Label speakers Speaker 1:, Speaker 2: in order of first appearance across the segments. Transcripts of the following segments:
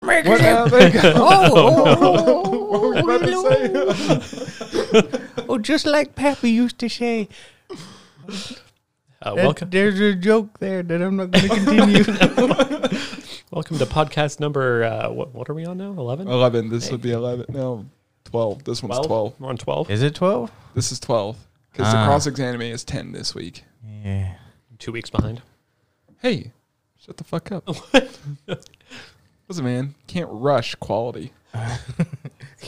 Speaker 1: What happened?
Speaker 2: Oh, oh, oh,
Speaker 1: what were you about to say?
Speaker 2: oh, just like Pappy used to say. that
Speaker 3: Uh, welcome,
Speaker 2: There's a joke there that I'm not going to continue.
Speaker 3: welcome to podcast number. Uh, what, what are we on now? Eleven.
Speaker 1: 11. This would be 11. No, 12. This one's 12.
Speaker 3: We're on twelve.
Speaker 2: Is it 12?
Speaker 1: This is 12. Because the
Speaker 2: Ah.
Speaker 1: cross examining is 10 this week.
Speaker 2: Yeah.
Speaker 3: Two weeks behind.
Speaker 1: Hey, shut the fuck up. Listen, man, can't rush quality.
Speaker 2: You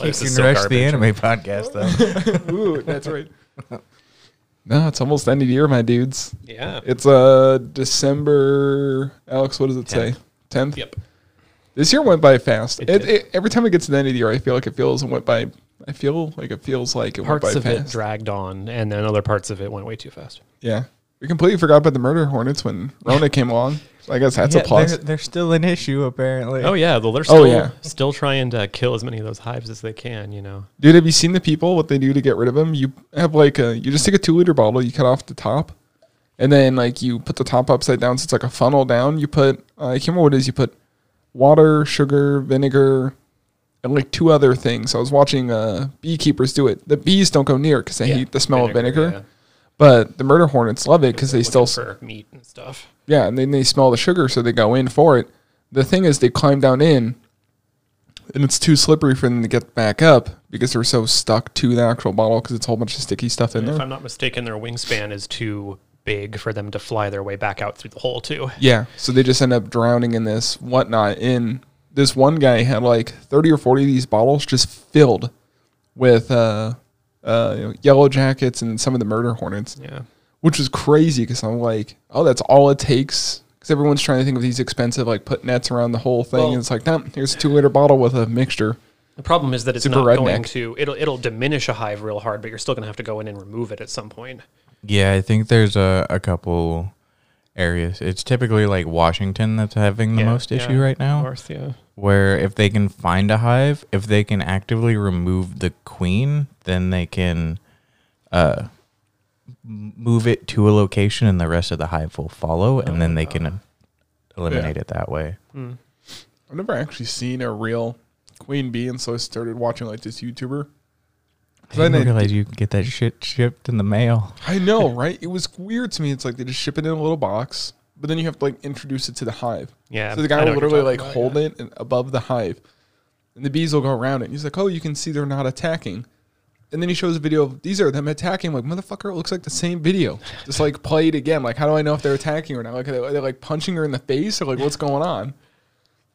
Speaker 3: This
Speaker 2: can
Speaker 3: is so
Speaker 2: rush the
Speaker 3: garbage.
Speaker 2: anime podcast, though.
Speaker 1: Ooh, that's right. no, it's almost end of year, my dudes.
Speaker 3: Yeah.
Speaker 1: It's uh December. Alex, what does it say? Tenth.
Speaker 3: Yep.
Speaker 1: This year went by fast.
Speaker 3: It
Speaker 1: It-
Speaker 3: did.
Speaker 1: it- every time it gets to the end of the year, I feel like it feels it went by. I feel like it feels like it
Speaker 3: Parts
Speaker 1: went by
Speaker 3: of it
Speaker 1: fast.
Speaker 3: dragged on, and then other parts of it went way too fast.
Speaker 1: yeah, we completely forgot about the murder hornets when Rona came along. So I guess that's a plus.
Speaker 2: They're, they're still an issue, apparently.
Speaker 3: Oh yeah, well they're still
Speaker 1: Oh, yeah.
Speaker 3: still trying to kill as many of those hives as they can. You know.
Speaker 1: Dude, have you seen the people what they do to get rid of them? You have like a you just take a two liter bottle, you cut off the top, and then like you put the top upside down, so it's like a funnel down. You put uh, I can't remember what it is. You put water, sugar, vinegar, and like two other things. I was watching uh, beekeepers do it. The bees don't go near because they
Speaker 3: Yeah,
Speaker 1: hate the smell of vinegar, but the murder hornets love it because they still s-
Speaker 3: for meat and stuff.
Speaker 1: yeah, and then they smell the sugar, so they go in for it. The thing is, they climb down in, and it's too slippery for them to get back up because they're so stuck to the actual bottle because it's a whole bunch of sticky stuff in
Speaker 3: If
Speaker 1: there.
Speaker 3: I'm not mistaken, their wingspan is too big for them to fly their way back out through the hole too.
Speaker 1: Yeah, so they just end up drowning in this whatnot. In this one guy had like thirty or forty of these bottles just filled with uh, uh, you know, yellow jackets and some of the murder hornets.
Speaker 3: Yeah.
Speaker 1: which was crazy because I'm like, oh, that's all it takes. Because everyone's trying to think of these expensive, like put nets around the whole thing.
Speaker 3: Well-
Speaker 1: and it's like, no, here's a two liter bottle with a mixture.
Speaker 3: The problem is that it's
Speaker 1: Super
Speaker 3: not going
Speaker 1: redneck.
Speaker 3: to it'll it'll diminish a hive real hard, but you're still gonna have to go in and remove it at some point.
Speaker 4: Yeah, I think there's a, a couple areas. It's typically like Washington that's having the
Speaker 3: Yeah,
Speaker 4: most issue
Speaker 3: yeah,
Speaker 4: right now,
Speaker 3: North, yeah.
Speaker 4: where if they can find a hive, if they can actively remove the queen, then they can uh, m- move it to a location and the rest of the hive will follow, and then they can eliminate it that way.
Speaker 1: I've never actually seen a real queen bee, and so I started watching like this YouTuber.
Speaker 4: I didn't
Speaker 1: Then it-
Speaker 4: realize you could get that shit shipped in the mail.
Speaker 1: I know, right? It was weird to me. It's like they just ship it in a little box, but then you have to like introduce it to the hive.
Speaker 3: Yeah.
Speaker 1: So the
Speaker 3: I
Speaker 1: guy
Speaker 3: know
Speaker 1: will
Speaker 3: what you're
Speaker 1: literally like
Speaker 3: talking about,
Speaker 1: hold it and above the hive, and the bees will go around it. And he's like, "Oh, you can see they're not attacking." And then he shows a video of these are them attacking. I'm like, motherfucker, it looks like the same video. Just like played again. Like, how do I know if they're attacking or not? Like, are they, are they, like punching her in the face or like what's going on?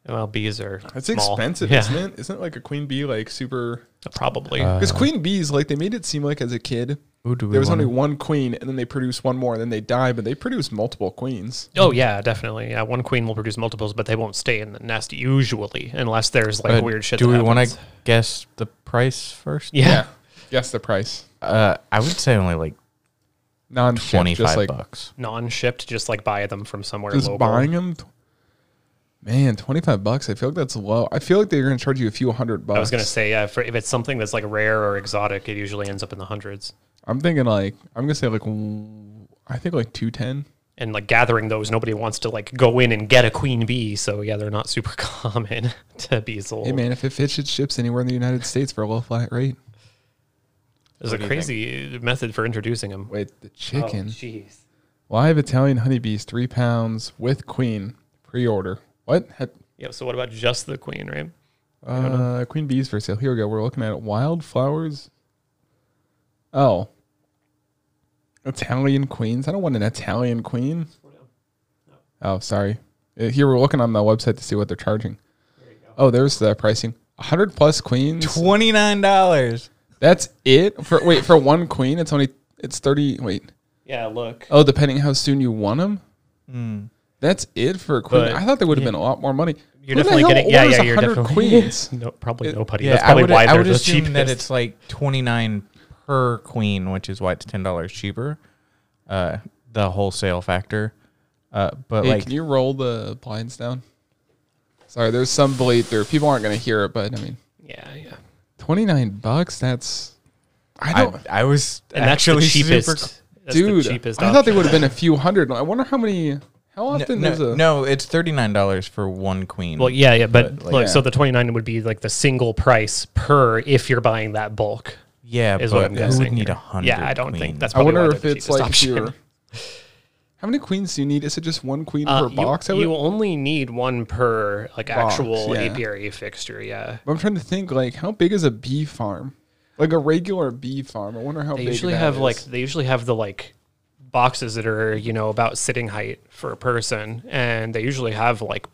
Speaker 3: yeah. Well, bees are
Speaker 1: It's
Speaker 3: small.
Speaker 1: expensive,
Speaker 3: Yeah, Oh,
Speaker 1: isn't it? Isn't like a queen bee like super?
Speaker 3: Probably.
Speaker 4: Uh,
Speaker 1: Because queen bees, like they made it seem like as a kid
Speaker 4: Ooh, do we
Speaker 1: there was
Speaker 4: wanna-
Speaker 1: only one queen, and then they produce one more, and then they die. But they produce multiple queens.
Speaker 3: Oh yeah, definitely. Yeah, one queen will produce multiples, but they won't stay in the nest usually, unless there's like
Speaker 4: But
Speaker 3: weird shit.
Speaker 4: Do we
Speaker 3: want
Speaker 4: want to guess the price first?
Speaker 3: Yeah.
Speaker 1: Guess the price.
Speaker 4: Uh, I would say only like
Speaker 1: Non
Speaker 4: twenty five
Speaker 1: like
Speaker 4: bucks.
Speaker 3: non-shipped, just like buy them from somewhere
Speaker 1: just
Speaker 3: local.
Speaker 1: buying them. Man, twenty five bucks. I feel like that's low. I feel like they're going to charge you a few hundred bucks.
Speaker 3: I was gonna say, yeah, for, if it's something that's like rare or exotic, it usually ends up in the hundreds.
Speaker 1: I'm thinking like I'm gonna say like w- I think like two ten.
Speaker 3: And like gathering those, nobody wants to like go in and get a queen bee, so yeah, they're not super common to be sold.
Speaker 1: Hey man, if it fits, it ships anywhere in the United States for a low flat rate.
Speaker 3: There's a crazy method for introducing them.
Speaker 1: Wait, the chicken
Speaker 3: jeez.
Speaker 1: live Italian honeybees, three pounds with queen pre order. What? Had-
Speaker 3: Yeah. So what about just the queen, right?
Speaker 1: Uh, queen bees for sale. Here we go. We're looking at it. Wildflowers. Oh. Italian queens. I don't want an Italian queen. Oh, sorry. Uh, Here we're looking on the website to see what they're charging. Oh, there's the pricing. 100 plus queens.
Speaker 4: Twenty nine dollars.
Speaker 1: That's it for wait, for one queen it's only it's 30 wait.
Speaker 3: Yeah. Look.
Speaker 1: Oh, depending how soon you want them. That's it for a queen.
Speaker 3: Hmm. But-
Speaker 1: I thought there would have been a lot more money.
Speaker 3: You're
Speaker 1: Who the
Speaker 3: definitely
Speaker 1: hell
Speaker 3: getting- yeah,
Speaker 1: orders
Speaker 3: yeah, you're
Speaker 1: 100
Speaker 3: definitely-
Speaker 1: queens.
Speaker 3: No, probably
Speaker 1: It-
Speaker 3: nobody.
Speaker 4: Yeah,
Speaker 3: That's
Speaker 4: I
Speaker 3: probably
Speaker 4: would,
Speaker 3: why
Speaker 4: I
Speaker 3: they're
Speaker 4: would
Speaker 3: the
Speaker 4: assume
Speaker 3: cheapest.
Speaker 4: that it's like twenty nine per queen, which is why it's ten dollars cheaper. Uh, the wholesale factor. Uh, but
Speaker 1: Hey,
Speaker 4: like
Speaker 1: can you roll the blinds down? Sorry, there's some bleed through. People aren't going to hear it, but I mean,
Speaker 3: yeah, yeah.
Speaker 1: 29 bucks, that's I
Speaker 4: I,
Speaker 1: don't
Speaker 4: I was
Speaker 3: And that's
Speaker 4: actually
Speaker 3: the cheapest.
Speaker 4: super.
Speaker 3: that's the
Speaker 1: dude.
Speaker 3: cheapest
Speaker 1: I thought they
Speaker 3: option.
Speaker 1: would have been a few hundred. I wonder how many How
Speaker 4: No,
Speaker 1: often
Speaker 4: no,
Speaker 1: is a
Speaker 4: no, it's thirty nine dollars for one queen.
Speaker 3: Well, yeah, yeah, but,
Speaker 4: But, like-
Speaker 3: look, so
Speaker 1: Yeah.
Speaker 3: the 29 would be like the single price per if you're buying that bulk.
Speaker 4: yeah,
Speaker 3: is
Speaker 4: but
Speaker 3: what I'm guessing.
Speaker 4: who would need
Speaker 3: here.
Speaker 4: a hundred?
Speaker 3: Yeah, I don't think
Speaker 4: queens?
Speaker 3: that's.
Speaker 1: I
Speaker 3: probably
Speaker 1: wonder
Speaker 3: why they're
Speaker 1: if
Speaker 3: the
Speaker 1: it's
Speaker 3: cheapest
Speaker 1: like
Speaker 3: option.
Speaker 1: your. How many queens do you need? Is it just one queen
Speaker 3: Uh,
Speaker 1: per
Speaker 3: you,
Speaker 1: box? I would-
Speaker 3: you only need one per like
Speaker 1: Box,
Speaker 3: actual
Speaker 1: yeah.
Speaker 3: apiary fixture. Yeah,
Speaker 1: I'm trying to think like how big is a bee farm? Like a regular bee farm. I wonder how
Speaker 3: they
Speaker 1: big
Speaker 3: usually
Speaker 1: that
Speaker 3: have
Speaker 1: is.
Speaker 3: like they usually have the like boxes that are you know about sitting height for a person, and they usually have like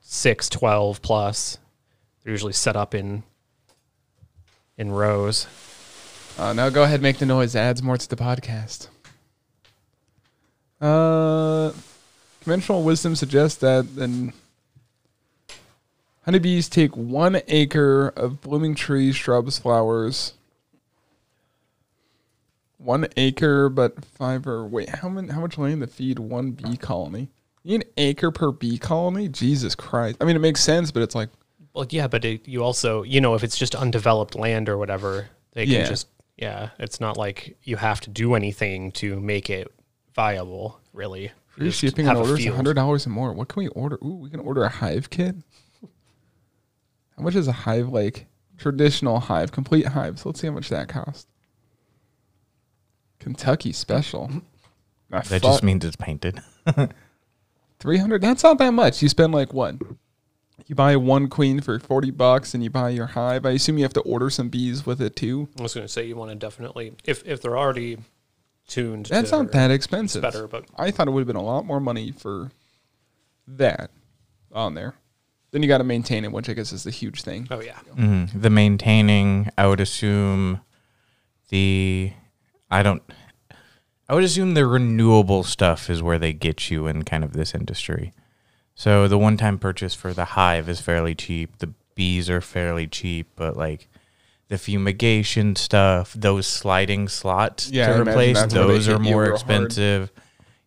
Speaker 3: six, twelve plus. They're usually set up in in rows.
Speaker 1: Uh, now go ahead, make the noise. Adds more to the podcast. Uh, conventional wisdom suggests that then honeybees take one acre of blooming trees, shrubs, flowers. One acre, but five or wait, how many? How much land to feed one bee colony? You need an acre per bee colony. Jesus Christ! I mean, it makes sense, but it's like
Speaker 3: Well, yeah, but it, you also, you know, if it's just undeveloped land or whatever, they
Speaker 1: Yeah.
Speaker 3: can just, yeah, it's not like you have to do anything to make it viable, really.
Speaker 1: free
Speaker 3: Just
Speaker 1: shipping and
Speaker 3: have a
Speaker 1: orders
Speaker 3: field.
Speaker 1: hundred dollars and more. What can we order? Ooh, we can order a hive kit. How much is a hive like traditional hive, complete hive? So let's see how much that costs. Kentucky special.
Speaker 4: That just means it's painted.
Speaker 1: three hundred. That's not that much. You spend like what? You buy one queen for forty bucks, and you buy your hive. I assume you have to order some bees with it too.
Speaker 3: I was going to say you want to definitely, if if they're already tuned,
Speaker 1: That's
Speaker 3: to-
Speaker 1: not that expensive.
Speaker 3: better, but-
Speaker 1: I thought it would have been a lot more money for that on there. Then you got to maintain it, which I guess is the huge thing.
Speaker 3: Oh yeah,
Speaker 4: Mhm. The maintaining, I would assume the I don't I would assume the renewable stuff is where they get you in kind of this industry. So the one-time purchase for the hive is fairly cheap, the bees are fairly cheap, but like the fumigation stuff, those sliding slots
Speaker 1: Yeah, I
Speaker 4: to
Speaker 1: imagine
Speaker 4: replace,
Speaker 1: that's where they
Speaker 4: those
Speaker 1: hit
Speaker 4: are
Speaker 1: you
Speaker 4: more
Speaker 1: real hard.
Speaker 4: expensive.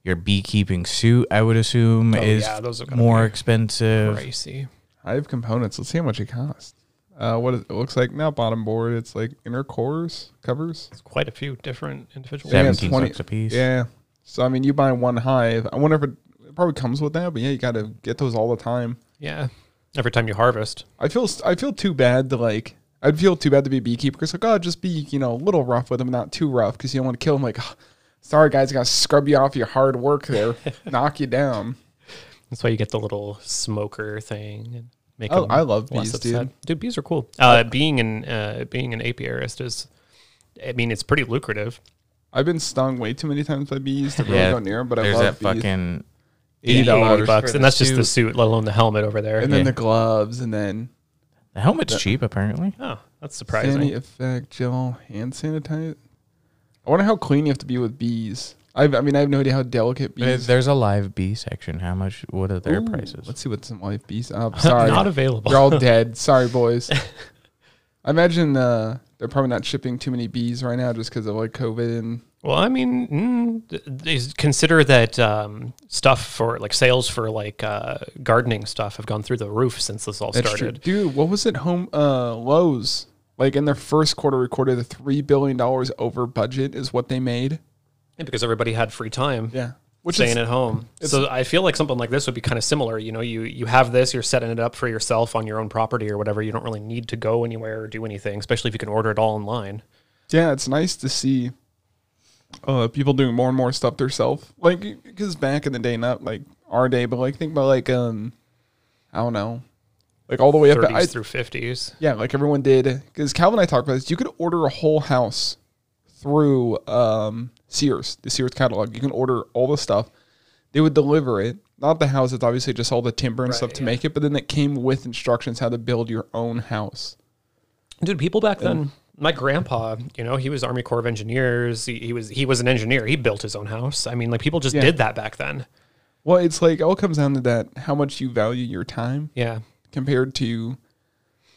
Speaker 4: Your beekeeping suit, I would assume,
Speaker 1: Oh,
Speaker 4: is
Speaker 3: yeah, those are gonna
Speaker 4: more
Speaker 3: be
Speaker 4: expensive.
Speaker 3: pricey.
Speaker 1: Hive components. Let's see how much it costs. Uh, what it looks like now, bottom board. It's like inner cores covers.
Speaker 3: It's quite a few different individuals.
Speaker 1: Yeah,
Speaker 4: Seventeen
Speaker 1: it's 20
Speaker 4: bucks a piece.
Speaker 1: Yeah. So I mean, you buy one hive. I wonder if it, it probably comes with that, but yeah, you got to get those all the time.
Speaker 3: Yeah, every time you harvest,
Speaker 1: I feel I feel too bad to like. I'd feel too bad to be a beekeeper. It's like, oh, just be you know a little rough with them, not too rough, because you don't want to kill them. Like, "Oh, sorry guys, gotta scrub you off your hard work there, knock you down.
Speaker 3: that's why you get the little smoker thing and make.
Speaker 1: Oh,
Speaker 3: 'em
Speaker 1: I love
Speaker 3: less
Speaker 1: bees, dude.
Speaker 3: upset. Dude, bees are cool. Uh, being an uh, being an apiarist is, I mean, it's pretty lucrative.
Speaker 1: I've been stung way too many times by bees to really go near 'em, but I
Speaker 4: there's
Speaker 1: love
Speaker 4: that
Speaker 1: bees.
Speaker 4: fucking
Speaker 1: Eighty dollars
Speaker 3: bucks,
Speaker 4: for
Speaker 3: and
Speaker 4: the
Speaker 3: that's just the
Speaker 4: suit.
Speaker 3: suit, let alone the helmet over there.
Speaker 1: and then
Speaker 4: Yeah.
Speaker 1: the gloves, and then
Speaker 4: the helmet's cheap apparently.
Speaker 3: oh, that's surprising.
Speaker 1: Sandy effect gel hand sanitizer. I wonder how clean you have to be with bees. I've, I mean, I have no idea how delicate
Speaker 4: But if
Speaker 1: bees.
Speaker 4: There's a live bee section. How much? What are their
Speaker 1: Ooh,
Speaker 4: prices?
Speaker 1: Let's see what some live bees. Oh, sorry,
Speaker 3: Not available.
Speaker 1: They're all dead. Sorry, boys. I imagine uh, they're probably not shipping too many bees right now just because of like COVID and
Speaker 3: Well, I mean, mm, th- these- consider that um, stuff for like sales for like uh, gardening stuff have gone through the roof since this all
Speaker 1: That's
Speaker 3: started.
Speaker 1: True. Dude, what was it? Home uh, Lowe's, like in their first quarter, recorded a three billion dollars over budget is what they made.
Speaker 3: Yeah, because everybody had free time.
Speaker 1: Yeah, which
Speaker 3: staying
Speaker 1: is
Speaker 3: at home. So I feel like something like this would be kind of similar. You know, you you have this, you're setting it up for yourself on your own property or whatever. You don't really need to go anywhere or do anything, especially if you can order it all online.
Speaker 1: yeah, it's nice to see uh, people doing more and more stuff themselves. Like because back in the day, not like our day, but like think about like um, I don't know, like all the way up.
Speaker 3: 30s
Speaker 1: I,
Speaker 3: through 50s.
Speaker 1: Yeah, like everyone did. Because Calvin and I talked about this. You could order a whole house through um, Sears, the Sears catalog. You can order all the stuff. They would deliver it. Not the house, it's obviously just all the timber and stuff to make it, but then it came with instructions how to build your own house.
Speaker 3: dude people back then my grandpa you know he was army corps of engineers he, he was he was an engineer he built his own house i mean like people just
Speaker 1: Yeah.
Speaker 3: did that back then
Speaker 1: Well, it's like it all comes down to that how much you value your time
Speaker 3: yeah
Speaker 1: compared to,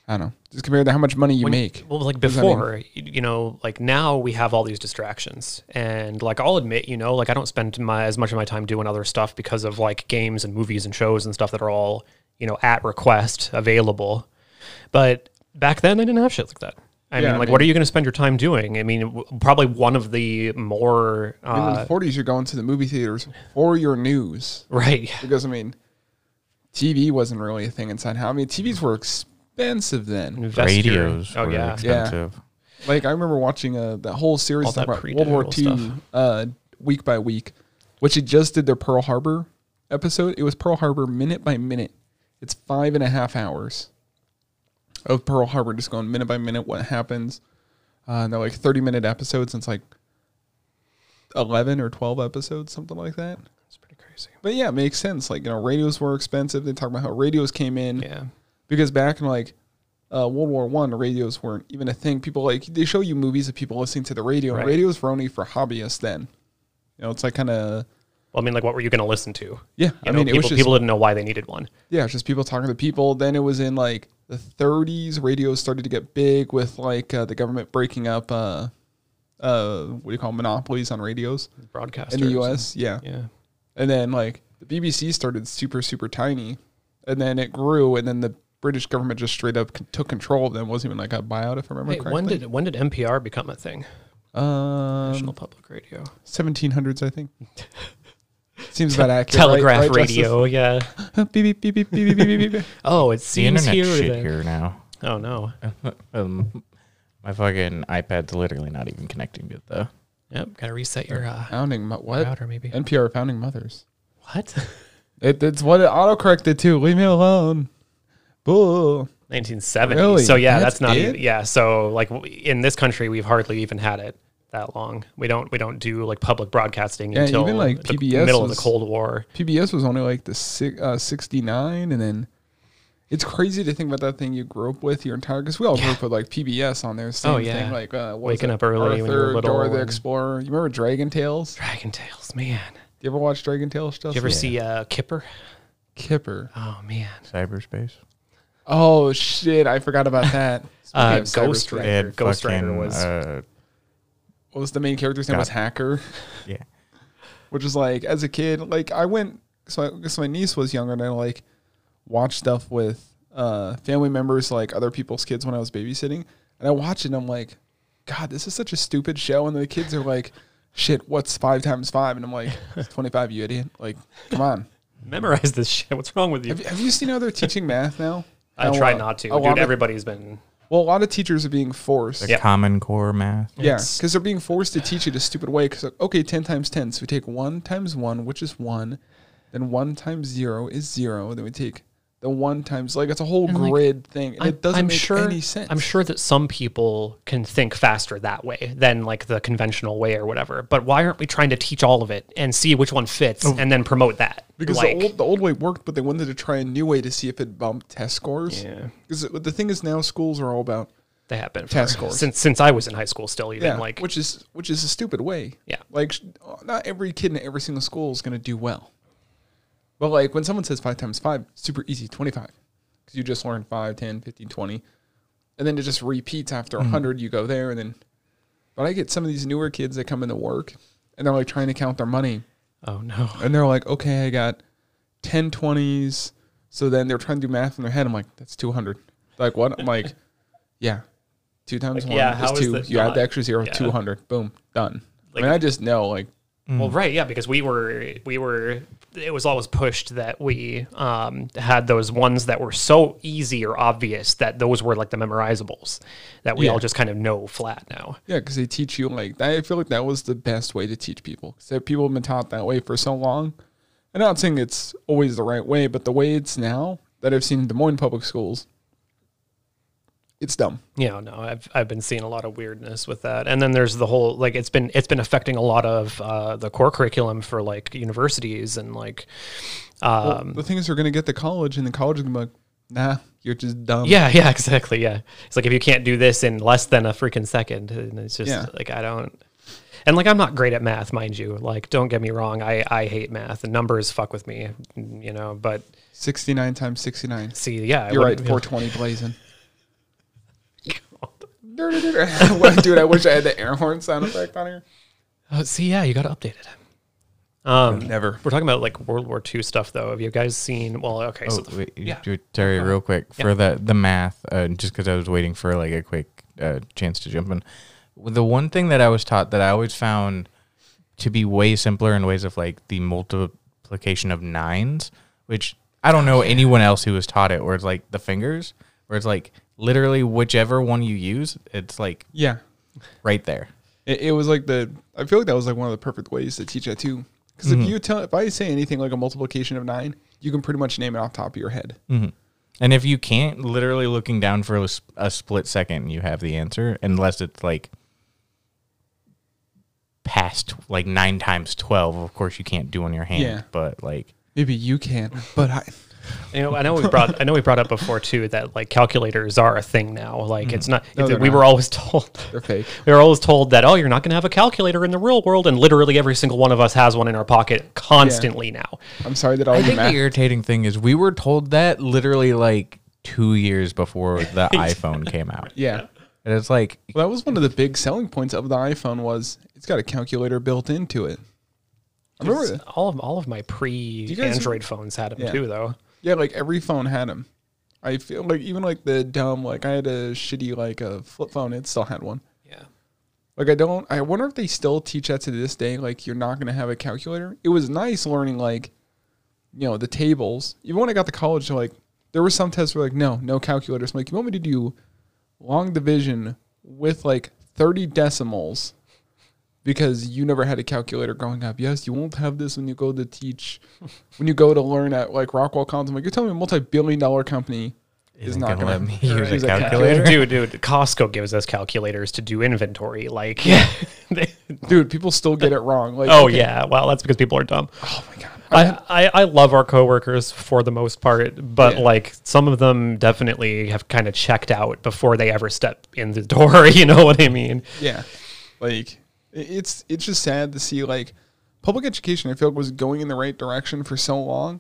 Speaker 1: I don't know, just compared to how much money you make.
Speaker 3: well like
Speaker 1: Does that mean-
Speaker 3: before you you know like now we have all these distractions and like i'll admit you know like i don't spend my as much of my time doing other stuff because of like games and movies and shows and stuff that are all you know at request available but back then they didn't have shit like that I
Speaker 1: Yeah,
Speaker 3: mean,
Speaker 1: I
Speaker 3: like, what are
Speaker 1: mean-
Speaker 3: you going to spend your time doing? I mean, w- probably one of the more
Speaker 1: I mean, in
Speaker 3: uh,
Speaker 1: the 40s, you're going to the movie theaters for your news.
Speaker 3: right.
Speaker 1: Because, I mean, TV wasn't really a thing inside how. I mean, TVs were expensive then.
Speaker 3: Invest your-
Speaker 4: Radios
Speaker 3: Oh
Speaker 4: were
Speaker 3: yeah.
Speaker 4: expensive.
Speaker 1: Like, I remember watching uh, that whole series
Speaker 3: All
Speaker 1: talking
Speaker 3: that
Speaker 1: about World War
Speaker 3: pre-digital
Speaker 1: II uh, week by week, which it just did their Pearl Harbor episode. It was Pearl Harbor minute by minute. It's five and a half hours of Pearl Harbor, just going minute by minute what happens. Uh, and they're like 30 minute episodes, and it's like 11 or 12 episodes, something like that.
Speaker 3: It's pretty crazy.
Speaker 1: But yeah, it makes sense. Like, you know, radios were expensive. They talk about how radios came in
Speaker 3: Yeah.
Speaker 1: because back in like uh, World War One, radios weren't even a thing. People like they show you movies of people listening to the radio.
Speaker 3: Right.
Speaker 1: Radios were only for hobbyists then. You know, it's like kind of
Speaker 3: Well, I mean, like, what were you going to listen to? You
Speaker 1: yeah. I
Speaker 3: know,
Speaker 1: mean,
Speaker 3: people,
Speaker 1: it was just
Speaker 3: people didn't know why they needed one.
Speaker 1: yeah, it's just people talking to people. Then it was in like the 30s, radios started to get big with like uh, the government breaking up uh, uh, what do you call 'em, monopolies on radios
Speaker 3: Broadcasters
Speaker 1: in the U.S. Yeah,
Speaker 3: Yeah.
Speaker 1: and then like the BBC started super super tiny, and then it grew, and then the British government just straight up c- took control of them. It wasn't even like a buyout, if I remember
Speaker 3: Wait,
Speaker 1: correctly.
Speaker 3: when did when did NPR become a thing? National
Speaker 1: Um,
Speaker 3: Public Radio.
Speaker 1: 1700s, I think. Seems about accurate. right?
Speaker 3: Telegraph
Speaker 1: Right, Justice?
Speaker 3: radio. Yeah.
Speaker 1: beep, beep, beep, beep, beep, beep, beep, beep.
Speaker 3: Oh, it
Speaker 4: The
Speaker 3: seems
Speaker 4: internet
Speaker 3: here.
Speaker 4: shit
Speaker 3: then.
Speaker 4: here now.
Speaker 3: Oh no.
Speaker 4: Um, my fucking iPad's literally not even connecting to the.
Speaker 3: Yep. Gotta reset your uh,
Speaker 1: Founding mo- what?
Speaker 3: router maybe.
Speaker 1: NPR founding mothers.
Speaker 3: What?
Speaker 1: It, it's what it autocorrected to. Leave me alone. Boo.
Speaker 3: 1970.
Speaker 1: Really?
Speaker 3: So yeah, that's,
Speaker 1: That's
Speaker 3: not.
Speaker 1: it?
Speaker 3: Even, yeah. So like w- in this country, we've hardly even had it that long. We don't we don't do like public broadcasting
Speaker 1: Yeah,
Speaker 3: until
Speaker 1: even, like,
Speaker 3: the
Speaker 1: PBS
Speaker 3: middle of the
Speaker 1: was-
Speaker 3: Cold War.
Speaker 1: PBS was only like the six, uh, 69, and then it's crazy to think about that thing you grew up with your entire. Because we all grew up with like PBS on there. Same
Speaker 3: Oh, yeah.
Speaker 1: Thing, like uh, what was
Speaker 3: Waking
Speaker 1: it?
Speaker 3: up early when you were
Speaker 1: Arthur,
Speaker 3: little
Speaker 1: Dora the
Speaker 3: and-
Speaker 1: Explorer. You remember Dragon Tales? Do
Speaker 3: Dragon Tales, man.
Speaker 1: you ever watch Dragon Tales?
Speaker 3: Did
Speaker 1: Justin?
Speaker 3: you ever see uh, Kipper?
Speaker 1: Kipper?
Speaker 3: Oh man.
Speaker 4: Cyberspace.
Speaker 1: Oh shit! I forgot about that.
Speaker 3: Uh,
Speaker 1: Speaking of
Speaker 3: Ghost
Speaker 1: cyberspace.
Speaker 3: Rider.
Speaker 4: Ed
Speaker 3: Ghost
Speaker 4: fucking,
Speaker 3: Rider was-
Speaker 4: Uh,
Speaker 1: what was the main character's name
Speaker 4: God.
Speaker 1: was Hacker,
Speaker 4: yeah.
Speaker 1: which is like as a kid, like I went so I, so my niece was younger and I like watched stuff with uh family members like other people's kids when I was babysitting, and I watched it and I'm like, God, this is such a stupid show, and the kids are like, Shit, what's five times five? And I'm like, Twenty five, you idiot! Like, come on.
Speaker 3: Memorize this shit. What's wrong with you?
Speaker 1: Have, have you seen how they're teaching math now?
Speaker 3: I
Speaker 1: How,
Speaker 3: try
Speaker 1: uh,
Speaker 3: not to.
Speaker 1: a lot
Speaker 3: Dude,
Speaker 1: of-
Speaker 3: everybody's been
Speaker 1: Well, a lot of teachers are being forced.
Speaker 4: The
Speaker 3: Yeah.
Speaker 4: Common Core math.
Speaker 1: Yeah,
Speaker 3: It's-
Speaker 1: because they're being forced to teach it a stupid way. Because okay, ten times ten, so we take one times one, which is one, then one times zero is zero, then we take the one times like it's a whole
Speaker 3: like,
Speaker 1: grid thing, and
Speaker 3: I'm-
Speaker 1: it doesn't
Speaker 3: I'm
Speaker 1: make
Speaker 3: sure,
Speaker 1: any sense.
Speaker 3: I'm sure that some people can think faster that way than like the conventional way or whatever. But why aren't we trying to teach all of it and see which one fits and then promote that?
Speaker 1: Oh. because
Speaker 3: like,
Speaker 1: the old the old way worked, but they wanted to try a new way to see if it bumped test scores.
Speaker 3: Yeah.
Speaker 1: because the thing is now schools are all about
Speaker 3: they have been for-
Speaker 1: test scores.
Speaker 3: since since I was in high school. Still, even
Speaker 1: yeah,
Speaker 3: like
Speaker 1: which is which is a stupid way.
Speaker 3: Yeah.
Speaker 1: like sh- not every kid in every single school is going to do well. But like when someone says five times five, super easy, 25. Because you just learned 5, 10, 15, 20. And then it just repeats after
Speaker 3: Mm-hmm.
Speaker 1: a 100. You go there and then. But I get some of these newer kids that come into work and they're like trying to count their money.
Speaker 3: oh no,
Speaker 1: And they're like, okay, I got 10 20s. So then they're trying to do math in their head. I'm like, that's 200. They're like, what? I'm like, yeah. Two times
Speaker 3: Like,
Speaker 1: one
Speaker 3: yeah, how
Speaker 1: is
Speaker 3: is
Speaker 1: two.
Speaker 3: that
Speaker 1: you add
Speaker 3: not-
Speaker 1: the extra zero,
Speaker 3: yeah.
Speaker 1: 200. Boom, done.
Speaker 3: Like-
Speaker 1: I mean, I just know, like, Mm.
Speaker 3: Well, right, yeah, because we were we were it was always pushed that we um, had those ones that were so easy or obvious that those were like the memorizables that we
Speaker 1: Yeah.
Speaker 3: all just kind of know flat now.
Speaker 1: Yeah, because they teach you like that. I feel like that was the best way to teach people. So people have been taught that way for so long. And I'm not saying it's always the right way, but the way it's now that I've seen in Des Moines public schools, it's dumb.
Speaker 3: Yeah, no, I've I've been seeing a lot of weirdness with that, and then there's the whole like it's been it's been affecting a lot of uh, the core curriculum for like universities and like um,
Speaker 1: the things are going to get to college, and the college is going to be like, nah, you're just dumb.
Speaker 3: yeah, yeah, exactly, yeah. It's like if you can't do this in less than a freaking second, and it's just
Speaker 1: Yeah.
Speaker 3: like I don't. And like I'm not great at math, mind you. Like don't get me wrong, I I hate math. The numbers fuck with me, you know. But
Speaker 1: 69 times 69.
Speaker 3: see, yeah, I
Speaker 1: You're right,
Speaker 3: wouldn't be able-
Speaker 1: 420 blazing. Dude, I wish I had the air horn sound effect on here.
Speaker 3: Oh, see, yeah, you got to update it. Um,
Speaker 1: Never.
Speaker 3: We're talking about like World War II stuff, though. Have you guys seen? Well, okay. so
Speaker 4: Oh,
Speaker 3: the,
Speaker 4: wait,
Speaker 3: yeah. Uh-huh.
Speaker 4: you- Terry, real quick for the the math, uh, just because I was waiting for like a quick uh, chance to jump in. The one thing that I was taught that I always found to be way simpler in ways of like the multiplication of nines, which I don't know anyone else who was taught it, where it's like the fingers, where it's like literally whichever one you use, it's like
Speaker 1: Yeah.
Speaker 4: right there.
Speaker 1: It, it was like the. I feel like that was like one of the perfect ways to teach that too. Because if you tell, if I say anything like a multiplication of nine, you can pretty much name it off the top of your head.
Speaker 4: And if you can't, literally looking down for a, s- a split second, you have the answer, unless it's like past like nine times 12. Of course, you can't do on your hand,
Speaker 1: Yeah.
Speaker 4: but like,
Speaker 1: Maybe you can, but I.
Speaker 3: You know, I know we brought I know we brought up before too that like calculators are a thing now. Like it's not
Speaker 1: Mm-hmm. No, they're
Speaker 3: we
Speaker 1: not.
Speaker 3: were always told
Speaker 1: They're fake.
Speaker 3: we were always told that oh you're not going to have a calculator in the real world and literally every single one of us has one in our pocket constantly now.
Speaker 1: I'm sorry that all
Speaker 4: I
Speaker 1: you
Speaker 4: think
Speaker 1: math.
Speaker 4: the irritating thing is we were told that literally like two years before the iPhone came out.
Speaker 1: Yeah.
Speaker 4: And it's like,
Speaker 1: Well, that was one of the big selling points of the iPhone was it's got a calculator built into it. I remember,
Speaker 3: It's- All of all of my
Speaker 1: you
Speaker 3: pre
Speaker 1: guys-
Speaker 3: Android phones had them
Speaker 1: Yeah.
Speaker 3: too though.
Speaker 1: yeah, like every phone had them. I feel like even like the dumb, like I had a shitty like a flip phone, it still had one.
Speaker 3: Yeah.
Speaker 1: Like I don't. I wonder if they still teach that to this day. Like you're not going to have a calculator. It was nice learning like, you know, the tables. Even when I got to college, they're like there were some tests where like no, no calculators. I'm like you want me to do long division with like 30 decimals because you never had a calculator growing up. Yes, you won't have this when you go to teach, when you go to learn at like Rockwell College. I'm like you're telling me a multi-billion dollar company is
Speaker 4: Isn't
Speaker 1: not
Speaker 4: gonna
Speaker 1: going
Speaker 4: let
Speaker 1: to
Speaker 4: me use a calculator.
Speaker 3: Dude, dude, Costco gives us calculators to do inventory. Like, they,
Speaker 1: Dude, people still get it wrong. Like
Speaker 3: oh yeah, well, that's because people are dumb.
Speaker 1: oh my god.
Speaker 3: I, I, I love our coworkers for the most part, but
Speaker 1: Yeah.
Speaker 3: like some of them definitely have kind of checked out before they ever step in the door. You know what I mean?
Speaker 1: Yeah. Like i- it's it's just sad to see like public education I feel like was going in the right direction for so long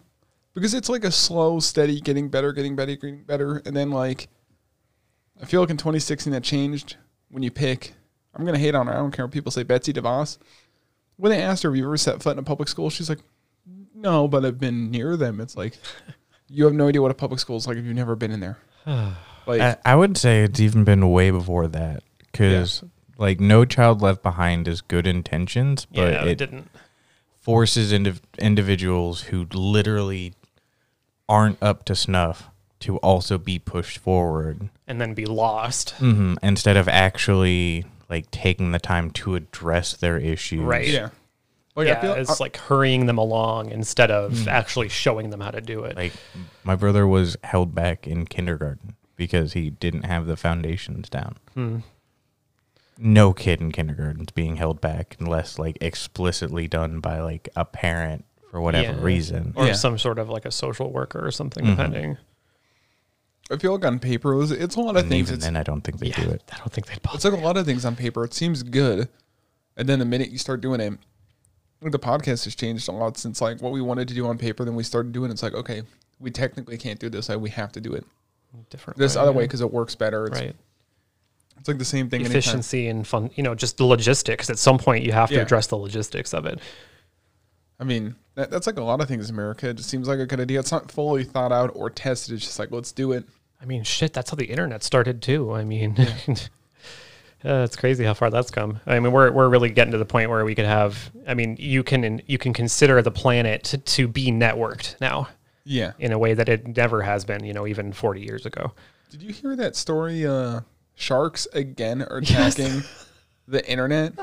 Speaker 1: because it's like a slow steady getting better getting better getting better and then like I feel like in 2016 that changed when you pick I'm going to hate on her I don't care what people say Betsy DeVos when they asked her have you ever set foot in a public school she's like no but I've been near them it's like you have no idea what a public school is like if you've never been in there like
Speaker 4: I, I would say it's even been way before that because like no child left behind is good intentions, but
Speaker 3: yeah, it,
Speaker 4: it
Speaker 3: didn't.
Speaker 4: forces indiv- individuals who literally aren't up to snuff to also be pushed forward
Speaker 3: And then be lost.
Speaker 1: Mm.
Speaker 4: mm-hmm. instead of actually like taking the time to address their issues.
Speaker 3: Right.
Speaker 1: yeah like
Speaker 3: Yeah,
Speaker 1: I feel Mm.
Speaker 3: it's like hurrying them along instead of actually showing them how to do it.
Speaker 4: Like my brother was held back in kindergarten because he didn't have the foundations down.
Speaker 3: Hmm.
Speaker 4: No kid in kindergarten is being held back unless like explicitly done by like a parent for whatever
Speaker 3: Yeah.
Speaker 4: reason.
Speaker 3: or
Speaker 1: Yeah. Mm-hmm.
Speaker 3: some sort of like a social worker or something, depending.
Speaker 1: I feel like on paper it was, it's a lot of
Speaker 4: And
Speaker 1: things.
Speaker 4: even
Speaker 1: It's,
Speaker 4: then, I don't think they
Speaker 3: Yeah,
Speaker 4: do it.
Speaker 3: I don't think they'd bother.
Speaker 1: it's like a lot of things on paper. It seems good, and then the minute you start doing it, like the podcast has changed a lot since like what we wanted to do on paper. Then we started doing. it. It's like okay, we technically can't do this. Like we have to do it
Speaker 3: different
Speaker 1: this other
Speaker 3: yeah.
Speaker 1: way because it works better. It's,
Speaker 3: right?
Speaker 1: it's like the same thing. anytime.
Speaker 3: Efficiency and fun. You know, just the logistics. At some point, you have to
Speaker 1: Yeah.
Speaker 3: address the logistics of it.
Speaker 1: I mean, that, that's like a lot of things in America. It just seems like a good idea. It's not fully thought out or tested. It's just like let's do it.
Speaker 3: I mean, shit, that's how the internet started too. I mean, uh, it's crazy how far that's come. I mean, we're we're really getting to the point where we could have. I mean, you can you can consider the planet to, to be networked now
Speaker 1: Yeah.
Speaker 3: in a way that it never has been. You know, even forty years ago.
Speaker 1: Did you hear that story? Uh, sharks again are attacking the internet.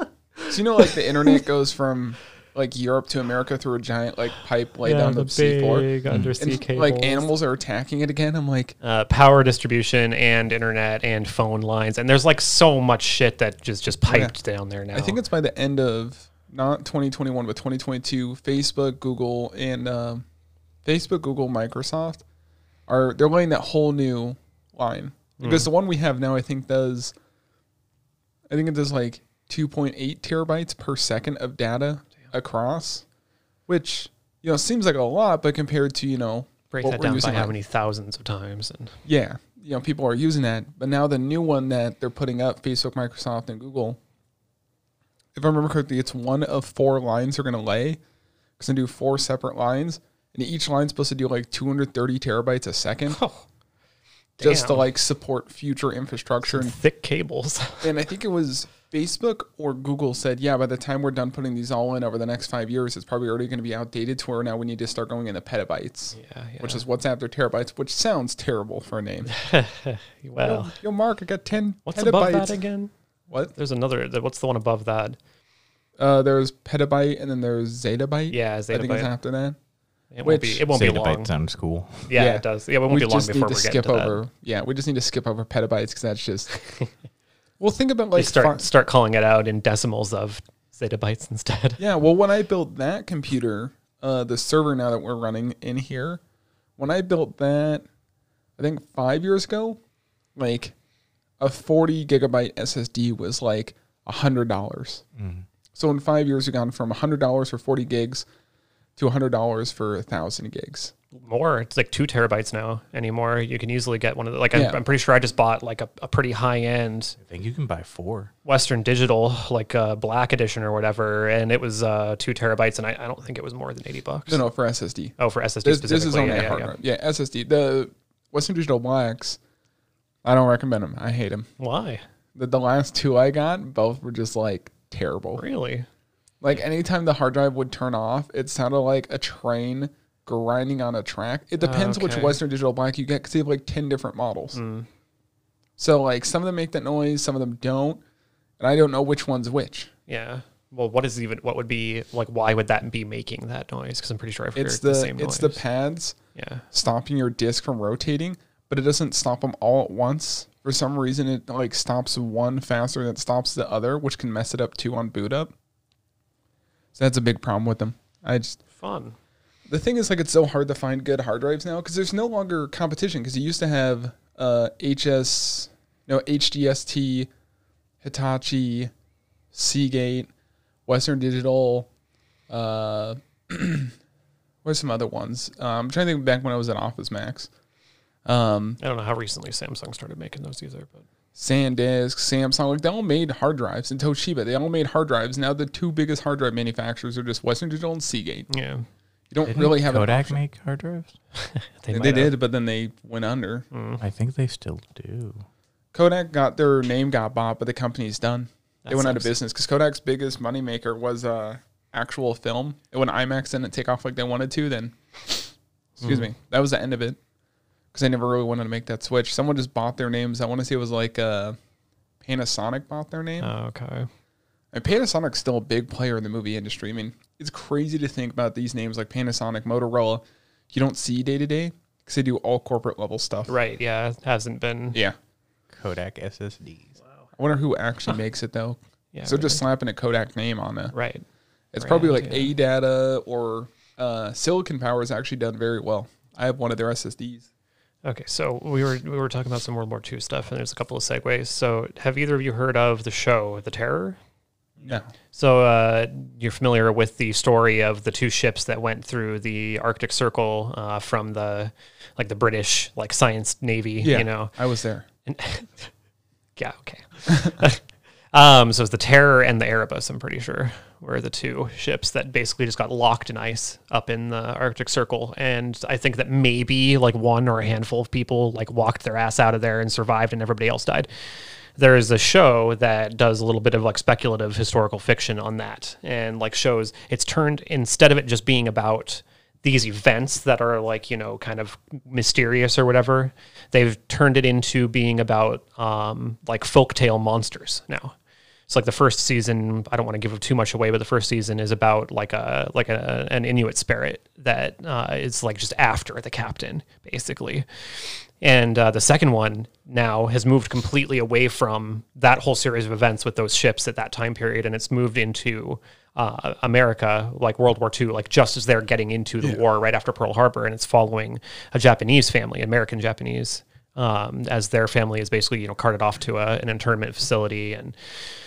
Speaker 1: So you know, like the internet goes from like Europe to America through a giant like pipe laid down the, sea floor,
Speaker 3: undersea
Speaker 1: and like animals are attacking it again. I'm like,
Speaker 3: uh, power distribution and internet and phone lines and there's like so much shit that just just piped down there now.
Speaker 1: I think it's by the end of not 2021 but 2022. Facebook, Google, and um, Facebook, Google, Microsoft are they're laying that whole new line because
Speaker 3: Mm.
Speaker 1: the one we have now, I think, does I think it does like 2.8 terabytes per second of data across, which you know seems like a lot, but compared to you know
Speaker 3: break
Speaker 1: what
Speaker 3: that
Speaker 1: we're
Speaker 3: down by
Speaker 1: using,
Speaker 3: how
Speaker 1: like-
Speaker 3: many thousands of times and
Speaker 1: yeah, you know, people are using that. But now the new one that they're putting up, Facebook, Microsoft, and Google, if I remember correctly, it's one of four lines they're going to lay because I do four separate lines, and each line's supposed to do like 230 terabytes a second, just to
Speaker 3: Oh, damn.
Speaker 1: like support future infrastructure. And,
Speaker 3: Thick cables.
Speaker 1: and I think it was Facebook or Google said, yeah, by the time we're done putting these all in over the next five years, it's probably already going to be outdated to where now we need to start going into petabytes,
Speaker 3: Yeah,
Speaker 1: which is what's after terabytes, which sounds terrible for a name.
Speaker 3: well,
Speaker 1: Yo, yo, Mark, I got 10
Speaker 3: Oh. what's
Speaker 1: petabytes.
Speaker 3: above that again?
Speaker 1: What?
Speaker 3: There's another. the- What's the one above that?
Speaker 1: Uh, there's petabyte and then there's zettabyte.
Speaker 3: Yeah,
Speaker 1: I think it's
Speaker 3: zetabyte.
Speaker 1: after that.
Speaker 3: It
Speaker 1: Which-
Speaker 3: won't be. It won't be long.
Speaker 4: Zettabyte sounds cool.
Speaker 3: Yeah,
Speaker 1: Yeah.
Speaker 3: it does. Yeah, it won't be long before we're getting
Speaker 1: skip
Speaker 3: to
Speaker 1: over.
Speaker 3: that.
Speaker 1: Yeah, we just need to skip over petabytes because that's just. well, think about
Speaker 3: They
Speaker 1: like
Speaker 3: start
Speaker 1: fi-
Speaker 3: start calling it out in decimals of zettabytes instead.
Speaker 1: yeah. Well, when I built that computer, uh, the server now that we're running in here, when I built that, I think five years ago, like a forty gigabyte SSD was like a hundred dollars.
Speaker 3: Mm-hmm.
Speaker 1: So in five years, we've gone from a hundred dollars for forty gigs to a hundred dollars for a thousand gigs.
Speaker 3: More. It's like two terabytes now anymore. You can easily get one of the like.
Speaker 1: Yeah.
Speaker 3: I'm, I'm pretty sure I just bought like a, a pretty high end
Speaker 4: I think you can buy four.
Speaker 3: Western Digital like uh, Black Edition or whatever, and it was uh, two terabytes, and I, I don't think it was more than eighty bucks.
Speaker 1: No, no, for SSD.
Speaker 3: Oh, for SSD
Speaker 1: This,
Speaker 3: specifically.
Speaker 1: this is only
Speaker 3: yeah,
Speaker 1: a
Speaker 3: yeah,
Speaker 1: hard
Speaker 3: yeah.
Speaker 1: drive. Yeah, SSD. The Western Digital Blacks, I don't recommend them. I hate them.
Speaker 3: Why?
Speaker 1: The, the last two I got, both were just like terrible.
Speaker 3: Really?
Speaker 1: Like anytime the hard drive would turn off, it sounded like a train grinding on a track. It depends which
Speaker 3: Okay. Hmm.
Speaker 1: Western Digital Black you get because they have like 10 different models. So, like, some of them make that noise, some of them don't. And I don't know which one's which.
Speaker 3: Yeah. Well, what is even what would be like? Why would that be making that noise? Because I'm pretty sure I've heard
Speaker 1: It's
Speaker 3: the,
Speaker 1: the,
Speaker 3: same
Speaker 1: it's the
Speaker 3: noise.
Speaker 1: pads
Speaker 3: yeah.
Speaker 1: stopping your disc from rotating, but it doesn't stop them all at once. For some reason, it like stops one faster than it stops the other, which can mess it up too on boot up. So that's a big problem with them. I just
Speaker 3: Fun.
Speaker 1: the thing is like it's so hard to find good hard drives now because there's no longer competition because you used to have uh, HS, no HDST, Hitachi, Seagate, Western Digital. Uh, what are some other ones? Uh, I'm trying to think back when I was at Office Max. Um,
Speaker 3: I don't know how recently Samsung started making those either, but
Speaker 1: SanDisk, Samsung, like they all made hard drives, and Toshiba, they all made hard drives. Now the two biggest hard drive manufacturers are just Western Digital and Seagate.
Speaker 3: yeah,
Speaker 1: You don't really have an
Speaker 4: Kodak
Speaker 1: option.
Speaker 4: make hard drives?
Speaker 1: They,
Speaker 3: might have-
Speaker 1: did, but then they went under.
Speaker 4: I think they still do.
Speaker 1: Kodak got their name got bought, but the company's done. they
Speaker 3: That
Speaker 1: went out of
Speaker 3: sucks.
Speaker 1: business because Kodak's biggest moneymaker was uh, actual film. And when IMAX didn't take off like they wanted to, then excuse
Speaker 3: Hmm.
Speaker 1: me, that was the end of it. Because they never really wanted to make that switch. Someone just bought their names. I want to say it was like uh, Panasonic bought their name.
Speaker 3: Oh, okay.
Speaker 1: And Panasonic's still a big player in the movie industry. I mean, it's crazy to think about these names like Panasonic, Motorola. You don't see day to day because they do all corporate level stuff.
Speaker 3: Right. Yeah. it Hasn't been.
Speaker 1: Yeah.
Speaker 4: Kodak SSDs.
Speaker 1: I wonder who actually makes it though.
Speaker 3: Yeah,
Speaker 1: so just slapping a Kodak name on it.
Speaker 3: Right.
Speaker 1: It's probably
Speaker 3: Right,
Speaker 1: like A Data or uh, Silicon Power has actually done very well. I have one of their SSDs.
Speaker 3: Okay. So we were we were talking about some World War II stuff, and there's a couple of segues. So have either of you heard of the show The Terror?
Speaker 1: No.
Speaker 3: So uh, you're familiar with the story of the two ships that went through the Arctic Circle uh, from the like the British like science navy,
Speaker 1: Yeah.
Speaker 3: you know,
Speaker 1: I was there.
Speaker 3: Yeah, okay. um, so it's the Terror and the Erebus, I'm pretty sure, were the two ships that basically just got locked in ice up in the Arctic Circle. And I think that maybe like one or a handful of people like walked their ass out of there and survived, and everybody else died. There is a show that does a little bit of like speculative historical fiction on that and like shows it's turned instead of it just being about these events that are like you know kind of mysterious or whatever they've turned it into being about um, like folktale monsters now it's like the first season i don't want to give too much away but the first season is about like a like a, an inuit spirit that uh, is like just after the captain basically and uh, the second one now has moved completely away from that whole series of events with those ships at that time period, and it's moved into uh, America, like World War II, like just as they're getting into the war right after Pearl Harbor, and it's following a Japanese family, American Japanese, um, as their family is basically you know carted off to a, an internment facility and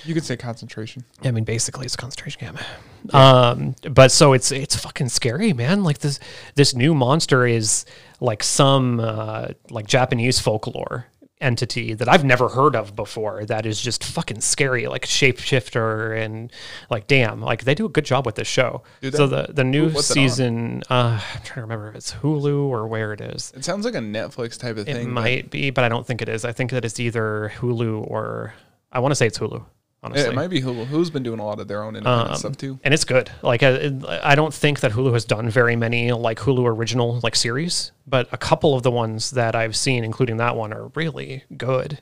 Speaker 1: You could say concentration.
Speaker 3: I mean, basically, it's a concentration camp. Um, but so it's it's fucking scary, man. Like this this new monster is like some uh, like Japanese folklore entity that I've never heard of before that is just fucking scary, like shapeshifter and like damn, like they do a good job with this show.
Speaker 1: Do
Speaker 3: So
Speaker 1: they?
Speaker 3: the the new
Speaker 1: Who- what's it on?
Speaker 3: season, uh, I'm trying to remember if it's Hulu or where it is.
Speaker 1: It sounds like a Netflix type of
Speaker 3: It
Speaker 1: thing. but
Speaker 3: might be, but I don't think it is. I think that it's either Hulu or I want to say it's Hulu. Honestly,
Speaker 1: It might be Hulu. Hulu's been doing a lot of their own
Speaker 3: Um,
Speaker 1: independent stuff too.
Speaker 3: and it's good. Like I, I don't think that Hulu has done very many like Hulu original like series, but a couple of the ones that I've seen, including that one, are really good.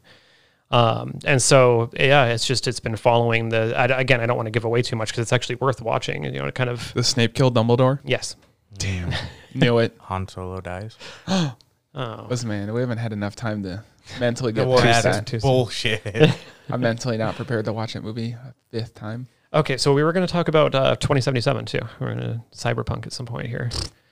Speaker 3: Um, and so yeah, it's just it's been following the. I, again, I don't want to give away too much because it's actually worth watching. You know, it kind of
Speaker 1: The Snape killed Dumbledore.
Speaker 3: yes.
Speaker 4: Damn.
Speaker 1: Knew it.
Speaker 4: Han Solo dies.
Speaker 3: Oh,
Speaker 1: Listen, man, we haven't had enough time to mentally get
Speaker 4: Well,
Speaker 1: through
Speaker 4: that
Speaker 1: that.
Speaker 4: is bullshit.
Speaker 1: I'm mentally not prepared to watch that movie a fifth time.
Speaker 3: okay. So we were going to talk about uh, 2077 too. We're going to cyberpunk at some point here.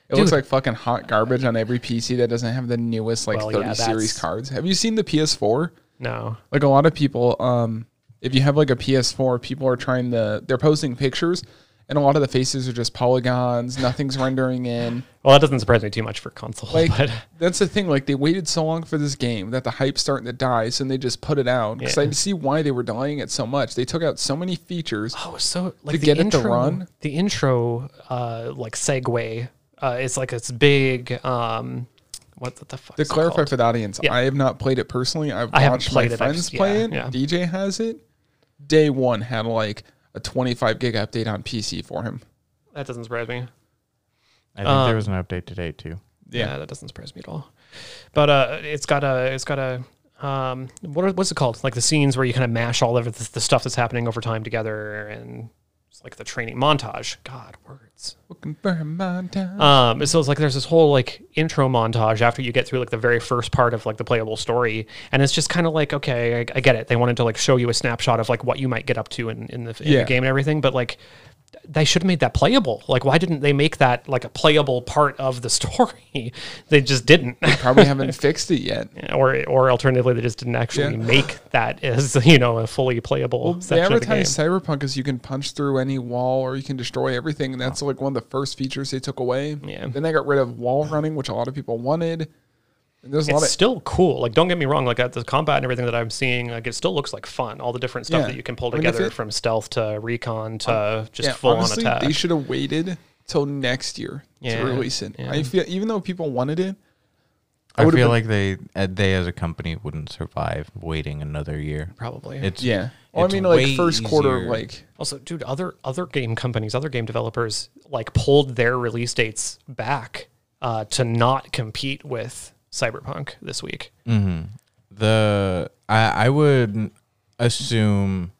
Speaker 1: It looks like fucking hot garbage on every PC that doesn't have the newest like
Speaker 3: Well, yeah,
Speaker 1: 30 series
Speaker 3: that's-
Speaker 1: cards. Have you seen the PS4?
Speaker 3: No.
Speaker 1: Like a lot of people, um, if you have like a PS4, people are trying to they're posting pictures, and a lot of the faces are just polygons. Nothing's rendering in.
Speaker 3: Well, that doesn't surprise me too much for console,
Speaker 1: Like
Speaker 3: but
Speaker 1: that's the thing. Like they waited so long for this game that the hype's starting to die, so they just put it out. Because
Speaker 3: Yeah.
Speaker 1: I see why they were delaying it so much. They took out so many features.
Speaker 3: Oh, it's so like the
Speaker 1: get it to
Speaker 3: intro,
Speaker 1: run?
Speaker 3: the intro, uh, like segue. Uh, it's like it's big. Um, what the, the fuck?
Speaker 1: To
Speaker 3: is it
Speaker 1: clarify
Speaker 3: called?
Speaker 1: for the audience,
Speaker 3: Yeah.
Speaker 1: I have not played it personally. I've
Speaker 3: I haven't
Speaker 1: watched my
Speaker 3: played it. I've
Speaker 1: friends
Speaker 3: s- yeah,
Speaker 1: play it.
Speaker 3: yeah.
Speaker 1: DJ has it. Day one had like a 25 gig update on PC for him.
Speaker 3: that doesn't surprise me.
Speaker 4: I think
Speaker 1: Um,
Speaker 4: there was an update today too.
Speaker 3: Yeah. that doesn't surprise me at all. But uh, it's got a, it's got a, um, what are, what's it called? Like the scenes where you kind of mash all of the, the stuff that's happening over time together, and it's like the training montage. God, words.
Speaker 1: Looking for a montage.
Speaker 3: Um, so it's like there's this whole like intro montage after you get through like the very first part of like the playable story, and it's just kind of like okay, I, I get it. They wanted to like show you a snapshot of like what you might get up to in in the, in
Speaker 1: Yeah.
Speaker 3: the game and everything, but like they should have made that playable. Like, why didn't they make that like a playable part of the story? they just didn't,
Speaker 1: Probably haven't fixed it yet.
Speaker 3: or or alternatively, they just didn't actually
Speaker 1: Yeah.
Speaker 3: make that as you know a fully playable
Speaker 1: They
Speaker 3: section of the game.
Speaker 1: advertise Cyberpunk as you can punch through any wall or you can destroy everything, and that's like one of the first features they took away.
Speaker 3: Yeah.
Speaker 1: Then they got rid of wall running, which a lot of people wanted. And there's a lot
Speaker 3: it's
Speaker 1: of
Speaker 3: still cool. Like, don't get me wrong. Like that, the combat and everything that I'm seeing, like it still looks like fun. All the different stuff
Speaker 1: Yeah.
Speaker 3: that you can pull
Speaker 1: I mean, if
Speaker 3: together
Speaker 1: it-
Speaker 3: from stealth to recon to just
Speaker 1: yeah,
Speaker 3: full
Speaker 1: honestly,
Speaker 3: on
Speaker 1: They
Speaker 3: attack.
Speaker 1: should have waited till next year
Speaker 3: Yeah,
Speaker 1: to release it.
Speaker 3: yeah.
Speaker 1: I feel even though people wanted it,
Speaker 4: I,
Speaker 1: would've
Speaker 4: feel
Speaker 1: been-
Speaker 4: like they uh, they as a company wouldn't survive waiting another year.
Speaker 3: Probably.
Speaker 4: It's
Speaker 1: Yeah. Well, I
Speaker 4: it's
Speaker 1: mean, like
Speaker 4: way
Speaker 1: first quarter,
Speaker 4: easier.
Speaker 1: like
Speaker 3: also, dude, other other game companies, other game developers, like pulled their release dates back uh, to not compete with Cyberpunk this week.
Speaker 4: the I I would assume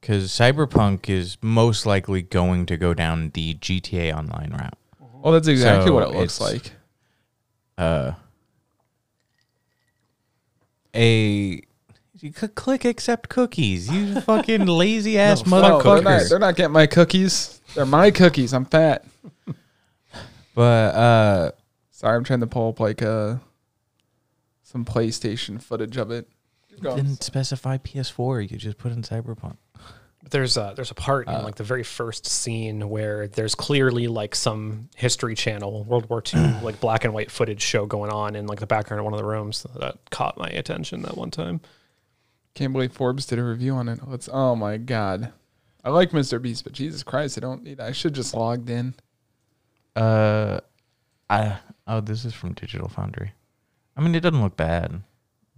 Speaker 4: because Cyberpunk is most likely going to go down the GTA Online route.
Speaker 1: well, that's exactly
Speaker 4: So
Speaker 1: what it looks
Speaker 4: it's-
Speaker 1: like.
Speaker 4: Uh, A you could click accept cookies. You fucking lazy ass
Speaker 1: No, they're, not,
Speaker 4: motherfucker.
Speaker 1: they're not getting my cookies. They're my cookies. I'm fat.
Speaker 4: But uh,
Speaker 1: Sorry, I'm trying to pull up like uh some PlayStation footage of it. Keep going.
Speaker 4: didn't specify PS4. You just put in Cyberpunk.
Speaker 3: there's a there's a part
Speaker 1: Uh.
Speaker 3: in like the very first scene where there's clearly like some history channel world war ii like black and white footage show going on in like the background of one of the rooms that caught my attention that one time
Speaker 1: Can't believe Forbes did a review on it. Let's. Oh my god. I like Mr. Beast, but Jesus Christ, I don't need. I should just logged in.
Speaker 4: Uh, I oh, this is from Digital Foundry. I mean, it doesn't look bad,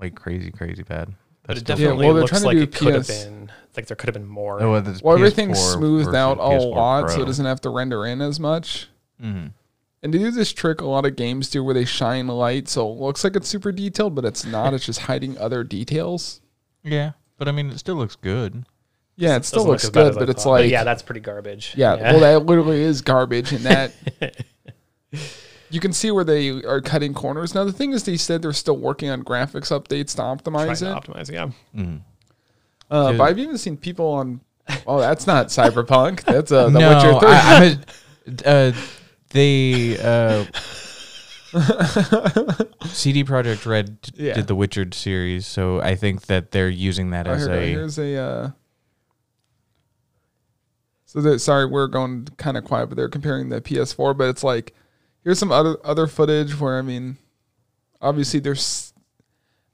Speaker 4: like crazy, crazy bad.
Speaker 3: but it
Speaker 4: still-
Speaker 3: definitely
Speaker 1: well, they're
Speaker 3: looks
Speaker 1: trying to
Speaker 3: like
Speaker 1: do
Speaker 3: it could have
Speaker 1: PS
Speaker 3: been like there could have been more
Speaker 4: Oh, well, that's
Speaker 1: Well,
Speaker 4: PS4
Speaker 1: everything's smoothed out a
Speaker 4: versus PS4
Speaker 1: lot, so
Speaker 4: Pro.
Speaker 1: it doesn't have to render in as much.
Speaker 4: Mhm.
Speaker 1: And they do this trick a lot of games do where they shine light, so it looks like it's super detailed, but it's not. it's just hiding other details.
Speaker 4: Yeah, but I mean, it still looks good.
Speaker 1: Yeah, it
Speaker 3: Doesn't
Speaker 1: still
Speaker 3: look
Speaker 1: looks
Speaker 3: as bad
Speaker 1: good,
Speaker 3: as I
Speaker 1: but it's
Speaker 3: thought.
Speaker 1: like
Speaker 3: yeah
Speaker 1: yeah,
Speaker 3: that's pretty garbage
Speaker 1: well that literally is garbage and that you can see where they are cutting corners. Now the thing is they said they're still working on graphics updates to
Speaker 3: trying
Speaker 1: optimize
Speaker 3: to
Speaker 1: it.
Speaker 3: optimize yeah
Speaker 1: uh,
Speaker 4: Dude.
Speaker 1: but I've even seen people on Oh, that's not Cyberpunk. That's uh, The
Speaker 4: no,
Speaker 1: Witcher 3.
Speaker 4: I, I'm a, uh, they uh, CD Project Red d-
Speaker 1: Yeah.
Speaker 4: did the Witcher series, so I think that they're using that
Speaker 1: Oh,
Speaker 4: as
Speaker 1: here,
Speaker 4: a
Speaker 1: here's a. Uh, so that sorry, we're going kind of quiet, but they're comparing the PS4. But it's like, here's some other other footage where I mean, obviously there's,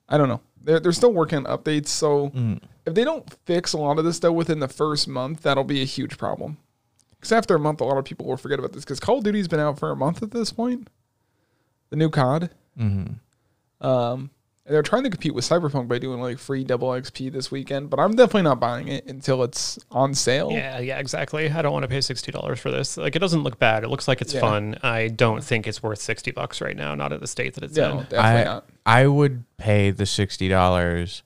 Speaker 1: I don't know. They're they're still working on updates, so
Speaker 4: Mm.
Speaker 1: if they don't fix a lot of this though within the first month, that'll be a huge problem. Because after a month, a lot of people will forget about this. Because Call of Duty's been out for a month at this point, the new COD.
Speaker 4: Mm-hmm.
Speaker 1: Um, and they're trying to compete with Cyberpunk by doing like free double XP this weekend, but I'm definitely not buying it until it's on sale.
Speaker 3: Yeah, yeah, exactly. I don't want to pay sixty dollars for this. Like, it doesn't look bad. It looks like it's
Speaker 1: Yeah.
Speaker 3: fun. I don't think it's worth sixty bucks right now. Not at the state that it's
Speaker 1: No,
Speaker 3: in.
Speaker 1: definitely
Speaker 4: I
Speaker 1: not.
Speaker 4: I would pay the sixty dollars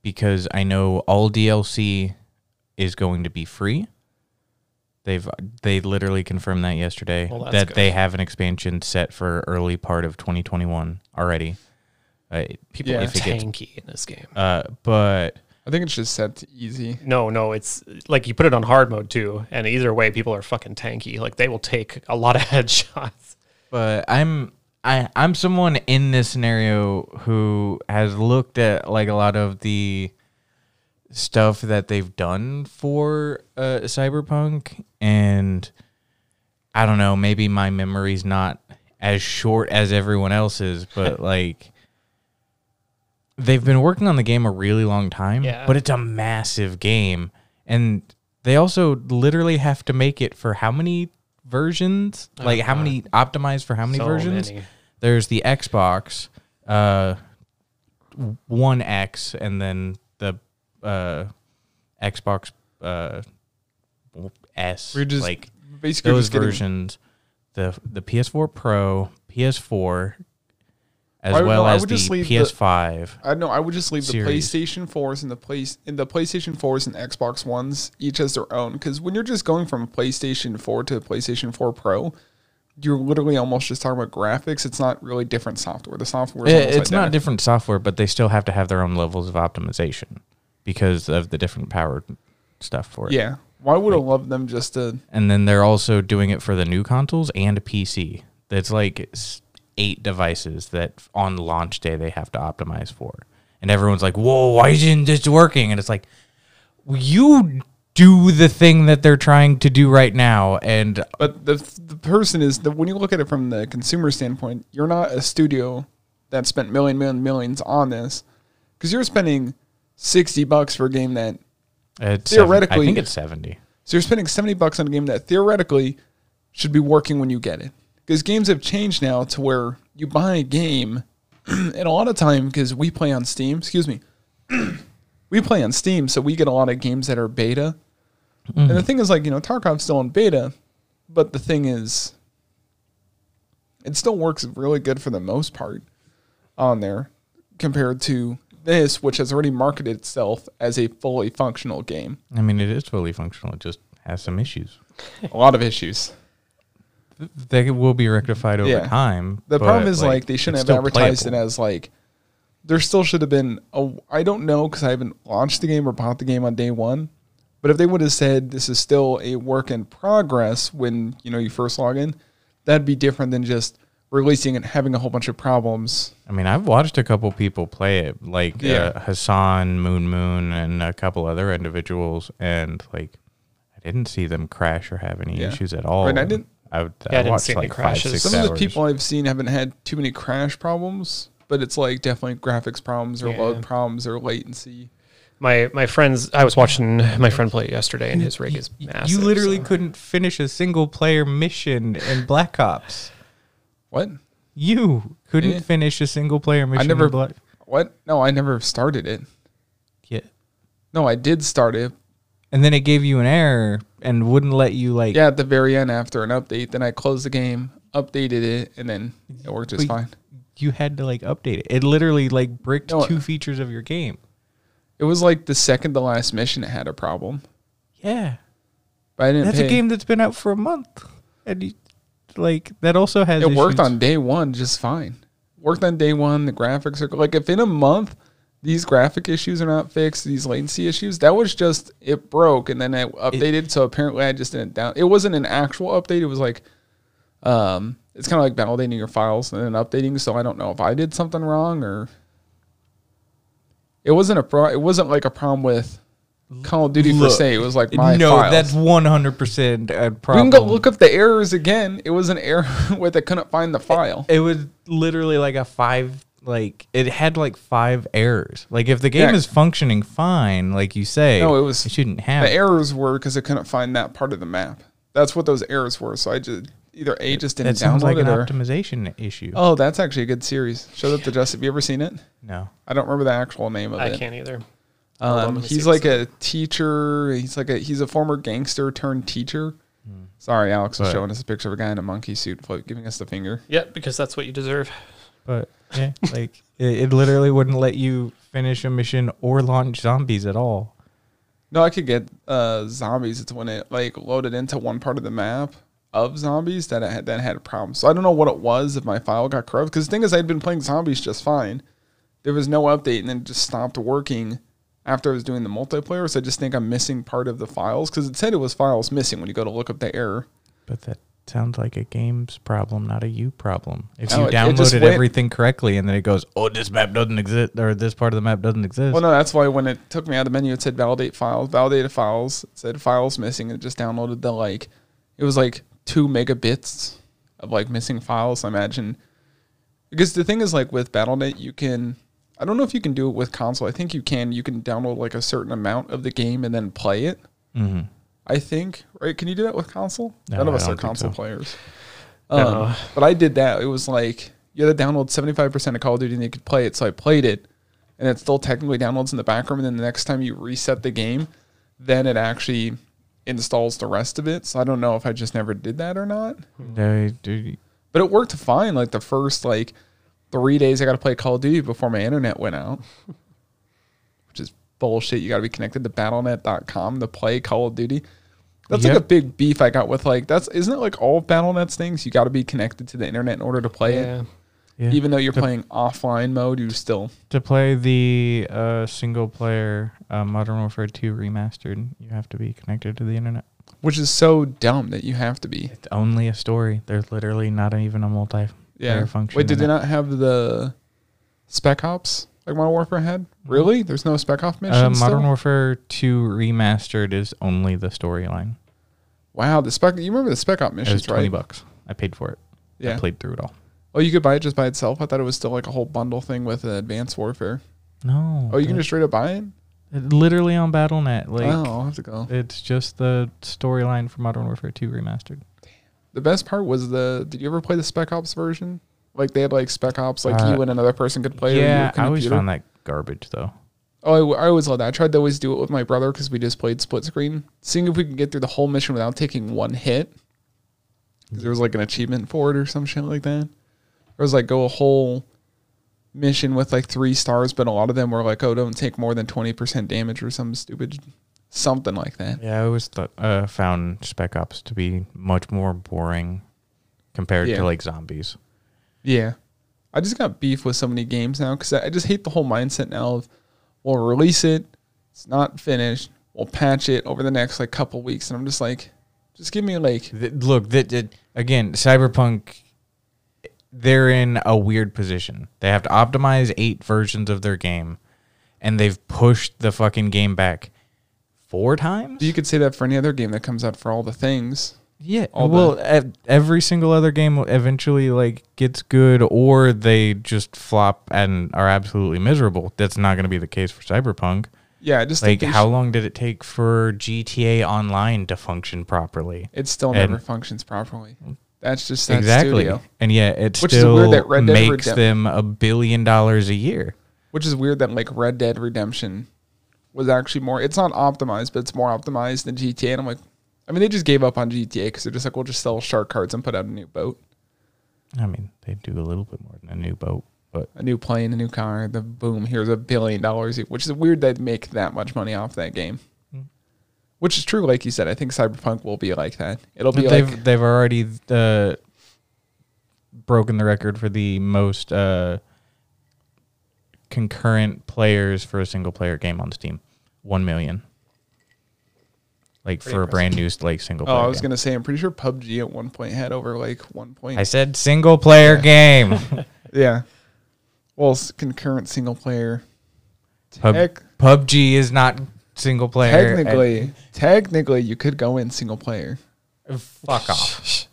Speaker 4: because I know all DLC is going to be free. They've they literally confirmed that yesterday
Speaker 3: Well, that's
Speaker 4: that
Speaker 3: good.
Speaker 4: they have an expansion set for early part of 2021 already. Uh, people,
Speaker 1: Yeah.
Speaker 4: if it gets,
Speaker 3: Tanky in this game.
Speaker 4: uh, but
Speaker 1: I think it's just set to easy.
Speaker 3: No, no, it's like you put it on hard mode too, and either way, people are fucking tanky. Like they will take a lot of headshots.
Speaker 4: but I'm I I'm someone in this scenario who has looked at like a lot of the stuff that they've done for uh, Cyberpunk, and I don't know, maybe my memory's not as short as everyone else's, but like. They've been working on the game a really long time,
Speaker 3: Yeah.
Speaker 4: but it's a massive game. And they also literally have to make it for how many versions? like, how many optimized for how many
Speaker 3: So
Speaker 4: versions?
Speaker 3: many.
Speaker 4: There's the Xbox, uh, One X, and then the uh, Xbox uh, S.
Speaker 1: We're just
Speaker 4: like
Speaker 1: basically
Speaker 4: those
Speaker 1: just getting-
Speaker 4: versions, the the PS4 Pro, PS4, as
Speaker 1: Why would-
Speaker 4: well
Speaker 1: no, I
Speaker 4: as
Speaker 1: would
Speaker 4: the
Speaker 1: just leave the-
Speaker 4: PS5.
Speaker 1: I know. I would just leave
Speaker 4: Series.
Speaker 1: the PlayStation fours and the place in the PlayStation fours and Xbox ones each as their own. Because when you're just going from PlayStation four to PlayStation four Pro, you're literally almost just talking about graphics. It's not really different software. The software is
Speaker 4: It-
Speaker 1: almost
Speaker 4: it's not
Speaker 1: identical.
Speaker 4: different software, but they still have to have their own levels of optimization because of the different power stuff for it.
Speaker 1: Yeah. Why would I love them just to?
Speaker 4: and then they're also doing it for the new consoles and PC. That's like s- eight devices that on launch day they have to optimize for. And everyone's like, "Whoa, why isn't this working?" And it's like, "You do the thing that they're trying to do right now." And
Speaker 1: But the the person is that when you look at it from the consumer standpoint, you're not a studio that spent million million millions on this because you're spending sixty bucks for a game that
Speaker 4: it's seven-
Speaker 1: Theoretically-
Speaker 4: I think it's seventy.
Speaker 1: So you're spending 70 bucks on a game that theoretically should be working when you get it. Because games have changed now to where you buy a game, and a lot of time, because we play on Steam, excuse me, we play on Steam, so we get a lot of games that are beta. And the thing is, like, you know, Tarkov's still in beta, but the thing is, it still works really good for the most part on there compared to this, which has already marketed itself as a fully functional game
Speaker 4: I mean, it is fully functional. It just has some issues.
Speaker 1: a lot of issues.
Speaker 4: They will be rectified over
Speaker 1: Yeah.
Speaker 4: time.
Speaker 1: The
Speaker 4: but,
Speaker 1: problem is like, they
Speaker 4: it's
Speaker 1: shouldn't have
Speaker 4: still
Speaker 1: advertised
Speaker 4: playable.
Speaker 1: it as like. There still should have been a. I don't know because I haven't launched the game or bought the game on day one, but if they would have said this is still a work in progress when you know you first log in, that'd be different than just releasing and having a whole bunch of problems.
Speaker 4: I mean, I've watched a couple people play it, like
Speaker 1: Yeah.
Speaker 4: uh, Hassan, Moon Moon, and a couple other individuals, and like I didn't see them crash or have any
Speaker 1: Yeah.
Speaker 4: issues at all.
Speaker 1: Right, I didn't-
Speaker 4: I, would-
Speaker 3: Yeah, I
Speaker 4: I
Speaker 3: didn't
Speaker 4: watched
Speaker 3: see any
Speaker 4: like five,
Speaker 3: crashes.
Speaker 4: six
Speaker 1: Some
Speaker 4: hours.
Speaker 1: of the people I've seen haven't had too many crash problems, but it's like definitely graphics problems or
Speaker 3: Yeah.
Speaker 1: load problems or latency.
Speaker 3: My my friends, I was watching my friend play it yesterday, and his rig is massive.
Speaker 4: you literally
Speaker 3: so-
Speaker 4: couldn't finish a single player mission in Black Ops.
Speaker 1: What?
Speaker 4: You couldn't
Speaker 1: Yeah.
Speaker 4: finish a single player mission.
Speaker 1: I never.
Speaker 4: In Black-
Speaker 1: What? No, I never started it.
Speaker 4: yeah.
Speaker 1: No, I did start it,
Speaker 4: And then it gave you an error and wouldn't let you like.
Speaker 1: Yeah, at the very end after an update, then I closed the game, updated it, and then it worked just
Speaker 4: But
Speaker 1: fine.
Speaker 4: You had to like update it. It literally like bricked
Speaker 1: No,
Speaker 4: two features of your game.
Speaker 1: It was like the second to last mission it had a problem.
Speaker 4: Yeah.
Speaker 1: But I didn't
Speaker 4: That's
Speaker 1: pay.
Speaker 4: a game that's been out for a month, and you, like that also has.
Speaker 1: It worked
Speaker 4: issues.
Speaker 1: on day one just fine. Worked on day one. The graphics are like if in a month these graphic issues are not fixed, these latency issues. That was just it broke and then it updated. so apparently I just didn't down. It wasn't an actual update. It was like, um, it's kind of like validating your files and then updating. So I don't know if I did something wrong or. It wasn't a pro. It wasn't like a problem with Call of Duty per
Speaker 4: Look,
Speaker 1: se. It was like my
Speaker 4: no,
Speaker 1: files.
Speaker 4: that's one hundred percent a
Speaker 1: we can
Speaker 4: problem.
Speaker 1: go look up the errors again. It was an error with I couldn't find the file.
Speaker 4: It was literally like a five like it had like five errors. Like if the game
Speaker 1: Yeah.
Speaker 4: is functioning fine, like you say,
Speaker 1: No, it was-
Speaker 4: it shouldn't have.
Speaker 1: The
Speaker 4: it.
Speaker 1: errors were because it couldn't find that part of the map. That's what those errors were. So I just either a just didn't
Speaker 4: That sounds
Speaker 1: download
Speaker 4: like
Speaker 1: it
Speaker 4: an
Speaker 1: or
Speaker 4: optimization issue.
Speaker 1: oh, that's actually a good series. Show that to Jess. Have you ever seen it?
Speaker 4: No,
Speaker 1: I don't remember the actual name of
Speaker 3: I
Speaker 1: it.
Speaker 3: can't either. Hold on,
Speaker 1: Um,
Speaker 3: let me see
Speaker 1: he's
Speaker 3: this.
Speaker 1: like a teacher. He's like a he's a former gangster turned teacher.
Speaker 4: Hmm.
Speaker 1: Sorry, Alex was
Speaker 4: But-
Speaker 1: showing us a picture of a guy in a monkey suit, flo- giving us the finger.
Speaker 3: Yep, because that's what you deserve.
Speaker 4: but yeah, like it, it literally wouldn't let you finish a mission or launch zombies at all.
Speaker 1: No, I could get uh, zombies. It's when it like loaded into one part of the map of zombies that it had, that had a problem. So I don't know what it was if my file got corrupted. Because the thing is, I'd been playing zombies just fine. There was no update, and then it just stopped working after I was doing the multiplayer. So I just think I'm missing part of the files because it said it was files missing when you go to look up the error.
Speaker 4: But that sounds like a game's problem, not a you problem. If
Speaker 1: No,
Speaker 4: you
Speaker 1: it- it just
Speaker 4: downloaded
Speaker 1: went-
Speaker 4: everything correctly and then it goes, oh, this map doesn't exist, or this part of the map doesn't exist.
Speaker 1: Well, no, that's why when it took me out of the menu, it said validate files, validated files, it said files missing, and it just downloaded the like, it was like two megabits of like missing files, I imagine. Because the thing is, like with BattleNet, you can, I don't know if you can do it with console. I think you can. You can download like a certain amount of the game and then play it.
Speaker 4: Mhm.
Speaker 1: I think, right? Can you do that with console?
Speaker 4: No,
Speaker 1: None of
Speaker 4: I
Speaker 1: us
Speaker 4: don't
Speaker 1: are
Speaker 4: think
Speaker 1: console
Speaker 4: so.
Speaker 1: players.
Speaker 3: No.
Speaker 1: Um, But I did that. It was like you had to download 75% of Call of Duty and you could play it. So I played it and it still technically downloads in the background. And then the next time you reset the game, then it actually installs the rest of it. So I don't know if I just never did that or not.
Speaker 4: No, dude,
Speaker 1: But it worked fine. Like the first like three days I got to play Call of Duty before my internet went out, which is bullshit. You got to be connected to BattleNet.com to play Call of Duty. That's like
Speaker 4: Yep.
Speaker 1: a big beef I got with like that's isn't it like all of BattleNet's things? You got to be connected to the internet in order to play
Speaker 3: Yeah.
Speaker 1: it.
Speaker 4: yeah.
Speaker 1: Even though you're playing offline mode, you still
Speaker 4: to play the uh, single player uh, Modern Warfare 2 remastered, you have to be connected to the internet.
Speaker 1: which is so dumb that you have to be.
Speaker 4: It's only a story. There's literally not even a multiplayer
Speaker 1: Yeah.
Speaker 4: function.
Speaker 1: Wait, did
Speaker 4: in
Speaker 1: they
Speaker 4: it.
Speaker 1: not have the Spec Ops like Modern Warfare had? Really? There's no Spec Ops mission.
Speaker 4: Mm-hmm. Uh,
Speaker 1: still?
Speaker 4: Modern Warfare 2 remastered is only the storyline.
Speaker 1: Wow, the spec. You remember the spec op
Speaker 4: It was
Speaker 1: missions,
Speaker 4: 20
Speaker 1: right?
Speaker 4: bucks. I paid for it. I
Speaker 1: Yeah.
Speaker 4: played through it all.
Speaker 1: Oh, you could buy it just by itself. I thought it was still like a whole bundle thing with uh, Advanced Warfare.
Speaker 4: No.
Speaker 1: Oh, you can
Speaker 4: the-
Speaker 1: just straight up buy it.
Speaker 4: It- literally on BattleNet. Like
Speaker 1: oh, I'll have to go.
Speaker 4: it's just the storyline for Modern Warfare 2 remastered.
Speaker 1: The best part was the. Did you ever play the Spec Ops version? Like they had like Spec Ops, like
Speaker 4: Uh,
Speaker 1: you and another person could play. or you
Speaker 4: yeah,
Speaker 1: could
Speaker 4: I always
Speaker 1: computer.
Speaker 4: found that garbage though.
Speaker 1: Oh, I, w- I always loved that. I tried to always do it with my brother because we just played split screen, seeing if we could get through the whole mission without taking one hit. 'Cause there was like an achievement for it or some shit like that. Or it was like go a whole mission with like three stars, but a lot of them were like, oh, don't take more than twenty percent damage or some stupid something like that.
Speaker 4: Yeah, I always thought, uh, found Spec Ops to be much more boring compared
Speaker 1: Yeah.
Speaker 4: to like zombies.
Speaker 1: Yeah, I just got beef with so many games now because I I just hate the whole mindset now of we'll release it, it's not finished, we'll patch it over the next like couple weeks, and I'm just like, just give me like.
Speaker 4: Th- look, that that- again, Cyberpunk. They're in a weird position. They have to optimize eight versions of their game, and they've pushed the fucking game back four times.
Speaker 1: You could say that for any other game that comes out for all the things.
Speaker 4: Yeah.
Speaker 1: all
Speaker 4: well, ev- every single other game will eventually like gets good, or they just flop and are absolutely miserable. That's not going to be the case for Cyberpunk.
Speaker 1: Yeah, I just
Speaker 4: Like,
Speaker 1: think they
Speaker 4: how
Speaker 1: should-
Speaker 4: long did it take for GTA Online to function properly?
Speaker 1: it still
Speaker 4: and-
Speaker 1: never functions properly. That's just that
Speaker 4: exactly.
Speaker 1: studio.
Speaker 4: And yet, it
Speaker 1: Which is
Speaker 4: still
Speaker 1: weird that Red Dead
Speaker 4: makes
Speaker 1: Redemp-
Speaker 4: them a billion dollars a year.
Speaker 1: Which is weird that like Red Dead Redemption was actually more. It's not optimized, but it's more optimized than GTA. And I'm like, I mean, they just gave up on GTA because they're just like, we'll just sell shark cards and put out a new boat,
Speaker 4: I mean, they do a little bit more than a new boat, but
Speaker 1: a new plane, a new car. The boom, here's a billion dollars. Which is weird that make that much money off that game.
Speaker 4: Mm.
Speaker 1: Which is true, like you said. I think Cyberpunk will be like that. It'll be
Speaker 4: they've
Speaker 1: like
Speaker 4: they've already uh, broken the record for the most uh, concurrent players for a single player game on Steam, one million. Like for a brand new like uh, single.
Speaker 1: Oh,
Speaker 4: player
Speaker 1: I was
Speaker 4: game.
Speaker 1: gonna say, I'm pretty sure PUBG at one point had over like one point.
Speaker 4: I said single player game.
Speaker 1: yeah. Well, s- concurrent single player.
Speaker 4: Pub,
Speaker 1: Tec-
Speaker 4: PUBG is not single player.
Speaker 1: technically, technically, you could go in single player.
Speaker 4: Uh, fuck off.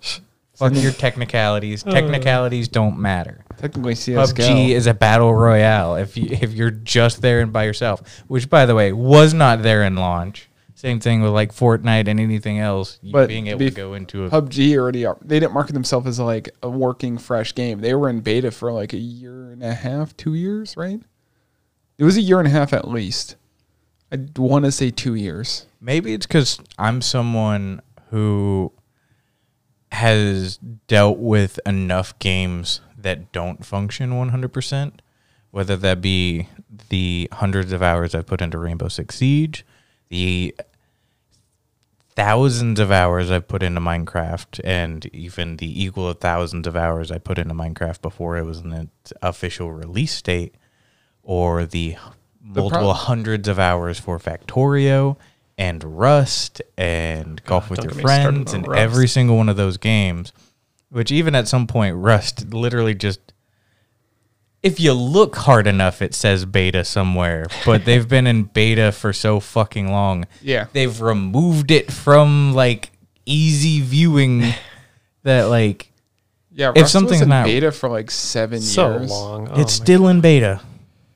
Speaker 4: Fuck your technicalities.
Speaker 1: Uh.
Speaker 4: Technicalities don't matter.
Speaker 1: Technically, CS:GO.
Speaker 4: PUBG is a battle royale. If you if you're just there and by yourself, which by the way was not there in launch. Same thing with like Fortnite and anything else. You
Speaker 1: But
Speaker 4: being
Speaker 1: to
Speaker 4: able
Speaker 1: be
Speaker 4: to go into a
Speaker 1: PUBG already are, they didn't market themselves as like a working fresh game. They were in beta for like a year and a half, two years, right? It was a year and a half at least. I want to say two years.
Speaker 4: Maybe it's because I'm someone who has dealt with enough games that don't function 100%, whether that be the hundreds of hours I've put into Rainbow Six Siege, the thousands of hours I've put into Minecraft, and even the equal of thousands of hours I put into Minecraft before it was in its official release date, or the multiple
Speaker 1: prob-
Speaker 4: hundreds of hours for Factorio and Rust and Golf with
Speaker 3: don't
Speaker 4: Your
Speaker 3: get me started
Speaker 4: Friends
Speaker 3: on
Speaker 4: and
Speaker 3: Rust.
Speaker 4: every single one of those games, which even at some point, Rust literally just. If you look hard enough, it says beta somewhere, but they've been in beta for so fucking long.
Speaker 1: Yeah.
Speaker 4: They've removed it from like easy viewing that like
Speaker 1: Yeah,
Speaker 4: If
Speaker 1: Rust
Speaker 4: something's
Speaker 1: was in
Speaker 4: not-
Speaker 1: beta for like seven
Speaker 3: so
Speaker 1: years.
Speaker 3: long. Oh
Speaker 4: it's still in beta.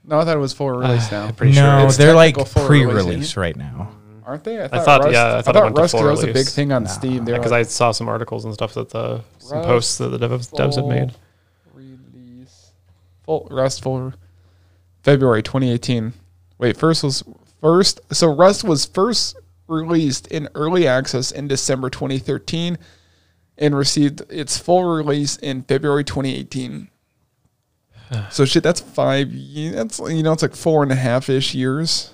Speaker 1: No, I thought it was full release now.
Speaker 3: Pretty sure
Speaker 4: no,
Speaker 3: it's
Speaker 4: they're like
Speaker 1: technical full release,
Speaker 4: pre
Speaker 1: isn't
Speaker 4: release right now.
Speaker 1: Aren't they? I
Speaker 3: thought-
Speaker 1: Rust,
Speaker 3: yeah, I
Speaker 1: I
Speaker 3: thought it
Speaker 1: thought
Speaker 3: went to
Speaker 1: Rust
Speaker 3: full
Speaker 1: was a big
Speaker 3: release.
Speaker 1: thing on Steam. They were
Speaker 3: because
Speaker 1: like,
Speaker 3: I saw some articles and stuff that the some
Speaker 1: Rust
Speaker 3: posts that the devs, devs had made.
Speaker 1: full release. Full Rust full February 2018. Wait, first was first. So Rust was first released in early access in December 2013 and received its full release in February 2018. so shit, that's five. ye- That's you know, it's like four and a half ish years.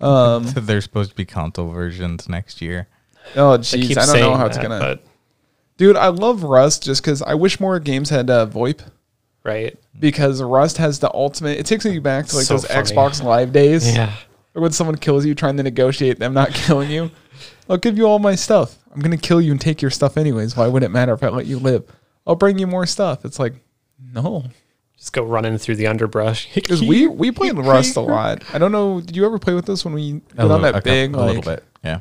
Speaker 1: Um.
Speaker 4: There's supposed to be console versions next year.
Speaker 1: Oh
Speaker 3: They
Speaker 1: jeez,
Speaker 3: keep
Speaker 1: I don't know
Speaker 3: saying
Speaker 1: how it's
Speaker 3: that,
Speaker 1: gonna.
Speaker 3: But,
Speaker 1: Dude, I love Rust just because I wish more games had uh, VoIP.
Speaker 3: right?
Speaker 1: because Rust has the ultimate. It takes me back to like
Speaker 3: So
Speaker 1: those
Speaker 3: funny.
Speaker 1: Xbox Live days,
Speaker 3: Yeah.
Speaker 1: or when someone kills you trying to negotiate them not killing you. I'll give you all my stuff. I'm gonna kill you and take your stuff anyways. Why would it matter if I let you live? I'll bring you more stuff. It's like, no,
Speaker 3: Just go running through the underbrush.
Speaker 1: because we we played Rust a lot. I don't know. Did you ever play with us when we
Speaker 4: A
Speaker 1: got
Speaker 4: little-
Speaker 1: on that
Speaker 4: a cou-
Speaker 1: big?
Speaker 4: a
Speaker 1: like,
Speaker 4: little bit. Yeah.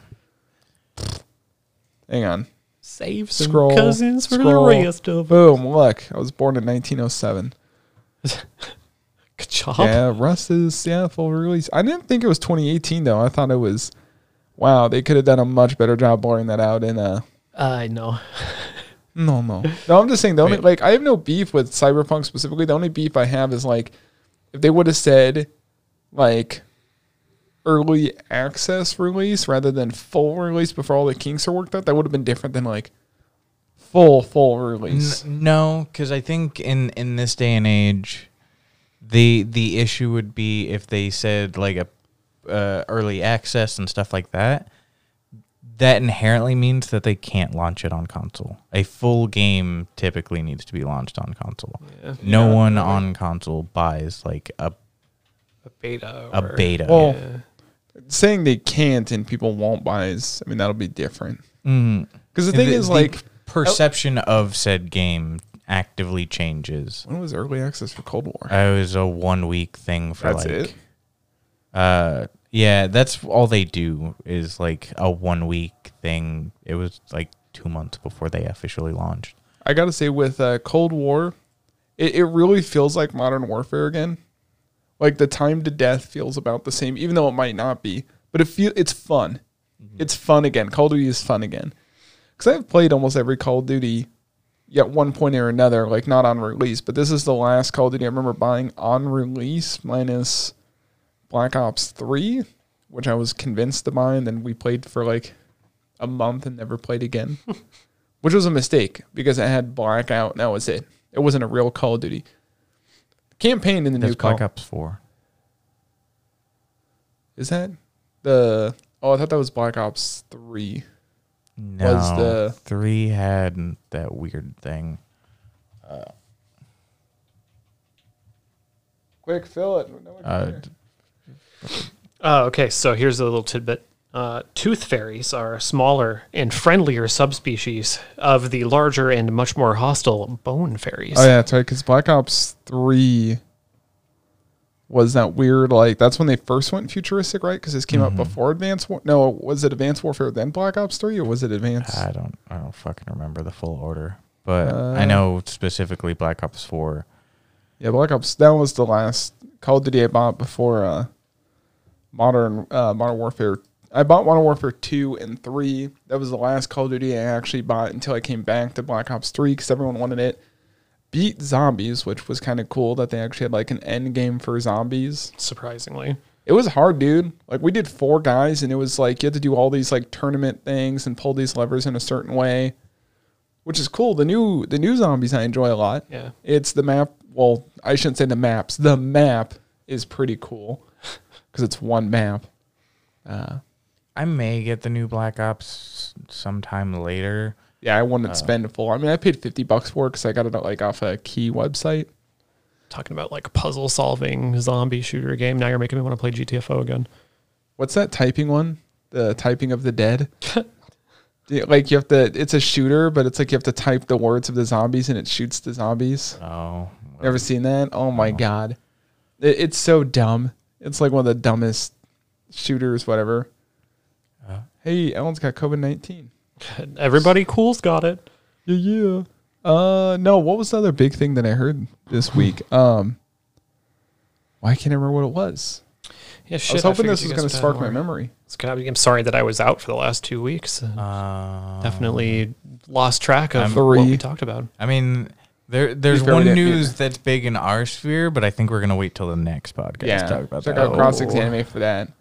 Speaker 1: Hang on.
Speaker 3: save some
Speaker 1: Scroll.
Speaker 3: cousins for
Speaker 1: scroll.
Speaker 3: the rest of us.
Speaker 1: Boom. Look, I was born in 1907.
Speaker 3: Ka-chop.
Speaker 1: Yeah, Rust is yeah full release. I didn't think it was 2018 though. I thought it was. Wow, they could have done a much better job blurring that out in a.
Speaker 3: I know.
Speaker 1: No, no, no. I'm just saying the only
Speaker 4: Wait.
Speaker 1: like I have no beef with Cyberpunk specifically. The only beef I have is like if they would have said like early access release rather than full release before all the kinks are worked out, that would have been different than like full full release.
Speaker 4: N- no, because I think in in this day and age, the the issue would be if they said like a uh, early access and stuff like that. That inherently means that they can't launch it on console. A full game typically needs to be launched on console. No one on console buys like a
Speaker 3: A beta.
Speaker 4: a
Speaker 3: or-
Speaker 4: beta.
Speaker 1: Well, saying they can't and people won't buy is I mean that'll be different. Because the thing
Speaker 4: Mm. The-
Speaker 1: is
Speaker 4: the
Speaker 1: like.
Speaker 4: perception of said game actively changes.
Speaker 1: When was early access for Cold War?
Speaker 4: It was a one week thing for
Speaker 1: That's
Speaker 4: like
Speaker 1: it.
Speaker 4: Uh, yeah, that's all they do is like a one week thing. It was like two months before they officially launched.
Speaker 1: I gotta say, with uh, Cold War, it, it really feels like Modern Warfare again. Like the time to death feels about the same, even though it might not be. But it feel it's fun. It's fun again. Call of Duty is fun again. Because I've played almost every Call of Duty at one point or another, like not on release, but this is the last Call of Duty I remember buying on release, minus Black Ops 3, which I was convinced to buy, and then we played for like a month and never played again, which was a mistake because it had Blackout, and that was it. It wasn't a real Call of Duty. Campaign in the
Speaker 4: That's
Speaker 1: new Call
Speaker 4: Black Ops Four.
Speaker 1: Is that the. Oh, I thought that was Black Ops 3.
Speaker 4: No,
Speaker 1: the-
Speaker 4: three had that weird thing.
Speaker 1: Quick, fill it. No one can
Speaker 4: Uh,
Speaker 1: hear.
Speaker 3: Oh, okay. So here's a little tidbit. Uh, tooth fairies are smaller and friendlier subspecies of the larger and much more hostile bone fairies.
Speaker 1: Oh yeah, that's right. Because Black Ops Three was that weird like that's when they first went futuristic, right? Because this came out before Advanced War. No, was it Advanced Warfare then Black Ops Three, or was it Advanced?
Speaker 4: I don't I don't fucking remember the full order, but
Speaker 1: Uh,
Speaker 4: I know specifically Black Ops 4.
Speaker 1: yeah, Black Ops. That was the last Call of Duty I bought before uh, Modern uh, Modern Warfare. I bought Modern Warfare two and three. That was the last Call of Duty I actually bought until I came back to Black Ops three because everyone wanted it. Beat zombies, which was kind of cool that they actually had like an end game for zombies.
Speaker 3: surprisingly.
Speaker 1: It was hard, dude. Like we did four guys, and it was like you had to do all these like tournament things and pull these levers in a certain way, which is cool. The new the new zombies I enjoy a lot.
Speaker 3: Yeah.
Speaker 1: it's the map. Well, I shouldn't say the maps. The map is pretty cool because it's one map.
Speaker 4: I may get the new Black Ops sometime later.
Speaker 1: Yeah, I wouldn't spend full. I mean, I paid fifty bucks for it because I got it like off a key website.
Speaker 3: Talking about like puzzle solving zombie shooter game. Now you're making me want to play GTFO again.
Speaker 1: What's that typing one? The typing of the dead. Yeah, like you have to. It's a shooter, but it's like you have to type the words of the zombies, and it shoots the zombies.
Speaker 4: Oh,
Speaker 1: Never seen that? Oh my god. It, it's so dumb. It's like one of the dumbest shooters, whatever. hey, Ellen's got COVID 19.
Speaker 3: Everybody cool's got it.
Speaker 1: Yeah, yeah. Uh, no, what was the other big thing that I heard this week? Um, why can't I remember what it was?
Speaker 3: Yeah, shit.
Speaker 1: I was hoping
Speaker 3: figured
Speaker 1: this
Speaker 3: you
Speaker 1: was going
Speaker 3: guys
Speaker 1: to
Speaker 3: would have
Speaker 1: spark
Speaker 3: more.
Speaker 1: my memory.
Speaker 3: It's gonna be- I'm sorry that I was out for the last two weeks.
Speaker 4: uh,
Speaker 3: Definitely lost track of what
Speaker 1: Three.
Speaker 3: we talked about.
Speaker 4: I mean, there there's
Speaker 1: Be fair, we
Speaker 4: one
Speaker 1: didn't
Speaker 4: news that's big in our sphere, but I think we're gonna wait till the next podcast
Speaker 1: Yeah,
Speaker 4: to talk about
Speaker 1: check
Speaker 4: that. Oh,
Speaker 1: out Cross Examine for that.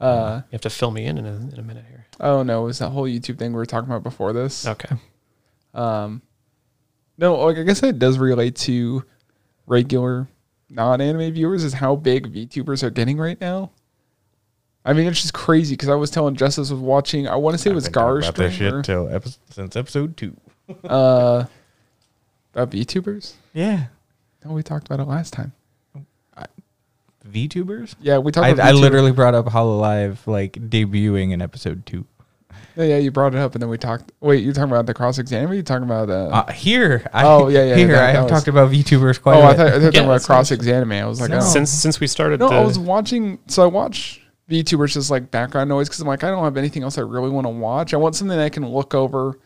Speaker 1: Uh,
Speaker 3: You have to fill me in in a, in a minute here.
Speaker 1: oh no, it was that whole YouTube thing we were talking about before this.
Speaker 3: Okay.
Speaker 1: Um, no, like I guess that does relate to regular non-anime viewers is how big VTubers are getting right now. I mean, it's just crazy because I was telling Justice was watching. I want to say it was
Speaker 4: I've been talking
Speaker 1: Gar
Speaker 4: about this
Speaker 1: streamer
Speaker 4: shit till epi- since episode two.
Speaker 1: uh, about VTubers.
Speaker 4: Yeah,
Speaker 1: No, we talked about it last time.
Speaker 4: VTubers.
Speaker 1: Yeah, we talked.
Speaker 4: I,
Speaker 1: about
Speaker 4: I
Speaker 1: VTuber.
Speaker 4: literally brought up Hololive like debuting in episode two.
Speaker 1: Yeah, yeah, you brought it up, and then we talked. Wait, you're talking about the cross exam? Or you talking about? Uh,
Speaker 4: Uh, here, I,
Speaker 1: Oh, yeah, yeah,
Speaker 4: Here,
Speaker 1: that-
Speaker 4: I
Speaker 1: that
Speaker 4: have
Speaker 1: was-
Speaker 4: talked about VTubers quite
Speaker 1: oh,
Speaker 4: a
Speaker 1: I
Speaker 4: bit.
Speaker 1: thought, I thought you were
Speaker 3: Yeah,
Speaker 1: talking about
Speaker 3: that's-
Speaker 1: cross exam. I was like,
Speaker 4: No.
Speaker 1: oh.
Speaker 3: Since since we started
Speaker 1: No,
Speaker 3: the
Speaker 1: I was watching. So I watch VTubers just like background noise because I'm like, I don't have anything else I really want to watch. I want something I can look over,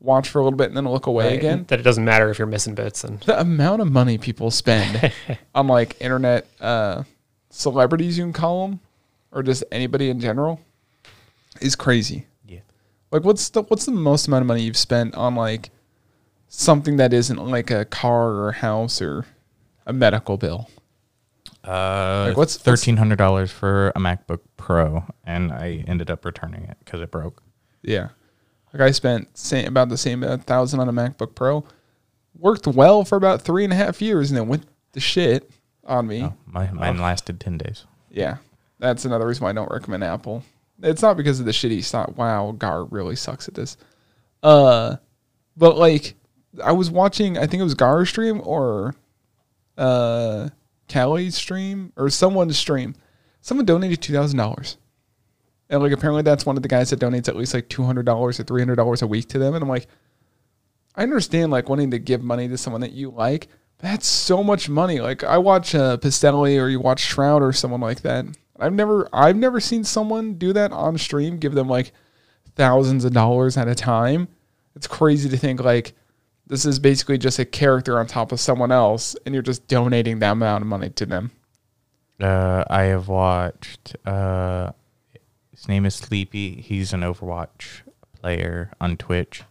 Speaker 1: watch for a little bit, and then look away
Speaker 3: Right,
Speaker 1: again.
Speaker 3: that it doesn't matter if you're missing bits and
Speaker 1: The amount of money people spend on like internet uh, celebrities, you can call them, or just anybody in general, is crazy.
Speaker 4: Yeah.
Speaker 1: Like, what's the what's the most amount of money you've spent on like something that isn't like a car or a house or a medical bill?
Speaker 4: Uh,
Speaker 1: Like, what's- what's-
Speaker 4: thirteen hundred dollars for a MacBook Pro, and I ended up returning it because it broke.
Speaker 1: Yeah. Like I spent same, about the same uh, thousand on a MacBook Pro. Worked well for about three and a half years and then went to shit on me.
Speaker 4: Oh, my, mine lasted ten days.
Speaker 1: Yeah. That's another reason why I don't recommend Apple. It's not because of the shitty stock. Wow, Gar really sucks at this. Uh but like I was watching I think it was Gar's stream or uh Callie's stream or someone's stream. Someone donated two thousand dollars. And like apparently that's one of the guys that donates at least like two hundred dollars or three hundred dollars a week to them. And I'm like, I understand like wanting to give money to someone that you like. but That's so much money. Like I watch uh, Pistelli or you watch Shroud or someone like that. I've never I've never seen someone do that on stream. Give them like thousands of dollars at a time. It's crazy to think like this is basically just a character on top of someone else, and you're just donating that amount of money to them.
Speaker 4: Uh, I have watched. Uh, his name is Sleepy. He's an Overwatch player on Twitch.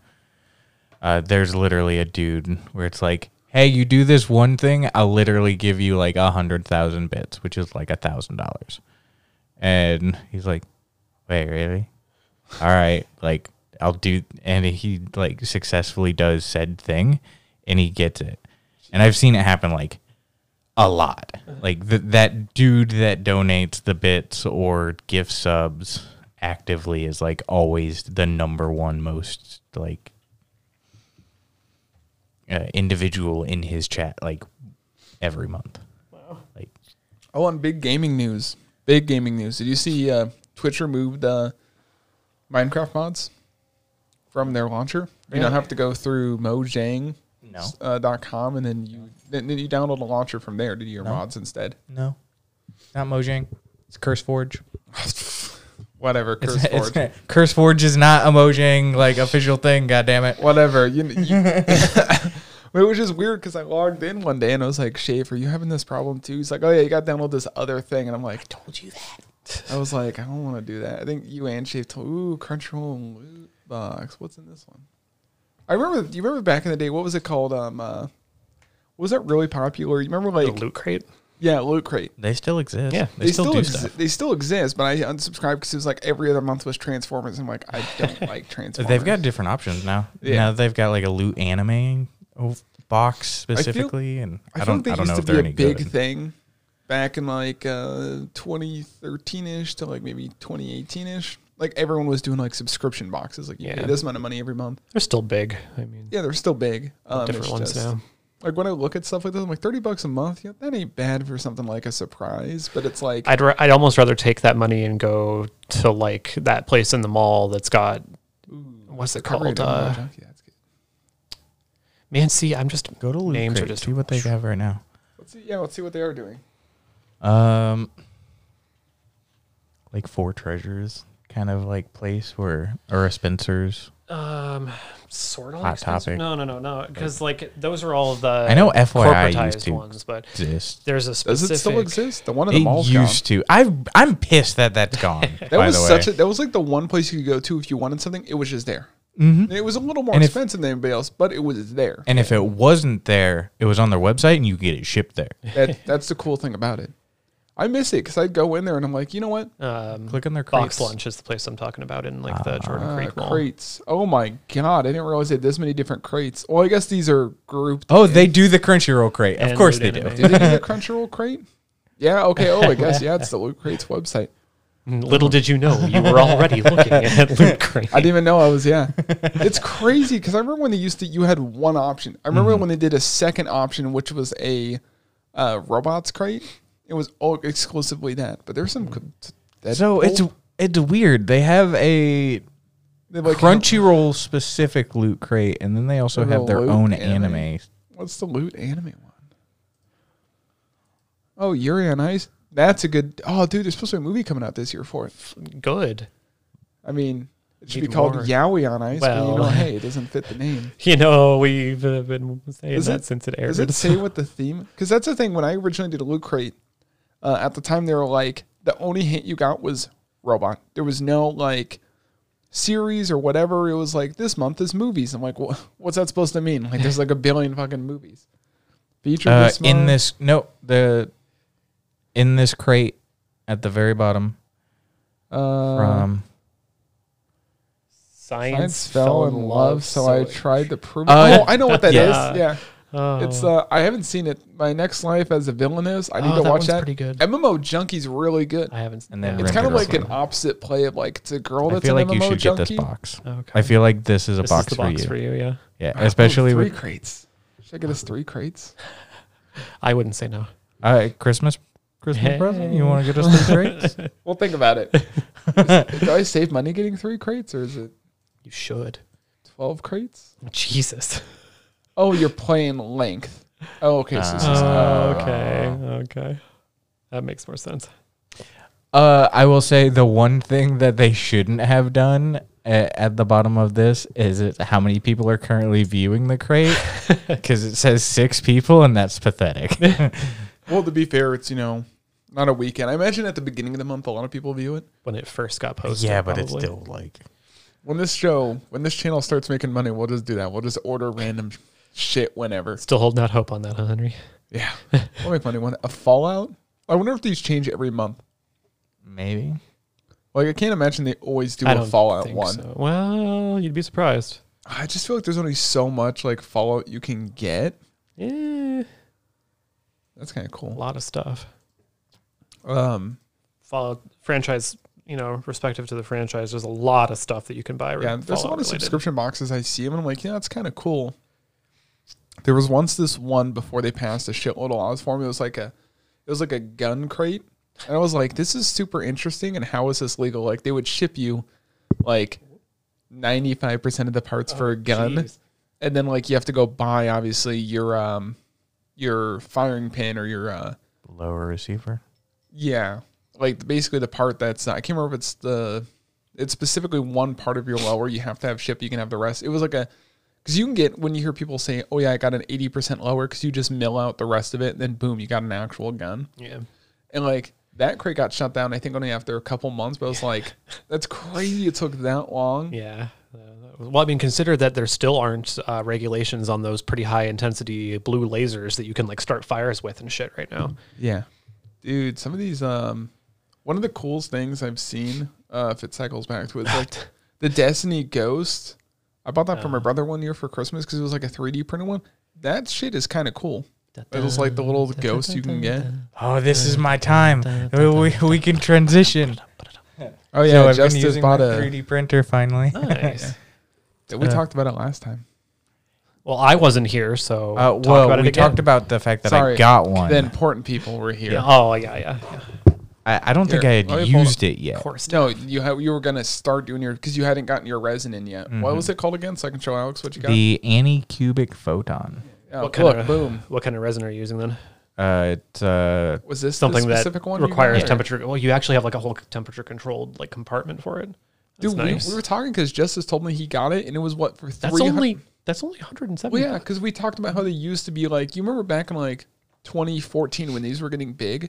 Speaker 4: Uh, there's literally a dude where it's like, "Hey, you do this one thing, I'll literally give you like a hundred thousand bits, which is like a thousand dollars." And he's like, "Wait, really? All right, like I'll do." And he like successfully does said thing, and he gets it. And I've seen it happen like a lot. Like th- that dude that donates the bits or gift subs actively is like always the number one most like uh, individual in his chat like every month. Like
Speaker 1: Oh, on big gaming news. Big gaming news. Did you see uh, Twitch removed uh, Minecraft mods from their launcher? You don't have to go through Mojang
Speaker 4: no,
Speaker 1: uh, dot com and then you then, then you download a launcher from there to do your mods instead.
Speaker 4: no. Not Mojang. It's Curse Forge.
Speaker 1: Whatever, curse
Speaker 4: It's-
Speaker 1: forge.
Speaker 4: it's- Curse Forge is not a Mojang like official thing. God damn it.
Speaker 1: Whatever. You, you, it was just weird because I logged in one day and I was like, Shave, are you having this problem too? He's like, Oh yeah, you got to download this other thing, and I'm like, I told you that. I was like, I don't want to do that. I think you and Shave told. Ooh, Crunchyroll and Loot Box. What's in this one? I remember. Do you remember back in the day? What was it called? Um, uh, was that really popular? You remember
Speaker 3: The
Speaker 1: like
Speaker 3: loot crate.
Speaker 1: yeah, Loot Crate.
Speaker 4: They still exist.
Speaker 3: Yeah,
Speaker 4: they, still, do
Speaker 1: exi-
Speaker 4: stuff.
Speaker 1: They still exist, but I unsubscribed because it was like every other month was Transformers. I'm like, I don't like Transformers.
Speaker 4: They've got different options now.
Speaker 1: Yeah.
Speaker 4: Now they've got like a loot anime o- box
Speaker 1: feel-
Speaker 4: specifically, and I,
Speaker 1: I, feel
Speaker 4: don't
Speaker 1: like they
Speaker 4: I don't
Speaker 1: used
Speaker 4: know
Speaker 1: to
Speaker 4: if they're
Speaker 1: be
Speaker 4: any
Speaker 1: a big
Speaker 4: good.
Speaker 1: thing back in like uh, 2013ish to like maybe 2018ish. Like everyone was doing like subscription boxes, like you
Speaker 3: Yeah.
Speaker 1: pay this amount of money every month.
Speaker 3: They're still big. I mean,
Speaker 1: Yeah, they're still big. Um,
Speaker 3: different
Speaker 1: it's
Speaker 3: ones
Speaker 1: just-
Speaker 3: now.
Speaker 1: Like when I look at stuff like this, I'm like thirty bucks a month. Yeah, that ain't bad for something like a surprise, but it's like
Speaker 3: I'd ra- I'd almost rather take that money and go to like that place in the mall that's got what's it
Speaker 1: Carburetor
Speaker 3: called? Uh,
Speaker 1: Mojo. yeah, it's good.
Speaker 3: man, see, I'm just
Speaker 4: Go to loot
Speaker 3: names
Speaker 4: crate.
Speaker 3: are just
Speaker 4: see what they have right now.
Speaker 1: Let's see, yeah, let's see what they are doing.
Speaker 4: Um, like four treasures, kind of like place where or a Spencer's.
Speaker 3: um sort of
Speaker 4: Hot Topic.
Speaker 3: No, no, no, no, because like those are all the
Speaker 4: I know FYI
Speaker 3: corporatized
Speaker 4: used to
Speaker 3: ones, but
Speaker 4: exist.
Speaker 3: there's a specific.
Speaker 1: Does it still exist? The one in the
Speaker 4: It
Speaker 1: mall's gone.
Speaker 4: used to. I I'm pissed that that's gone.
Speaker 1: That
Speaker 4: by
Speaker 1: was
Speaker 4: the way.
Speaker 1: such a that was like the one place you could go to if you wanted something. It was just there. And It was a little more
Speaker 4: And if-
Speaker 1: expensive than anybody else, but it was there.
Speaker 4: Mm-hmm. and if it wasn't there, it was on their website, and you get it shipped there.
Speaker 1: That that's the cool thing about it. I miss it because I'd go in there and I'm like, you know what?
Speaker 3: Um,
Speaker 4: Click on their
Speaker 3: box
Speaker 4: crates. Ah,
Speaker 3: lunch is the place I'm talking about in like the Jordan
Speaker 1: Uh,
Speaker 3: Creek Mall.
Speaker 1: crates. Oh my god! I didn't realize they had this many different crates. Well, I guess these are grouped.
Speaker 4: Oh, they do the Crunchyroll crate. Of
Speaker 3: And
Speaker 4: course they
Speaker 3: loot
Speaker 4: do.
Speaker 3: anime.
Speaker 1: Did they do the Crunchyroll crate? Yeah. Okay. Oh, I guess yeah. It's the Loot Crates website.
Speaker 3: Little did you know you were already looking at Loot Crate.
Speaker 1: I didn't even know I was. Yeah. It's crazy because I remember when they used to. You had one option. I remember
Speaker 4: Mm-hmm.
Speaker 1: when they did a second option, which was a uh, robots crate. It was all exclusively that. But there's some. co- That
Speaker 4: Mm. So it's it's weird. They have a
Speaker 1: they like-
Speaker 4: Crunchyroll specific loot crate, and then they also
Speaker 1: Their
Speaker 4: have their
Speaker 1: loot
Speaker 4: own
Speaker 1: anime.
Speaker 4: anime.
Speaker 1: What's the loot anime one? Oh, Yuri on Ice. That's a good. Oh, dude, there's supposed to be a movie coming out this year for it.
Speaker 3: Good.
Speaker 1: I mean, it should
Speaker 3: Need
Speaker 1: be called
Speaker 3: more.
Speaker 1: Yaoi on Ice. but you
Speaker 3: Well.
Speaker 1: know, hey, it doesn't fit the name.
Speaker 3: You know, we've uh, been saying
Speaker 1: Does
Speaker 3: that
Speaker 1: it-
Speaker 3: since it aired.
Speaker 1: Does it say what the theme? Because that's the thing. When I originally did a loot crate, uh, at the time they were like the only hint you got was robot. There was no like series or whatever. It was like this month is movies. I'm like, wha what's that supposed to mean? Like, there's like a billion fucking movies. Featured
Speaker 4: Uh,
Speaker 1: this
Speaker 4: in
Speaker 1: month.
Speaker 4: this no the in this crate at the very bottom um,
Speaker 1: uh,
Speaker 4: from
Speaker 3: Science,
Speaker 1: Science fell in love, so I tried to prove. it.
Speaker 4: Uh,
Speaker 1: oh, I know what that is.
Speaker 3: yeah.
Speaker 1: Yeah,
Speaker 3: Oh.
Speaker 1: it's. Uh, I haven't seen it. My next life as a villain is. I need
Speaker 3: Oh,
Speaker 1: to
Speaker 3: that
Speaker 1: watch
Speaker 3: one's
Speaker 1: that.
Speaker 3: pretty good.
Speaker 1: MMO Junkie's really good.
Speaker 3: I haven't.
Speaker 4: And then
Speaker 3: yeah.
Speaker 4: Rent
Speaker 1: It's kind of
Speaker 4: it or
Speaker 1: like an
Speaker 4: something.
Speaker 1: opposite play of like it's a girl
Speaker 4: I
Speaker 1: that's
Speaker 4: feel
Speaker 1: an
Speaker 4: like
Speaker 1: MMO
Speaker 4: you should
Speaker 1: junkie.
Speaker 4: get this box.
Speaker 3: Okay.
Speaker 4: I feel like this is a
Speaker 3: This
Speaker 4: box,
Speaker 3: is the
Speaker 4: for,
Speaker 3: box
Speaker 4: you.
Speaker 3: for you. Yeah,
Speaker 4: Yeah,
Speaker 1: Oh,
Speaker 4: especially
Speaker 1: three
Speaker 4: with
Speaker 1: crates. Should I get us three crates?
Speaker 3: I wouldn't say no.
Speaker 4: uh, Christmas Christmas
Speaker 3: Hey.
Speaker 4: present. You want to get us three crates?
Speaker 1: Well, think about it. Is- Do I save money getting three crates, or is it
Speaker 3: You should.
Speaker 1: twelve crates?
Speaker 3: Jesus.
Speaker 1: Oh, you're playing length. Oh, okay. So this
Speaker 4: Uh,
Speaker 1: is,
Speaker 3: Oh, okay. Okay. That makes more sense.
Speaker 4: Uh, I will say the one thing that they shouldn't have done at, at the bottom of this is it how many people are currently viewing the crate because it says six people and that's pathetic.
Speaker 1: well, to be fair, it's you know not a weekend. I imagine at the beginning of the month, a lot of people view it.
Speaker 3: When it first got posted. probably.
Speaker 4: like
Speaker 1: When this show, when this channel starts making money, we'll just do that. We'll just order random shit whenever.
Speaker 3: Still holding out hope on that, huh, Henry?
Speaker 1: Yeah, we'll make money. One a Fallout. I wonder if these change every month.
Speaker 4: maybe.
Speaker 1: Like I can't imagine they always do
Speaker 3: I
Speaker 1: a
Speaker 3: don't
Speaker 1: Fallout
Speaker 3: think
Speaker 1: one.
Speaker 3: so. Well, you'd be surprised.
Speaker 1: I just feel like there's only so much like Fallout you can get.
Speaker 3: Eh,
Speaker 1: That's kind of
Speaker 3: a
Speaker 1: cool.
Speaker 3: lot of stuff.
Speaker 1: Um,
Speaker 3: Fallout franchise, you know, respective to the franchise, there's a lot of stuff that you can buy.
Speaker 1: yeah, there's a lot of
Speaker 3: Fallout-related.
Speaker 1: subscription boxes I see them, and I'm like, yeah, that's kind of cool. There was once this one before they passed a shitload of laws for me. It was like a, it was like a gun crate, and I was like, this is super interesting. And how is this legal? Like they would ship you, like, ninety five percent of the parts for a gun,
Speaker 3: jeez.
Speaker 1: and then like you have to go buy obviously your um, your firing pin or your uh,
Speaker 4: Lower receiver.
Speaker 1: Yeah, like basically the part that's not, I can't remember if it's the it's specifically one part of your well where you have to have ship. You can have the rest. It was like a because you can get when you hear people say, "Oh yeah, I got an eighty percent lower," because you just mill out the rest of it, then boom, you got an actual gun.
Speaker 3: Yeah.
Speaker 1: And like that crate got shut down, I think only after a couple months. But I was like, that's crazy. It took that long.
Speaker 3: Yeah. Uh, Well, I mean, consider that there still aren't uh, regulations on those pretty high intensity blue lasers that you can like start fires with and shit right now.
Speaker 1: Yeah. Dude, some of these um one of the coolest things I've seen, uh if it cycles back to it, it's like the Destiny Ghost. I bought that for my brother one year for Christmas because it was like a 3D printed one. That shit is kind of cool. It was like the little ghost you can get.
Speaker 4: Oh, this is my time. We, we can transition.
Speaker 1: Oh yeah,
Speaker 4: so I've been
Speaker 1: Justice
Speaker 4: using my
Speaker 1: bought a. Oh, uh,
Speaker 4: 3D printer finally. Uh,
Speaker 3: Nice.
Speaker 1: We talked about it last time.
Speaker 3: Well, I wasn't here, so
Speaker 4: Uh,
Speaker 3: talk
Speaker 4: well,
Speaker 3: about it
Speaker 4: we
Speaker 3: again.
Speaker 4: talked about the fact that
Speaker 1: Sorry,
Speaker 4: I got one.
Speaker 1: The important people were here.
Speaker 3: Yeah. Oh, yeah, yeah, yeah.
Speaker 4: I, I don't think
Speaker 1: Here,
Speaker 4: I had
Speaker 1: let me pull it
Speaker 4: used it
Speaker 3: Of
Speaker 4: yet.
Speaker 3: course.
Speaker 1: No, you ha- you were gonna start doing your because you hadn't gotten your resin in yet. What was it called again? So I can show Alex what you got.
Speaker 4: Mm-hmm. The anticubic photon.
Speaker 1: oh,
Speaker 3: What kind
Speaker 1: look,
Speaker 3: of
Speaker 1: boom.
Speaker 3: What kind of resin are you using then?
Speaker 4: Uh, it's uh,
Speaker 1: Was this
Speaker 3: Something
Speaker 1: the
Speaker 3: that
Speaker 1: specific one you got,
Speaker 3: requires
Speaker 1: or-
Speaker 3: temperature. Well, you actually have like a whole temperature controlled like compartment for it. That's
Speaker 1: Dude,
Speaker 3: nice.
Speaker 1: we, we were talking because Justice told me he got it, and it was what for three.
Speaker 3: that's only that's only 170.
Speaker 1: well, yeah, because we talked about how they used to be like. You remember back in like 2014 when these were getting big,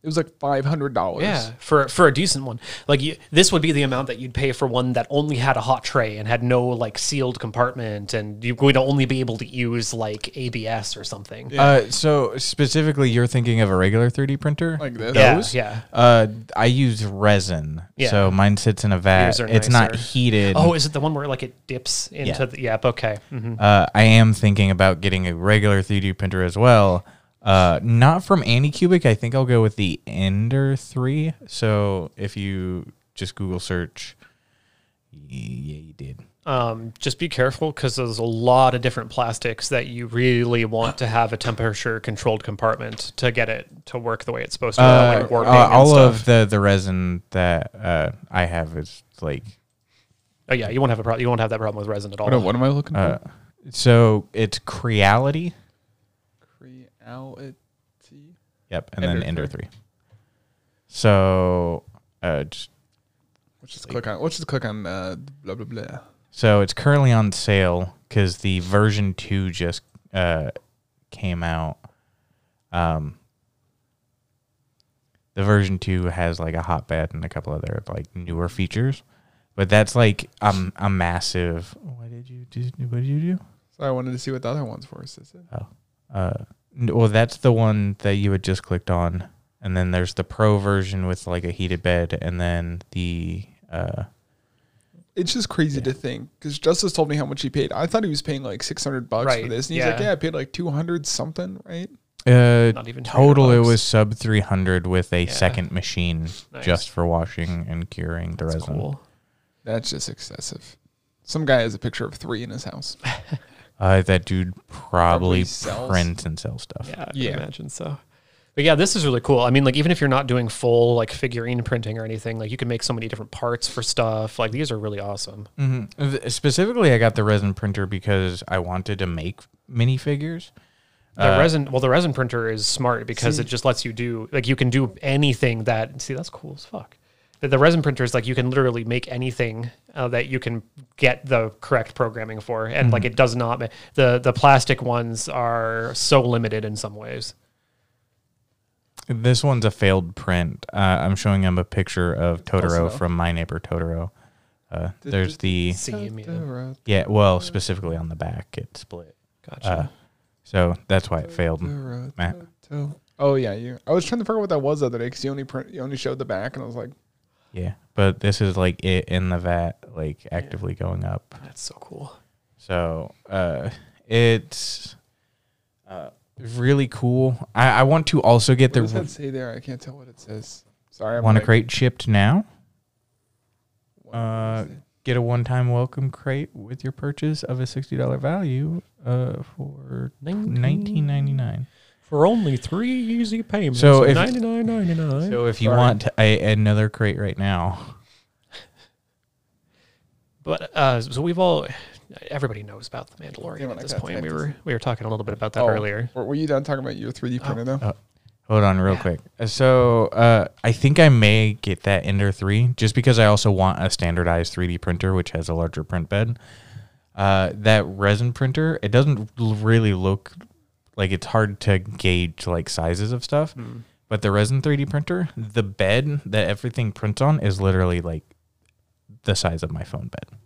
Speaker 1: it was like five hundred dollars.
Speaker 3: Yeah, for for a decent one. Like you, this would be the amount that you'd pay for one that only had a hot tray and had no like sealed compartment, and you're going to only be able to use like ABS or something. Yeah,
Speaker 4: uh, so specifically, you're thinking of a regular 3D printer
Speaker 1: like this.
Speaker 3: yeah.
Speaker 1: Those?
Speaker 4: Uh, I use resin,
Speaker 3: Yeah.
Speaker 4: so mine sits in a vat.
Speaker 3: Yours are
Speaker 4: It's not
Speaker 3: nicer.
Speaker 4: heated.
Speaker 3: Oh, is it the one where like it dips into the? Yep. Okay. hmm
Speaker 4: Uh, I am thinking about getting a regular 3D printer as well. Uh, not from Anycubic. I think I'll go with the Ender 3. So if you just Google search, y- yeah, you did.
Speaker 3: Um, just be careful because there's a lot of different plastics that you really want to have a temperature controlled compartment to get it to work the way it's supposed to. without,
Speaker 4: Uh,
Speaker 3: like, warping
Speaker 4: uh,
Speaker 3: and
Speaker 4: all
Speaker 3: stuff.
Speaker 4: of the, the resin that uh, I have is like
Speaker 3: Oh yeah, you won't have a problem. You won't have that problem with resin at all.
Speaker 1: What, what am I looking for?
Speaker 4: uh, so it's Creality.
Speaker 1: Creality.
Speaker 4: Yep, and
Speaker 1: Ender
Speaker 4: then Ender
Speaker 1: 3.
Speaker 4: three. So, uh, just,
Speaker 1: Let's just click on. Let's just click on. Uh, blah blah blah.
Speaker 4: so it's currently on sale because the version two just uh, came out. Um, the version two has like a hot bed and a couple other like newer features, but that's like um, a massive. What did you do? What did you do?
Speaker 1: So I wanted to see what the other ones were. Is this it?
Speaker 4: Uh, n- well, that's the one that you had just clicked on, and then there's the pro version with like a heated bed, and then the uh.
Speaker 1: It's just crazy to think because Justice told me how much he paid. I thought he was paying like six hundred bucks for
Speaker 3: Right,
Speaker 1: this, and he's like,
Speaker 3: yeah.
Speaker 1: "Yeah, I paid like two hundred something, right?"
Speaker 4: Uh,
Speaker 3: Not even
Speaker 4: total,
Speaker 3: 300
Speaker 4: it
Speaker 3: bucks.
Speaker 4: was sub 300 with a
Speaker 3: Yeah.
Speaker 4: second machine
Speaker 3: Nice.
Speaker 4: just for washing and curing the
Speaker 3: That's
Speaker 4: resin.
Speaker 3: cool.
Speaker 1: That's just excessive. Some guy has a picture of three in his house.
Speaker 4: Uh, that dude
Speaker 1: Probably
Speaker 4: probably,
Speaker 1: sells.
Speaker 4: prints and sells stuff.
Speaker 3: Yeah, I
Speaker 1: Yeah.
Speaker 3: yeah. imagine so. But yeah, this is really cool. I mean, like even if you're not doing full like figurine printing or anything, like you can make so many different parts for stuff. Like these are really awesome.
Speaker 4: Mhm. Th- Specifically, I got the resin printer because I wanted to make minifigures.
Speaker 3: The resin, well, the resin printer is smart because it just lets you do like you can do anything that. See, that's cool as fuck. The, the resin printer is like you can literally make anything uh, that you can get the correct programming for, and like it does not. ma- The the plastic ones are so limited in some ways.
Speaker 4: This one's a failed print. Uh, I'm showing him a picture of Totoro
Speaker 1: enough.
Speaker 4: from My Neighbor Totoro. Uh, there's the
Speaker 3: See, I mean,
Speaker 4: yeah, well, specifically on the back, it split.
Speaker 3: gotcha.
Speaker 4: Uh, so that's why it failed. Matt.
Speaker 1: Oh yeah, you. I was trying to figure out what that was the other day because you only print, you only showed the back, and I was like,
Speaker 4: Yeah, but this is like it in the vat, like actively going up.
Speaker 3: that's so cool.
Speaker 4: So uh, it's uh, really cool. I, I want to also get
Speaker 1: "What does that
Speaker 4: the
Speaker 1: say there? I can't tell what it says." Sorry, I'm
Speaker 4: want a
Speaker 1: like-
Speaker 4: crate shipped now.
Speaker 1: what
Speaker 4: Uh,
Speaker 1: is it?
Speaker 4: get a one time welcome crate with your purchase of a sixty dollar value uh, for nineteen ninety nine.
Speaker 3: for only three easy payments.
Speaker 4: So
Speaker 3: of
Speaker 4: if-
Speaker 3: $99.99.
Speaker 4: So if you
Speaker 1: Sorry.
Speaker 4: want a, another crate right now,
Speaker 3: but uh, so we've all, everybody knows about the Mandalorian
Speaker 1: Yeah,
Speaker 3: at
Speaker 1: like
Speaker 3: this
Speaker 1: that's
Speaker 3: point. We
Speaker 1: empty.
Speaker 3: were we were talking a little bit about that
Speaker 1: Oh,
Speaker 3: earlier. Oh.
Speaker 1: Were, were you done talking about your 3D printer though?
Speaker 4: uh, Hold on, real quick. Uh, So uh, I think I may get that Ender three, just because I also want a standardized three D printer, which has a larger print bed. Uh, that resin printer, it doesn't l- really look like it's hard to gauge like sizes of stuff. But the resin three D printer, the bed that everything prints on is literally like the size of my phone bed.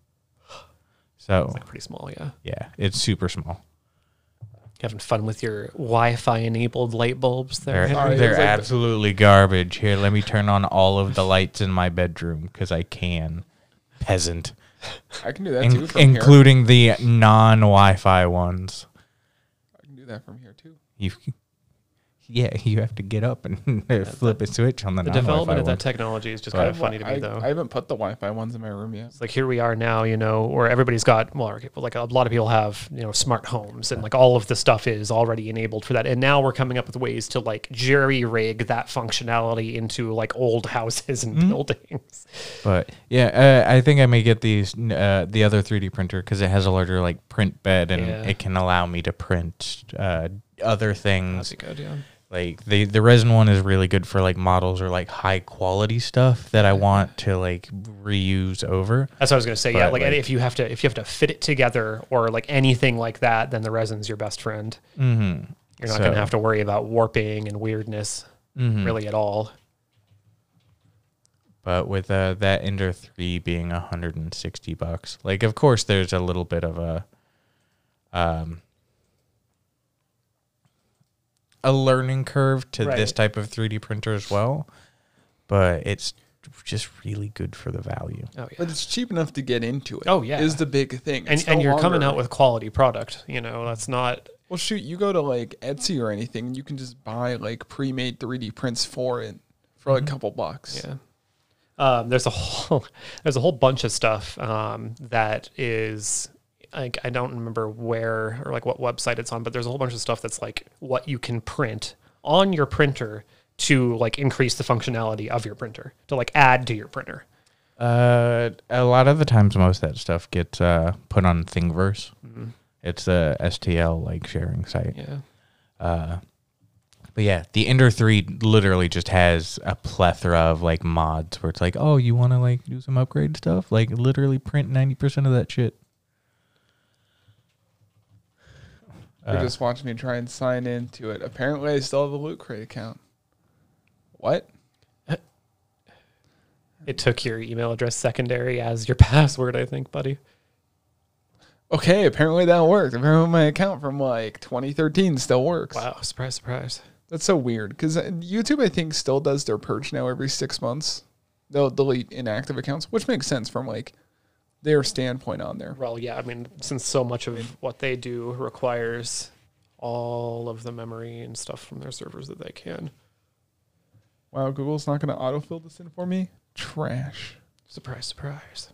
Speaker 4: So
Speaker 3: Like pretty small, yeah.
Speaker 4: yeah, it's super small.
Speaker 3: Having fun with your Wi-Fi enabled light bulbs there.
Speaker 4: They're,
Speaker 1: Sorry, it
Speaker 4: they're
Speaker 1: was like the-
Speaker 4: absolutely garbage. Here, let me turn on all of the lights in my bedroom because I can. Peasant.
Speaker 1: I can do that
Speaker 4: In-
Speaker 1: too. From here.
Speaker 4: including the non Wi Fi ones.
Speaker 1: I can do that from here too.
Speaker 4: You, yeah, you have to get up and flip a switch on the,
Speaker 3: The
Speaker 4: non Wi
Speaker 3: development
Speaker 4: Fi
Speaker 3: of that
Speaker 4: ones.
Speaker 3: technology is just
Speaker 1: I
Speaker 3: kind of
Speaker 1: have-
Speaker 3: funny to me,
Speaker 1: I-
Speaker 3: though.
Speaker 1: I haven't put the Wi-Fi ones in my room yet.
Speaker 3: It's like here we are now, you know, where everybody's got well, okay, like a lot of people have, you know, smart homes and like all of the stuff is already enabled for that. And now we're coming up with ways to like jerry rig that functionality into like old houses
Speaker 4: Mm-hmm.
Speaker 3: and buildings.
Speaker 4: But yeah, uh, I think I may get these uh, the other 3D printer because it has a larger like print bed and
Speaker 3: Yeah.
Speaker 4: it can allow me to print uh, other things.
Speaker 3: good, yeah.
Speaker 4: like the the resin one is really good for like models or like high quality stuff that I want to like reuse over.
Speaker 3: That's what I was gonna say. yeah,
Speaker 4: But,
Speaker 3: like,
Speaker 4: like-
Speaker 3: if you have to if you have to fit it together or like anything like that, then the resin's your best friend.
Speaker 4: Mm-hmm.
Speaker 3: You're not
Speaker 4: So- Mm-hmm.
Speaker 3: gonna have to worry about warping and weirdness really at all.
Speaker 4: But with uh, that Ender three being 160 bucks, like of course there's a little bit of a um a learning curve to this
Speaker 3: Right.
Speaker 4: type of 3D printer as well, but it's just really good for the value.
Speaker 3: Oh yeah.
Speaker 1: But it's cheap enough to get into it.
Speaker 3: Oh, yeah.
Speaker 1: is the big thing.
Speaker 3: and
Speaker 1: It's
Speaker 3: and
Speaker 1: no
Speaker 3: you're coming
Speaker 1: longer-
Speaker 3: out with quality product. You know, that's not
Speaker 1: Well, shoot, you go to like Etsy or anything, and you can just buy like pre-made 3D prints for it for like a couple bucks.
Speaker 3: Mm-hmm. Yeah. Um, there's a whole there's a whole bunch of stuff um, that is like I don't remember where or like what website it's on, but there's a whole bunch of stuff that's like what you can print on your printer to like increase the functionality of your printer to like add to your printer.
Speaker 4: Uh, a lot of the times, most of that stuff gets uh, put on Thingiverse. It's a STL like sharing site.
Speaker 3: Yeah.
Speaker 4: But yeah, the Ender Three literally just has a plethora of like mods where it's like, oh, you want to like do some upgrade stuff? Like literally print ninety percent of that shit.
Speaker 1: They just watched me try and sign into it. Apparently, I still have a Loot Crate account. What?
Speaker 3: It took your email address secondary as your password, I think, buddy.
Speaker 1: Okay, apparently that worked. Apparently my account from like 2013 still works.
Speaker 3: Wow, surprise, surprise.
Speaker 1: That's so weird because YouTube, I think, still does their purge now every six months. They'll delete inactive accounts, which makes sense from like their standpoint on there.
Speaker 3: Well, yeah, I mean, since so much of what they do requires all of the memory and stuff from their servers that they can.
Speaker 1: Wow, Google's not going to autofill this in for me. Trash.
Speaker 3: Surprise, surprise.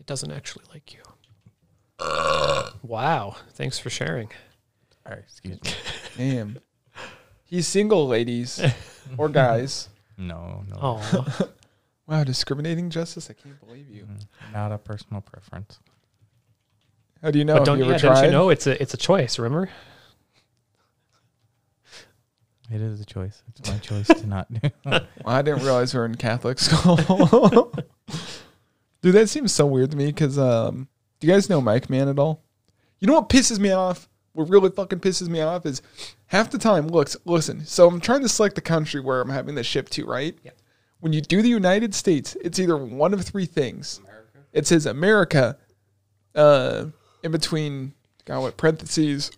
Speaker 3: It doesn't actually like you. wow. Thanks for sharing.
Speaker 4: All right, excuse me.
Speaker 1: Damn. He's single, ladies or guys.
Speaker 4: No, no,
Speaker 3: Oh,
Speaker 1: Wow, discriminating justice. I can't believe you.
Speaker 4: not a personal preference.
Speaker 1: How do you know?
Speaker 3: but don't
Speaker 1: Have
Speaker 3: you,
Speaker 1: you ever
Speaker 3: yeah, don't you
Speaker 1: tried?
Speaker 3: know it's a it's a choice? Remember?
Speaker 4: It is a choice. It's my choice to not do.
Speaker 1: Well, I didn't realize we were in Catholic school. Dude, that seems so weird to me because um, do you guys know Mike Man at all? You know what pisses me off? What really fucking pisses me off is half the time, looks, listen, so I'm trying to select the country where I'm having this shipped to, right?
Speaker 3: Yeah.
Speaker 1: When you do the United States, it's either one of three things. It says America uh, in between, God, what, parentheses,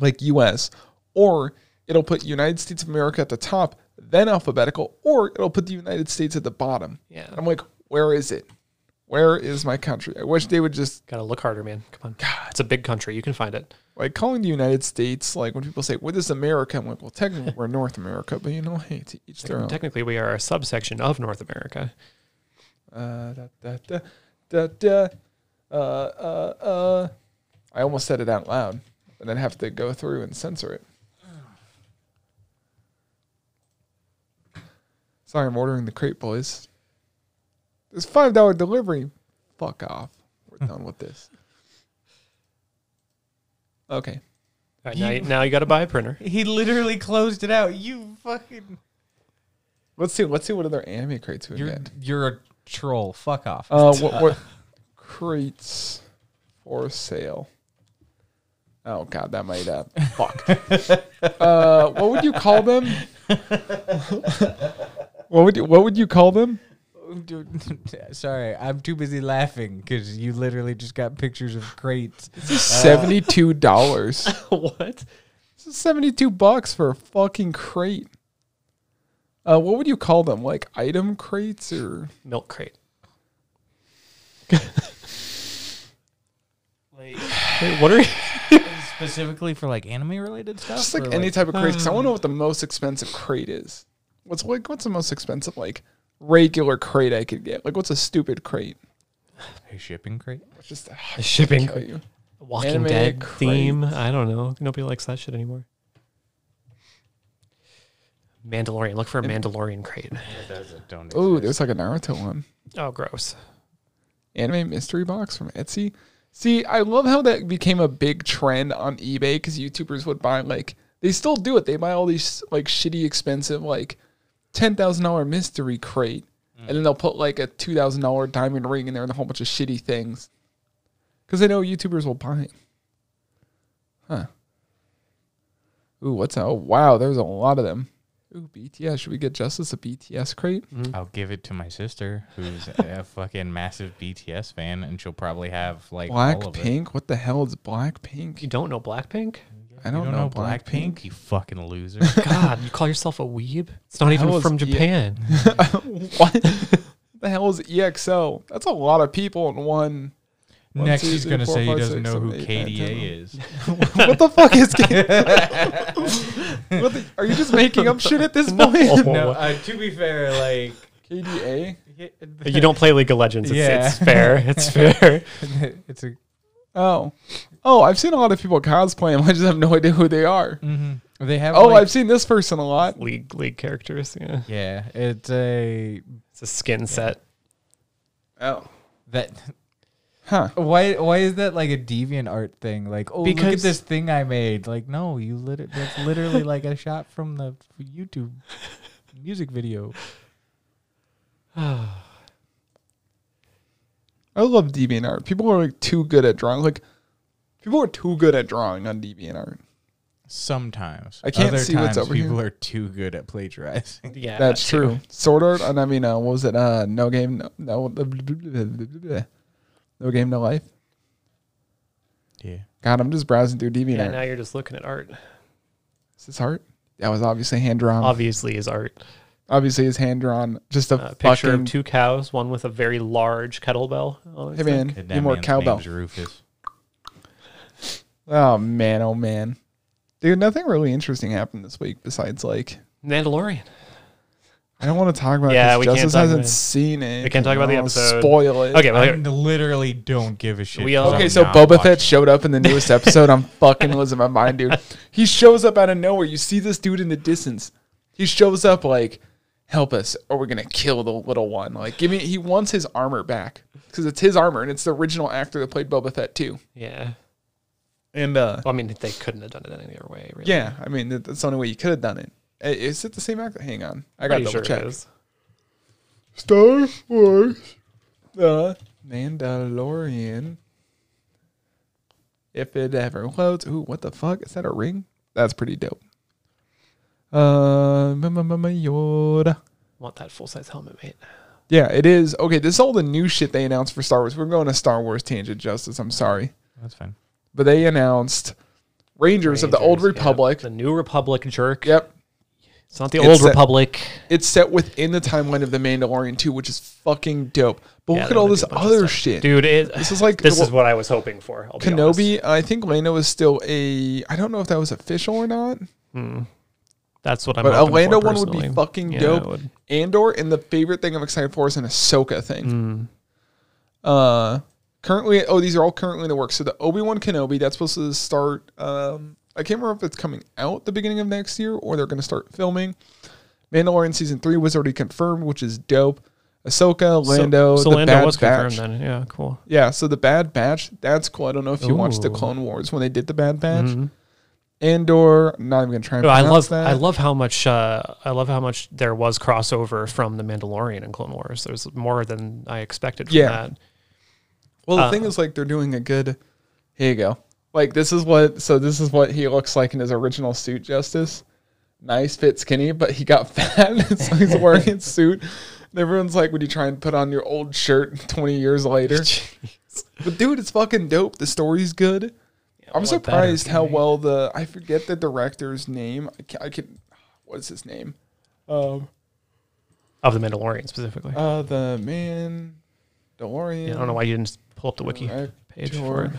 Speaker 1: like US, or it'll put United States of America at the top, then alphabetical, or it'll put the United States at the bottom.
Speaker 3: Yeah.
Speaker 1: And I'm like, where is it? Where is my country? I wish they would just
Speaker 3: Gotta look harder, man. Come on. It's a big country. You can find it.
Speaker 1: like calling the United States. Like when people say, "What is America?" I'm like, "Well, technically we're North America, but you know, hey, to each their own."
Speaker 3: Technically, we are a subsection of North America.
Speaker 1: Uh, da, da, da, da, da. Uh, uh, uh. I almost said it out loud, and then have to go through and censor it. Sorry, I'm ordering the crate, boys. There's five dollar delivery. Fuck off. We're done with this. Okay.
Speaker 3: All right, now, you, now you got to buy a printer.
Speaker 2: He literally closed it out. You fucking.
Speaker 1: Let's see. Let's see what other anime crates we
Speaker 5: You're
Speaker 1: get.
Speaker 5: you're a troll. Fuck off.
Speaker 1: Uh, what, what crates for sale? Oh god, that might uh fuck. uh, what would you call them? what would you What would you call them?
Speaker 5: Sorry, I'm too busy laughing because you literally just got pictures of crates.
Speaker 1: Seventy two dollars.
Speaker 3: what?
Speaker 1: This is 72 bucks for a fucking crate. Uh, what would you call them? Like item crates or
Speaker 3: Milk crate.
Speaker 4: Like
Speaker 3: Wait, what are you?
Speaker 4: specifically for like anime related stuff.
Speaker 1: just like
Speaker 4: or,
Speaker 1: any type of crate? Because I want to know what the most expensive crate is. What's like what's the most expensive like regular crate I could get? Like what's a stupid crate?
Speaker 4: a shipping crate.
Speaker 1: It's just
Speaker 3: A shipping
Speaker 1: kill you.
Speaker 3: Walking
Speaker 1: Anime
Speaker 3: Dead
Speaker 1: crate.
Speaker 3: theme. I don't know. Nobody likes that shit anymore. Mandalorian. Look for a Mandalorian crate.
Speaker 4: Don't
Speaker 1: Oh, there's like a Naruto one.
Speaker 3: Oh, gross.
Speaker 1: anime mystery box from Etsy. See, I love how that became a big trend on eBay because YouTubers would buy like they still do it. They buy all these like shitty, expensive like ten thousand dollar mystery crate,
Speaker 4: Mm.
Speaker 1: and then they'll put like a two thousand dollar diamond ring in there and a whole bunch of shitty things because they know YouTubers will buy it. Huh. Ooh, what's that? Oh, wow, there's a lot of them. Ooh, BTS. Should we get Justice a BTS crate?
Speaker 4: I'll give it to my sister, who's a fucking massive BTS fan, and she'll probably have like all
Speaker 1: Black
Speaker 4: of
Speaker 1: Pink. What the hell is Black Pink?
Speaker 3: You don't know Blackpink?
Speaker 1: I
Speaker 4: It.
Speaker 1: don't,
Speaker 4: you don't
Speaker 1: know,
Speaker 4: know
Speaker 1: Black
Speaker 4: Blackpink,
Speaker 1: Pink.
Speaker 4: you fucking loser.
Speaker 3: God, you call yourself a weeb? It's not even
Speaker 1: hell is
Speaker 3: from
Speaker 1: it?
Speaker 3: Japan.
Speaker 1: what the hell is EXO? That's a lot of people in one. One,
Speaker 4: Next,
Speaker 1: two,
Speaker 4: she's
Speaker 1: three,
Speaker 4: gonna
Speaker 1: four,
Speaker 4: say
Speaker 1: five,
Speaker 4: he doesn't
Speaker 1: six,
Speaker 4: know who
Speaker 1: seven, eight, nine, ten,
Speaker 4: KDA is.
Speaker 1: What the fuck is? what the, are you just making up shit at this point?
Speaker 4: no, uh, to be fair, like
Speaker 1: KDA.
Speaker 3: You don't play League of Legends. It's,
Speaker 4: Yeah.
Speaker 3: it's fair. It's fair.
Speaker 5: it's a
Speaker 1: Oh, oh, I've seen a lot of people cosplay them. I just have no idea who they are.
Speaker 5: they have.
Speaker 1: Oh,
Speaker 5: like-
Speaker 1: I've seen this person a lot.
Speaker 3: League League characters. Yeah,
Speaker 5: yeah. It's a
Speaker 3: it's a skin set.
Speaker 1: Oh,
Speaker 5: that.
Speaker 1: huh.
Speaker 5: Why why is that like a deviant art thing? Like oh look at
Speaker 3: Because-
Speaker 5: this thing I made. Like no, you lit that's literally like a shot from the YouTube music video.
Speaker 1: I love DeviantArt. People are like too good at drawing. Like people are too good at drawing on DeviantArt.
Speaker 4: sometimes
Speaker 1: I can't
Speaker 4: Other
Speaker 1: see what's
Speaker 4: times,
Speaker 1: over here.
Speaker 4: people are too good at plagiarizing.
Speaker 3: Yeah,
Speaker 1: That's true. Sword Art, and I mean, uh, what was it? Uh, no game, no, no, no game, no life.
Speaker 4: yeah,
Speaker 1: God, I'm just browsing through DeviantArt.
Speaker 3: Yeah, now you're just looking at art.
Speaker 1: Is this art? That was obviously hand
Speaker 3: Um,
Speaker 1: drawn.
Speaker 3: Obviously, is art.
Speaker 1: obviously, it's hand drawn. Just a
Speaker 3: A picture
Speaker 1: fucking.
Speaker 3: of two cows, one with a very large kettlebell. on its
Speaker 1: hey
Speaker 3: neck.
Speaker 1: man,
Speaker 4: That
Speaker 1: you more
Speaker 4: man's
Speaker 1: cowbell.
Speaker 4: name's Rufus.
Speaker 1: Oh man, oh man, dude, nothing really interesting happened this week besides like
Speaker 3: Mandalorian.
Speaker 1: I don't want to talk about.
Speaker 3: Yeah,
Speaker 1: it 'cause
Speaker 3: we can't
Speaker 1: Justice
Speaker 3: talk
Speaker 1: hasn't
Speaker 3: about it.
Speaker 1: seen it.
Speaker 3: We can't talk about the
Speaker 1: I don't wanna
Speaker 3: episode.
Speaker 1: Spoil it.
Speaker 3: Okay, well,
Speaker 4: I
Speaker 3: here,
Speaker 4: literally don't give a shit.
Speaker 3: We
Speaker 4: 'cause
Speaker 3: all-
Speaker 4: I'm
Speaker 1: Okay, so
Speaker 4: not
Speaker 1: Boba
Speaker 4: watching.
Speaker 1: Fett showed up in the newest episode. I'm fucking losing my mind, dude. He shows up out of nowhere. You see this dude in the distance. He shows up like, "Help us, or we're gonna kill the little one." Like, give me. He wants his armor back because it's his armor, and it's the original actor that played Boba Fett too.
Speaker 3: yeah.
Speaker 1: And uh,
Speaker 3: Well, I mean, they couldn't have done it any other way. Really.
Speaker 1: yeah, I mean that- that's the only way you could have done it. I- Is it the same actor? Hang on, I gotta
Speaker 3: pretty
Speaker 1: double
Speaker 3: sure
Speaker 1: check.
Speaker 3: it is.
Speaker 1: Star Wars, the Mandalorian. If it ever loads, ooh, what the fuck is that? A ring? That's pretty dope. Uh, Mama Mama Yoda.
Speaker 3: Want that full size helmet, mate?
Speaker 1: Yeah, it is. Okay, this is all the new shit they announced for Star Wars. We're going to Star Wars tangent, Justice. I'm sorry,
Speaker 4: That's fine.
Speaker 1: but they announced Rangers, of the Old
Speaker 3: Rangers, yeah.
Speaker 1: Republic.
Speaker 3: The New Republic jerk.
Speaker 1: Yep,
Speaker 3: It's not the
Speaker 1: It's
Speaker 3: Old
Speaker 1: that-
Speaker 3: Republic.
Speaker 1: it's set within the timeline of the Mandalorian too, which is fucking dope. But
Speaker 3: Yeah,
Speaker 1: look
Speaker 3: they
Speaker 1: at all
Speaker 3: wanna
Speaker 1: this
Speaker 3: do a bunch of
Speaker 1: other
Speaker 3: stuff.
Speaker 1: shit,
Speaker 3: dude. It,
Speaker 1: This is like
Speaker 3: this
Speaker 1: well,
Speaker 3: is what I was hoping for. I'll be honest.
Speaker 1: Kenobi, I think Lando is still a. I don't know if that was official or not,
Speaker 3: That's what I'm.
Speaker 1: but a
Speaker 3: hoping
Speaker 1: Lando
Speaker 3: for
Speaker 1: one would be
Speaker 3: personally.
Speaker 1: fucking
Speaker 3: Yeah, it
Speaker 1: dope.
Speaker 3: would.
Speaker 1: Andor, and the favorite thing I'm excited for is an Ahsoka
Speaker 3: Hmm.
Speaker 1: thing. Uh, currently, oh, these are all currently in the works. So the Obi Wan Kenobi that's supposed to start. Um, I can't remember if it's coming out the beginning of next year or they're going to start filming. Mandalorian season three was already confirmed, which is dope. Ahsoka,
Speaker 3: So-
Speaker 1: Lando,
Speaker 3: So,
Speaker 1: the
Speaker 3: Lando
Speaker 1: Bad
Speaker 3: was
Speaker 1: Batch.
Speaker 3: confirmed then. Yeah, cool.
Speaker 1: Yeah, so the Bad Batch, that's cool. I don't know if you watched the
Speaker 3: Ooh.
Speaker 1: Clone Wars when they did the Bad Batch. Andor. I'm not even gonna try and
Speaker 3: But I
Speaker 1: pronounce
Speaker 3: love
Speaker 1: that.
Speaker 3: I love how much uh, I love how much there was crossover from the Mandalorian and Clone Wars. There's more than I expected from
Speaker 1: Yeah.
Speaker 3: that.
Speaker 1: Well, the
Speaker 3: Uh,
Speaker 1: thing is, like, they're doing a good. Here you go. Like, this is what. So this is what he looks like in his original suit, Justice. Nice, fit, skinny, but he got fat. so he's wearing his suit. And everyone's like, "Would you try and put on your old shirt 20 years later?" but dude, it's fucking dope. The story's good. I'm
Speaker 3: what
Speaker 1: surprised
Speaker 3: better
Speaker 1: how
Speaker 3: can
Speaker 1: well the I forget the director's name. I can, I can what is his name? Um,
Speaker 3: Of the Mandalorian specifically.
Speaker 1: uh, the man, DeLorean.
Speaker 3: Yeah, I don't know why you didn't s- pull up the wiki page for it.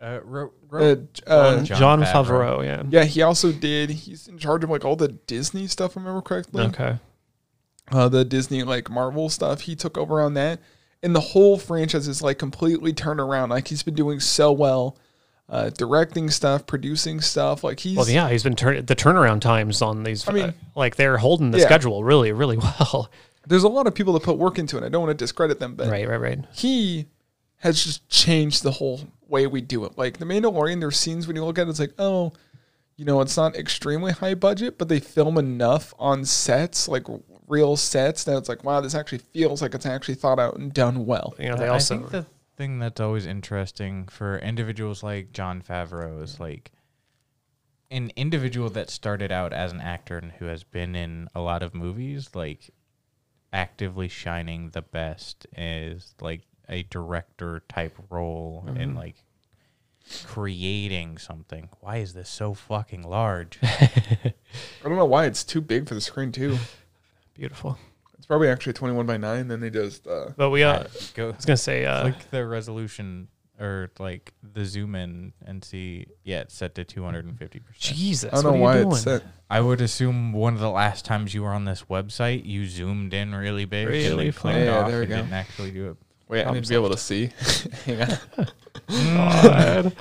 Speaker 4: Uh, ro-
Speaker 1: Uh,
Speaker 4: ro-
Speaker 1: j- uh,
Speaker 3: John,
Speaker 4: Oh, John
Speaker 3: John
Speaker 4: Favreau.
Speaker 3: Favreau, yeah.
Speaker 1: Yeah, he also did. He's in charge of like all the Disney stuff. if I remember correctly.
Speaker 3: Okay.
Speaker 1: Uh, the Disney like Marvel stuff. He took over on that, and the whole franchise is like completely turned around. Like he's been doing so well, uh, directing stuff, producing stuff. Like he's
Speaker 3: Well, yeah, he's been turn the turnaround times on these.
Speaker 1: I mean-
Speaker 3: uh, like they're holding the
Speaker 1: Yeah.
Speaker 3: schedule really, really well.
Speaker 1: there's a lot of people that put work into it. I don't want to discredit them, but
Speaker 3: right, right, right.
Speaker 1: he has just changed the whole way we do it. Like the Mandalorian, there's scenes when you look at it, it's like, oh, you know, it's not extremely high budget, but they film enough on sets, like real sets, that it's like, wow, this actually feels like it's actually thought out and done well.
Speaker 3: You know, they
Speaker 4: I think
Speaker 3: also
Speaker 4: the thing that's always interesting for individuals like John Favreau is like an individual that started out as an actor and who has been in a lot of movies, like actively shining the best is like a director type role and
Speaker 3: Mm-hmm.
Speaker 4: like creating something. Why is this so fucking large?
Speaker 1: I don't know why it's too big for the screen too.
Speaker 3: beautiful.
Speaker 1: It's probably actually 21 by 9. Then they just uh,
Speaker 3: But we, uh, I
Speaker 4: Go
Speaker 3: was gonna say, uh,
Speaker 4: click the resolution or like the zoom in and see. Yeah, it's set to 250%.
Speaker 3: Jesus,
Speaker 1: I don't know
Speaker 3: what are you
Speaker 1: why
Speaker 3: doing?
Speaker 1: it's set.
Speaker 4: I would assume one of the last times you were on this website, you zoomed in really big, and,
Speaker 3: Really
Speaker 4: like,
Speaker 3: far.
Speaker 4: clicked
Speaker 1: Yeah,
Speaker 4: off
Speaker 1: there we
Speaker 4: and
Speaker 1: go.
Speaker 4: didn't actually do it.
Speaker 1: Wait, I need to be able to see. Hang on.
Speaker 3: God.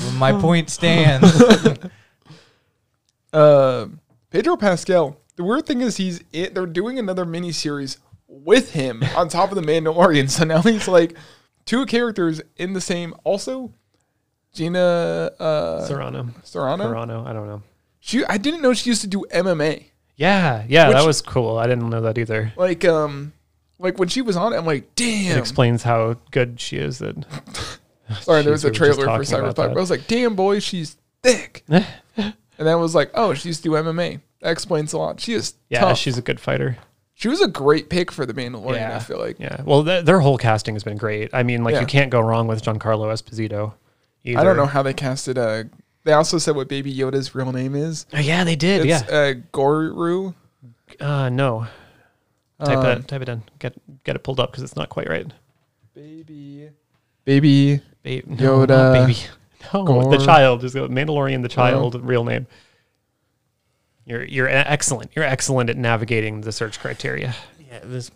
Speaker 4: Well, my
Speaker 1: Oh.
Speaker 4: point stands.
Speaker 1: Uh, Pedro Pascal. The weird thing is he's it. They're doing another miniseries with him on top of the Mandalorian. So now he's like two characters in the same. Also, Gina uh,
Speaker 3: Serrano,
Speaker 1: Serrano.
Speaker 3: Serrano. I don't know.
Speaker 1: She. I didn't know she used to do MMA.
Speaker 3: Yeah, yeah,
Speaker 1: Which-
Speaker 3: that was cool. I didn't know that either.
Speaker 1: Like um, like when she was on it, I'm like,
Speaker 3: It
Speaker 1: damn.
Speaker 3: explains how good she is. That
Speaker 1: Sorry, there was a
Speaker 3: Jeez, we were just
Speaker 1: trailer for
Speaker 3: talking
Speaker 1: Cyberpunk.
Speaker 3: about
Speaker 1: But I
Speaker 3: that.
Speaker 1: was like, damn boy, she's thick. and then I was like, oh, she used to do MMA. That explains a lot. She is
Speaker 3: yeah,
Speaker 1: tough.
Speaker 3: she's a good fighter.
Speaker 1: she was a great pick for the Mandalorian.
Speaker 3: yeah,
Speaker 1: I feel like.
Speaker 3: yeah. Well, th- their whole casting has been great. I mean, like
Speaker 1: Yeah.
Speaker 3: you can't go wrong with Giancarlo Esposito. Either.
Speaker 1: I don't know how they casted. Uh, they also said what Baby Yoda's real name is.
Speaker 3: Oh, yeah, they did.
Speaker 1: It's
Speaker 3: yeah.
Speaker 1: uh, Goru.
Speaker 3: Uh, no. Type
Speaker 1: Um,
Speaker 3: that. Type it in. Get get it pulled up because it's not quite right.
Speaker 1: Baby. Baby.
Speaker 3: Babe,
Speaker 1: Yoda,
Speaker 3: not baby. No,
Speaker 1: Gore.
Speaker 3: the child. Just go Mandalorian. The child. Real name. You're you're e- excellent. You're excellent at navigating the search criteria.
Speaker 4: yeah, this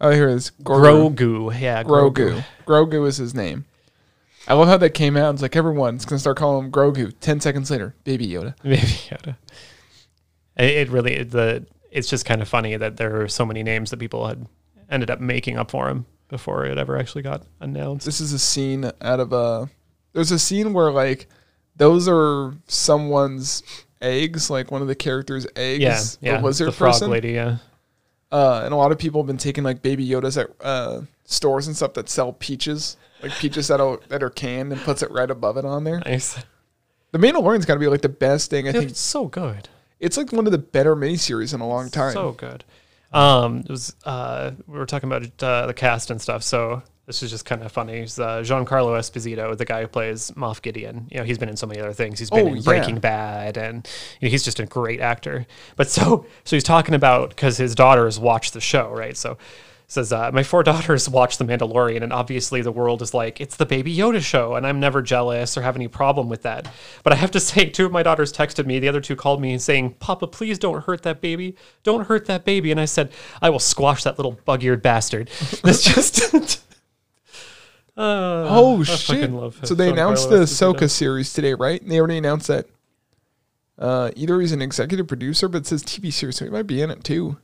Speaker 1: Oh, here it is. Goru.
Speaker 3: Grogu. Yeah.
Speaker 1: Grogu. Grogu is his name. I love how that came out. It's like everyone's gonna start calling him Grogu. Ten seconds later, Baby Yoda.
Speaker 3: Baby Yoda. It, it really it- the it's just kind of funny that there are so many names that people had ended up making up for him before it ever actually got announced.
Speaker 1: This is a scene out of a. There's a scene where like those are someone's eggs, like one of the characters' eggs.
Speaker 3: Yeah, yeah.
Speaker 1: The lizard
Speaker 3: the frog
Speaker 1: person.
Speaker 3: lady. Yeah.
Speaker 1: Uh, and a lot of people have been taking like baby Yodas at uh, stores and stuff that sell peaches, like peaches that are that are canned, and puts it right above it on there.
Speaker 3: Nice.
Speaker 1: The Mandalorian's got to be like the best thing. I
Speaker 3: Dude,
Speaker 1: think
Speaker 3: it's so good.
Speaker 1: it's like one of the better miniseries in a long time.
Speaker 3: So uh, good. Um, it was uh, we were talking about uh, the cast and stuff. So this is just kind of funny. It's, uh, Giancarlo Esposito, the guy who plays Moff Gideon. You know, he's been in so many other things. He's
Speaker 1: Oh,
Speaker 3: been in
Speaker 1: yeah.
Speaker 3: Breaking Bad, and you know, he's just a great actor. But so so he's talking about because his daughters watch the show, right? So. Says uh, my four daughters watch The Mandalorian, and obviously the world is like it's the Baby Yoda show, and I'm never jealous or have any problem with that. But I have to say, two of my daughters texted me, the other two called me saying, Papa, please don't hurt that baby. Don't hurt that baby. And I said, I will squash that little bug eared bastard. That's just. Uh,
Speaker 1: oh
Speaker 3: I
Speaker 1: shit!
Speaker 3: fucking love
Speaker 1: So they
Speaker 3: Giancarlo
Speaker 1: announced the
Speaker 3: Esposito.
Speaker 1: Ahsoka series today, right? And they already announced that uh, either he's an executive producer, but it says TV series, so he might be in it too.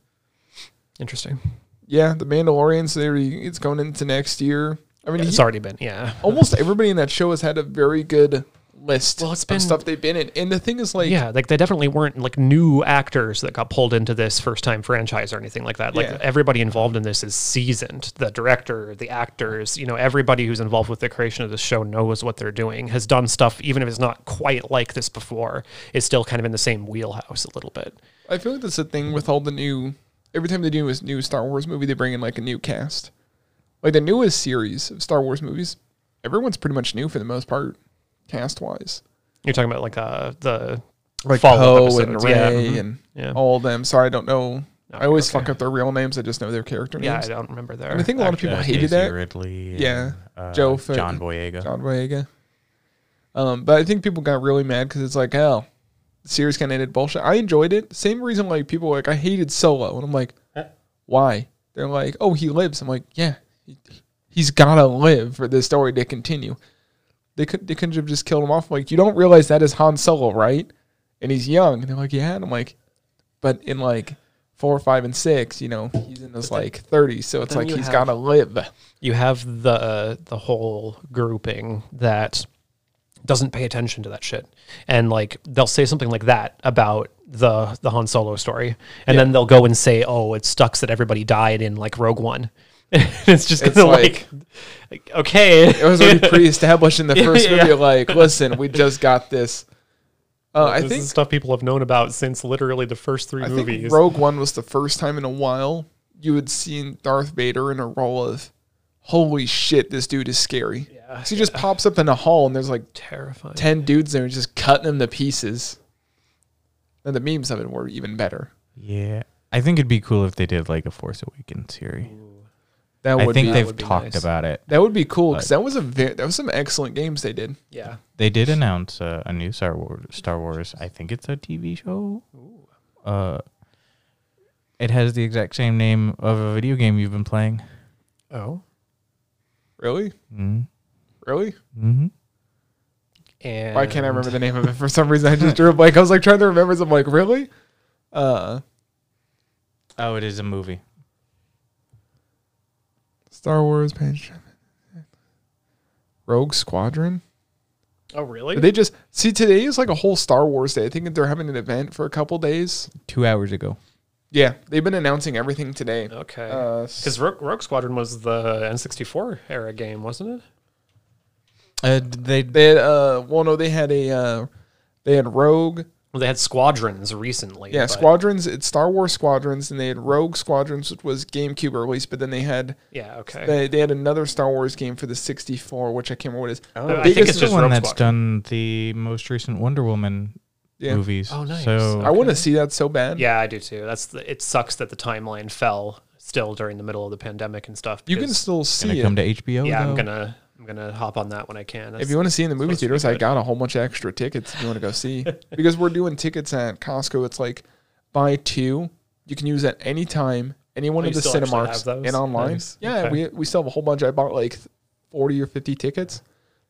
Speaker 3: Interesting.
Speaker 1: Yeah, the Mandalorian. So they already- it's going into next year. I mean, he-
Speaker 3: It's already been, yeah.
Speaker 1: almost everybody in that show has had a very good list
Speaker 3: Well, it's
Speaker 1: of
Speaker 3: been-
Speaker 1: stuff they've been in. And the thing is, like,
Speaker 3: yeah, like they definitely weren't like new actors that got pulled into this first time franchise or anything like that. Like
Speaker 1: Yeah.
Speaker 3: everybody involved in this is seasoned. The director, the actors, you know, everybody who's involved with the creation of this show knows what they're doing, has done stuff, even if it's not quite like this before, is still kind of in the same wheelhouse a little bit.
Speaker 1: I feel like that's the thing with all the new. Every time they do a new Star Wars movie, they bring in like a new cast. Like the newest series of Star Wars movies, everyone's pretty much new for the most part, cast wise.
Speaker 3: You're talking about like uh, the
Speaker 1: Like
Speaker 3: follow-up
Speaker 1: Poe and
Speaker 3: episodes, yeah,
Speaker 1: Ray
Speaker 3: mhm,
Speaker 1: and
Speaker 3: yeah.
Speaker 1: all of them. Sorry, I don't know.
Speaker 3: No,
Speaker 1: I always
Speaker 3: okay.
Speaker 1: fuck up their real names. I just know their character
Speaker 3: yeah, I
Speaker 1: names.
Speaker 3: don't remember there.
Speaker 1: And I think a lot of people
Speaker 4: Uh,
Speaker 1: hated
Speaker 4: Daisy
Speaker 1: that.
Speaker 4: Ridley. and,
Speaker 1: Yeah.
Speaker 4: uh,
Speaker 1: Joe Fer-
Speaker 4: John Boyega.
Speaker 1: John Boyega. Um, but I think people got really mad because it's like, oh, the series kind of ended bullshit. I enjoyed it. Same reason like people were like I hated Solo, and I'm like, why? They're like, oh, he lives. I'm like, yeah, he, he's gotta live for this story to continue. They could they couldn't have just killed him off. I'm like, you don't realize that is Han Solo, right? And he's young, and they're like, yeah. And I'm like, but in like four, five, and six, you know, he's in his like 30s, so it's
Speaker 3: then
Speaker 1: like
Speaker 3: you
Speaker 1: he's
Speaker 3: have-
Speaker 1: gotta live.
Speaker 3: you have the the whole grouping that doesn't pay attention to that shit and like they'll say something like that about the the Han Solo story and then they'll go and say oh it sucks that everybody died in like Rogue One it's just
Speaker 1: It's
Speaker 3: gonna like, like, okay
Speaker 1: it was already pre-established in the first
Speaker 3: Yeah.
Speaker 1: movie. Like, listen, we just got this. Uh, I
Speaker 3: this
Speaker 1: think
Speaker 3: is stuff people have known about since literally the first three
Speaker 1: I
Speaker 3: movies
Speaker 1: think Rogue One was the first time in a while you had seen Darth Vader in a role of, holy shit, this dude is scary.
Speaker 3: Yeah,
Speaker 1: so he just pops up in a hall and there's like
Speaker 3: terrifying
Speaker 1: ten dudes there just cutting him to pieces. And the memes of it were even better.
Speaker 4: Yeah. I think it'd be cool if they did like a Force Awakens series.
Speaker 1: That
Speaker 4: I
Speaker 1: would
Speaker 4: think
Speaker 1: be,
Speaker 4: they've
Speaker 3: would be
Speaker 4: talked
Speaker 3: nice.
Speaker 4: about it.
Speaker 1: that would be cool because
Speaker 4: Like-
Speaker 1: that was a ve- that was some excellent games they did.
Speaker 3: yeah
Speaker 4: They did announce uh, a new Star Wars. Star Wars. I think it's a TV show. Uh, it has the exact same name of a video game you've been playing.
Speaker 3: oh
Speaker 1: Really,
Speaker 4: Mm-hmm.
Speaker 1: really.
Speaker 3: and
Speaker 1: Why can't I remember the name of it? For some reason, I just drew a blank. I was like trying to remember. So I'm like, really? Uh,
Speaker 4: Oh, it is a movie.
Speaker 1: Star Wars page. Rogue Squadron.
Speaker 3: oh really
Speaker 1: Did they just see today is like a whole Star Wars day. I think they're having an event for a couple days.
Speaker 4: Two hours ago.
Speaker 1: Yeah, they've been announcing everything today.
Speaker 3: okay
Speaker 1: Uh,
Speaker 3: because Rogue, Rogue Squadron was the N64 era game wasn't it
Speaker 4: Uh, they
Speaker 1: they had, uh, well, no, they had a, uh, they had Rogue.
Speaker 3: Well, they had squadrons recently.
Speaker 1: Yeah,
Speaker 3: but-
Speaker 1: Squadrons. It's Star Wars Squadrons, and they had Rogue Squadrons, which was GameCube release. But then they had
Speaker 3: Yeah, okay.
Speaker 1: they, they had another Star Wars game for the 64, which I can't remember what it is.
Speaker 3: Oh, I
Speaker 1: biggest-
Speaker 3: think it's
Speaker 4: It's the
Speaker 3: just
Speaker 4: one
Speaker 3: Rogue
Speaker 4: that's
Speaker 3: Squadron.
Speaker 4: done the most recent Wonder Woman
Speaker 1: Yeah.
Speaker 4: movies.
Speaker 3: Oh, nice.
Speaker 4: So
Speaker 1: I want to see that so bad.
Speaker 3: Yeah, I do too. That's the, it. Sucks that the timeline fell still during the middle of the pandemic and stuff.
Speaker 1: You can
Speaker 3: because-
Speaker 1: still
Speaker 4: gonna
Speaker 1: see it.
Speaker 4: come to HBO.
Speaker 3: yeah,
Speaker 4: though?
Speaker 3: I'm gonna I'm gonna hop on that when I can.
Speaker 1: if you want to see it in the movie
Speaker 3: supposed to be
Speaker 1: theaters, I
Speaker 3: good.
Speaker 1: got a whole bunch of extra tickets if you want to go see. because we're doing tickets at Costco. It's like buy two. You can use at any time, any one
Speaker 3: Oh,
Speaker 1: of
Speaker 3: you
Speaker 1: the
Speaker 3: still actually have
Speaker 1: Cinemarks
Speaker 3: those?
Speaker 1: and online.
Speaker 3: Nice.
Speaker 1: Yeah,
Speaker 3: Okay.
Speaker 1: we, we still have a whole bunch. I bought like 40 or 50 tickets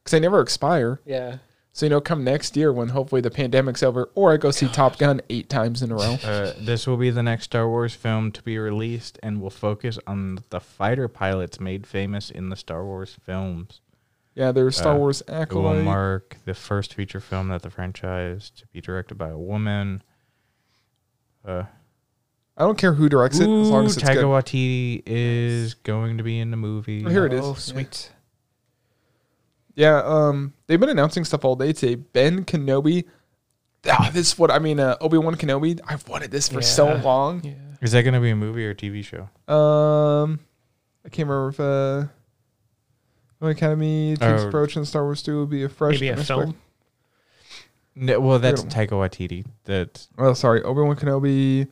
Speaker 1: because they never expire.
Speaker 3: yeah,
Speaker 1: So, you know, come next year when hopefully the pandemic's over, or I go see Top Gun eight times in a row.
Speaker 4: Uh, this will be the next Star Wars film to be released and will focus on the fighter pilots made famous in the Star Wars films.
Speaker 1: Yeah, there's Star
Speaker 4: Uh,
Speaker 1: Wars
Speaker 4: It will
Speaker 1: Acolyte.
Speaker 4: mark the first feature film that the franchise to be directed by a woman. Uh,
Speaker 1: I don't care who directs it as long
Speaker 4: ooh,
Speaker 1: as it's
Speaker 4: Taika
Speaker 1: good.
Speaker 4: Waititi is going to be in the movie.
Speaker 1: Oh, here it is.
Speaker 3: Oh,
Speaker 1: Yeah.
Speaker 3: sweet.
Speaker 1: Yeah, um, they've been announcing stuff all day today. Ben Kenobi, ah, this is what I mean. Uh, Obi Wan Kenobi. I've wanted this for so
Speaker 3: Yeah.
Speaker 1: long.
Speaker 3: Yeah.
Speaker 4: Is that going to be a movie or TV show?
Speaker 1: Um, I can't remember if uh, Film Academy takes
Speaker 4: Oh.
Speaker 1: approach in Star Wars Two will be a fresh
Speaker 3: Maybe a
Speaker 1: perspective.
Speaker 3: film?
Speaker 4: No, well, that's
Speaker 1: Good.
Speaker 4: Taika Waititi. That's
Speaker 1: Oh, sorry, Obi Wan Kenobi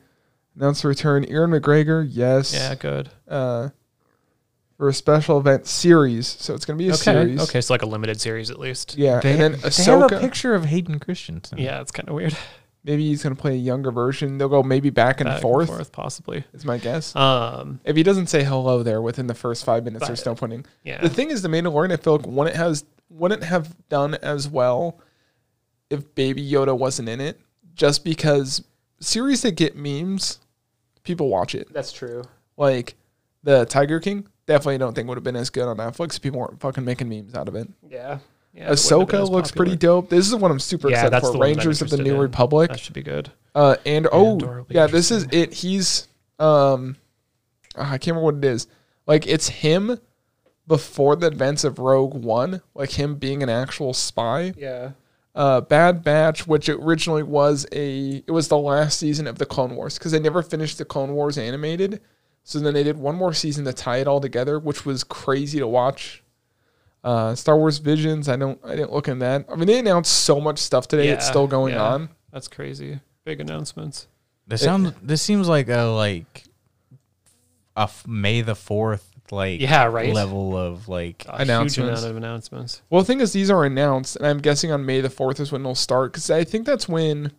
Speaker 1: announced the return. Ewan McGregor, yes.
Speaker 3: Yeah, good.
Speaker 1: Uh, for a special event series, so it's gonna be a
Speaker 3: Okay,
Speaker 1: series.
Speaker 3: okay, so like a limited series at least.
Speaker 1: Yeah,
Speaker 4: they,
Speaker 1: and then
Speaker 4: they have a
Speaker 1: Ahsoka.
Speaker 4: picture of Hayden Christensen.
Speaker 3: yeah, it's kind of weird.
Speaker 1: Maybe he's gonna play a younger version. They'll go maybe back and
Speaker 3: Back and
Speaker 1: forth.
Speaker 3: forth, possibly.
Speaker 1: Is my guess.
Speaker 3: Um,
Speaker 1: If he doesn't say hello there within the first five minutes, there's no pointing.
Speaker 3: yeah.
Speaker 1: The thing is, the Mandalorian, I feel like wouldn't has wouldn't have done as well if Baby Yoda wasn't in it, just because series that get memes, people watch it.
Speaker 3: that's true.
Speaker 1: Like the Tiger King, definitely don't think would have been as good on Netflix. People weren't fucking making memes out of it.
Speaker 3: Yeah. Yeah, it wouldn't have been
Speaker 1: Ahsoka
Speaker 3: as
Speaker 1: looks pretty
Speaker 3: popular.
Speaker 1: dope. This is the one I'm super
Speaker 3: Yeah,
Speaker 1: excited
Speaker 3: that's
Speaker 1: for.
Speaker 3: the one I'm
Speaker 1: Rangers of the
Speaker 3: interested
Speaker 1: New
Speaker 3: in.
Speaker 1: Republic.
Speaker 3: That should be good.
Speaker 1: Uh, and
Speaker 3: Andor
Speaker 1: oh
Speaker 3: will be
Speaker 1: yeah, this is it. He's um, ah, I can't remember what it is. Like it's him before the events of Rogue One, like him being an actual spy.
Speaker 3: Yeah.
Speaker 1: Uh, Bad Batch, which originally was a, it was the last season of the Clone Wars because they never finished the Clone Wars animated, so then they did one more season to tie it all together, which was crazy to watch. Uh, Star Wars Visions, I don't, I didn't look in that. I mean, they announced so much stuff today; it's
Speaker 3: Yeah,
Speaker 1: still going
Speaker 3: yeah.
Speaker 1: on.
Speaker 3: That's crazy. Big announcements.
Speaker 4: This sounds. This seems like a like a f- May the Fourth like
Speaker 3: Yeah, right? Uh,
Speaker 4: level of like
Speaker 3: A huge
Speaker 1: Announcements.
Speaker 3: amount of announcements.
Speaker 1: Well, the thing is, these are announced, and I'm guessing on May the fourth is when they'll start because I think that's when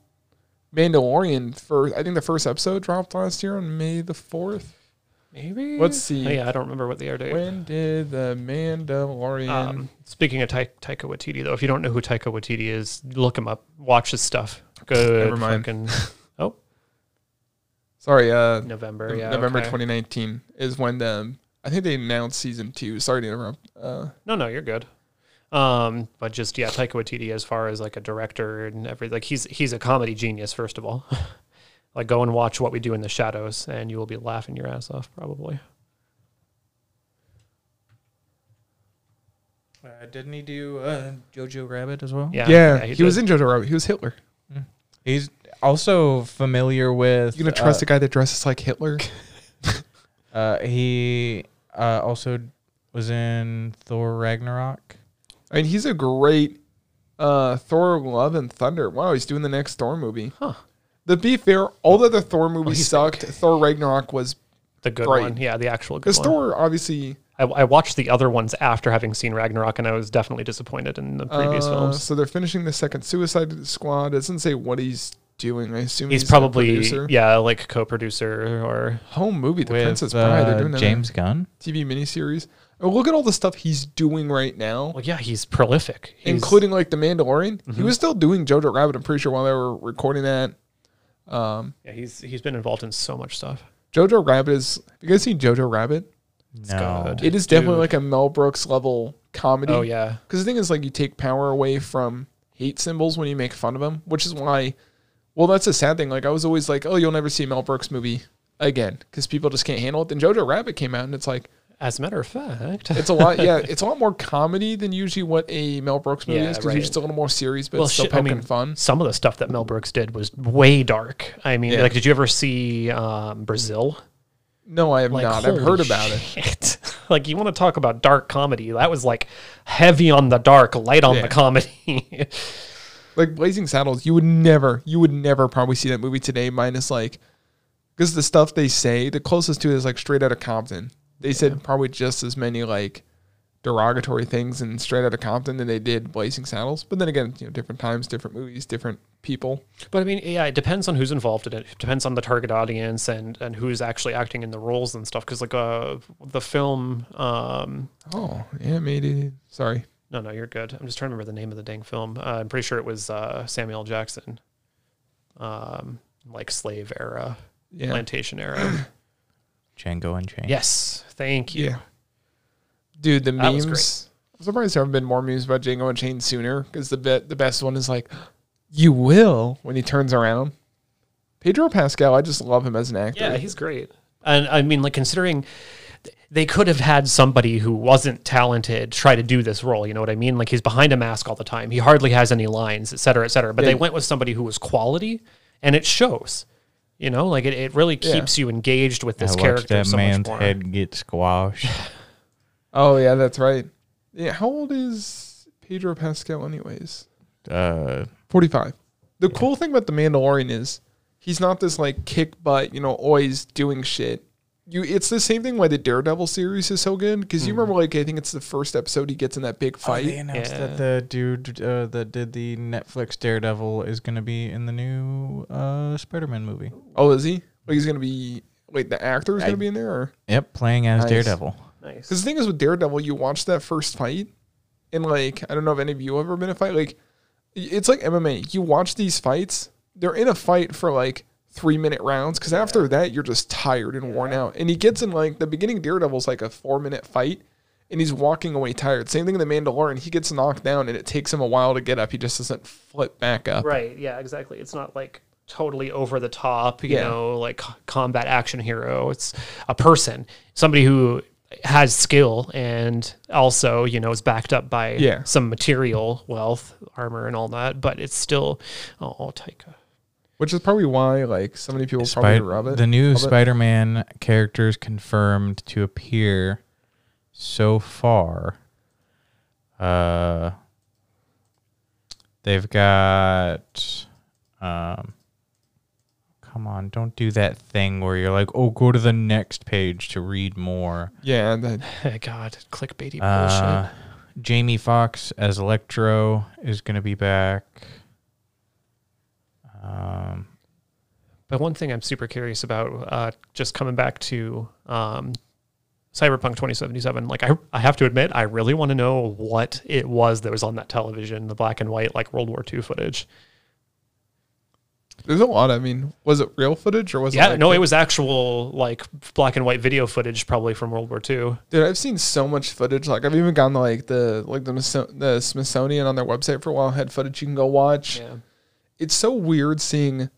Speaker 1: Mandalorian first. I think the first episode dropped last year on May the fourth.
Speaker 3: Maybe.
Speaker 1: Let's see.
Speaker 3: Oh, yeah, I don't remember what the air date.
Speaker 1: When did the Mandalorian?
Speaker 3: Um, speaking of Ta- Taika Waititi, though, if you don't know who Taika Waititi is, look him up. Watch his stuff. Good.
Speaker 1: Never mind.
Speaker 3: fucking Oh,
Speaker 1: Sorry, uh,
Speaker 3: November.
Speaker 1: Nov-
Speaker 3: Yeah.
Speaker 1: November
Speaker 3: okay.
Speaker 1: 2019 is when the. um, I think they announced season two. Sorry to interrupt. Uh,
Speaker 3: No, no, you're good. Um, but just yeah, Taika Waititi as far as like a director and everything, like he's he's a comedy genius first of all. like go and watch What We Do in the Shadows, and you will be laughing your ass off probably.
Speaker 4: Uh, didn't he do uh, Jojo Rabbit as well?
Speaker 3: Yeah,
Speaker 1: yeah, he, was
Speaker 3: did.
Speaker 1: in Jojo Rabbit. He was Hitler.
Speaker 4: He's also familiar with.
Speaker 1: You gonna
Speaker 3: uh,
Speaker 1: trust a guy that dresses like Hitler?
Speaker 4: Uh, uh, he uh, also was in Thor Ragnarok.
Speaker 1: I mean, he's a great uh, Thor: Love and Thunder. Wow, he's doing the next Thor movie.
Speaker 3: Huh.
Speaker 1: To be fair, all the other Thor movies sucked. Thor Ragnarok was
Speaker 3: the good
Speaker 1: Right.
Speaker 3: one. Yeah, the actual good
Speaker 1: because
Speaker 3: one.
Speaker 1: Thor obviously
Speaker 3: I, I watched the other ones after having seen Ragnarok, and I was definitely disappointed in the previous
Speaker 1: uh,
Speaker 3: films.
Speaker 1: So they're finishing the second Suicide Squad. It doesn't say what he's doing. I assume
Speaker 3: He's,
Speaker 1: the
Speaker 3: probably
Speaker 1: producer.
Speaker 3: yeah, like co-producer or
Speaker 1: home movie, The
Speaker 4: with,
Speaker 1: Princess Bride. They're
Speaker 4: uh,
Speaker 1: doing James.
Speaker 4: James Gunn.
Speaker 1: TV miniseries. Oh, look at all the stuff he's doing right now,
Speaker 3: well, yeah, he's prolific, He's- Mm-hmm.
Speaker 1: including like The Mandalorian. He was still doing Jojo Rabbit. I'm pretty sure while they were recording that.
Speaker 3: yeah, he's he's been involved in so much stuff.
Speaker 1: Jojo Rabbit is. Have you guys seen Jojo Rabbit?
Speaker 4: No,
Speaker 3: good.
Speaker 1: It is definitely like a Mel Brooks level comedy.
Speaker 3: Oh yeah,
Speaker 1: Because the thing is, like, you take power away from hate symbols when you make fun of them, which is why. Well, that's a sad thing. Like, I was always like, "Oh, you'll never see a Mel Brooks movie again," because people just can't handle it. Then Jojo Rabbit came out, and it's like,
Speaker 3: as a matter of fact,
Speaker 1: it's a lot. yeah, it's a lot more comedy than usually what a Mel Brooks movie
Speaker 3: Yeah,
Speaker 1: is, because
Speaker 3: right.
Speaker 1: usually it's a little more serious, but
Speaker 3: Well,
Speaker 1: it's still
Speaker 3: shit, I
Speaker 1: poking
Speaker 3: mean,
Speaker 1: fun.
Speaker 3: some of the stuff that Mel Brooks did was way dark. I mean,
Speaker 1: Yeah.
Speaker 3: like, did you ever see um, Brazil?
Speaker 1: No, I have
Speaker 3: Like,
Speaker 1: not. I've heard about it.
Speaker 3: it. like, you want to talk about dark comedy? That was like heavy on the dark, light on
Speaker 1: Yeah.
Speaker 3: the comedy.
Speaker 1: Like Blazing Saddles, you would never, you would never probably see that movie today, minus like, because the stuff they say, the closest to it is like Straight Outta Compton. They said probably just as many like derogatory things in Straight Outta Compton than they did Blazing Saddles. But then again, you know, different times, different movies, different people.
Speaker 3: but I mean, yeah, it depends on who's involved in it. It depends on the target audience and and who's actually acting in the roles and stuff. Because like uh, the film, um,
Speaker 1: Oh, animated. Sorry.
Speaker 3: no, no, you're good. I'm just trying to remember the name of the dang film. Uh, I'm pretty sure it was uh, Samuel L. Jackson, um, like slave era,
Speaker 1: Yeah.
Speaker 3: plantation era.
Speaker 4: Django Unchained.
Speaker 3: Yes, thank you.
Speaker 1: Yeah. Dude, the
Speaker 3: That was
Speaker 1: memes. I'm surprised there haven't been more memes about Django Unchained sooner because the be- the best one is like, "You will" when he turns around. Pedro Pascal, I just love him as an actor.
Speaker 3: Yeah, he's great. And I mean, like considering th- they could have had somebody who wasn't talented try to do this role. You know what I mean? Like he's behind a mask all the time. He hardly has any lines, et cetera, et cetera. But
Speaker 1: Yeah.
Speaker 3: they went with somebody who was quality, and it shows. You know, like it, it really
Speaker 1: Yeah.
Speaker 3: keeps you engaged with this
Speaker 4: I watched
Speaker 3: character
Speaker 4: that
Speaker 3: so much
Speaker 4: man's
Speaker 3: more.
Speaker 4: head get squashed.
Speaker 1: oh yeah, that's right. Yeah, how old is Pedro Pascal anyways?
Speaker 4: Uh,
Speaker 1: 45. The cool thing about the Mandalorian is he's not this like kick butt, you know, always doing shit. You, it's the same thing why the Daredevil series is so good because
Speaker 3: Mm-hmm.
Speaker 1: you remember like I think it's the first episode he gets in that big
Speaker 3: Oh,
Speaker 1: fight.
Speaker 4: They announced
Speaker 3: Yeah.
Speaker 4: that the dude uh, that did the Netflix Daredevil is going to be in the new uh, Spider-Man movie.
Speaker 1: Oh, is he? Like he's gonna be wait, the actor is gonna be in there? Or?
Speaker 4: Yep, playing as
Speaker 1: Nice.
Speaker 4: Daredevil.
Speaker 3: Nice.
Speaker 1: Cause the thing is with Daredevil, you watch that first fight, and like I don't know if any of you have ever been in a fight. Like y- it's like MMA. You watch these fights; they're in a fight for like three minute rounds. Cause after that, you're just tired and worn out. And he gets in like the beginning. Daredevil's like a four minute fight, and he's walking away tired. Same thing in the Mandalorian. He gets knocked down and it takes him a while to get up. He just doesn't flip back up.
Speaker 3: Right. Yeah, exactly. It's not like totally over the top, you
Speaker 1: Yeah.
Speaker 3: know, like c- combat action hero. It's a person, somebody who has skill and also, you know, is backed up by
Speaker 1: Yeah.
Speaker 3: some material wealth, armor and all that, but it's still oh, Taika.
Speaker 1: Which is probably why like so many people
Speaker 4: Spid-
Speaker 1: probably rub it.
Speaker 4: the new
Speaker 1: love it.
Speaker 4: Spider-Man characters confirmed to appear so far. Uh, they've got. Um, come on, don't do that thing where you're like, "Oh, go to the next page to read more."
Speaker 1: yeah, and then
Speaker 3: God, clickbaity
Speaker 4: Uh,
Speaker 3: bullshit.
Speaker 4: Jamie Fox as Electro is going to be back. Um,
Speaker 3: But one thing I'm super curious about, uh, just coming back to um, Cyberpunk 2077, like I, I have to admit, I really want to know what it was that was on that television, the black and white, like World War II footage.
Speaker 1: there's a lot. I mean, was it real footage or was it
Speaker 3: Yeah,
Speaker 1: like
Speaker 3: no, it was actual like black and white video footage, probably from World War II.
Speaker 1: Dude, I've seen so much footage. Like I've even gone to, like the like the, Miso- the Smithsonian on their website for a while had footage you can go watch.
Speaker 3: Yeah.
Speaker 1: It's so weird seeing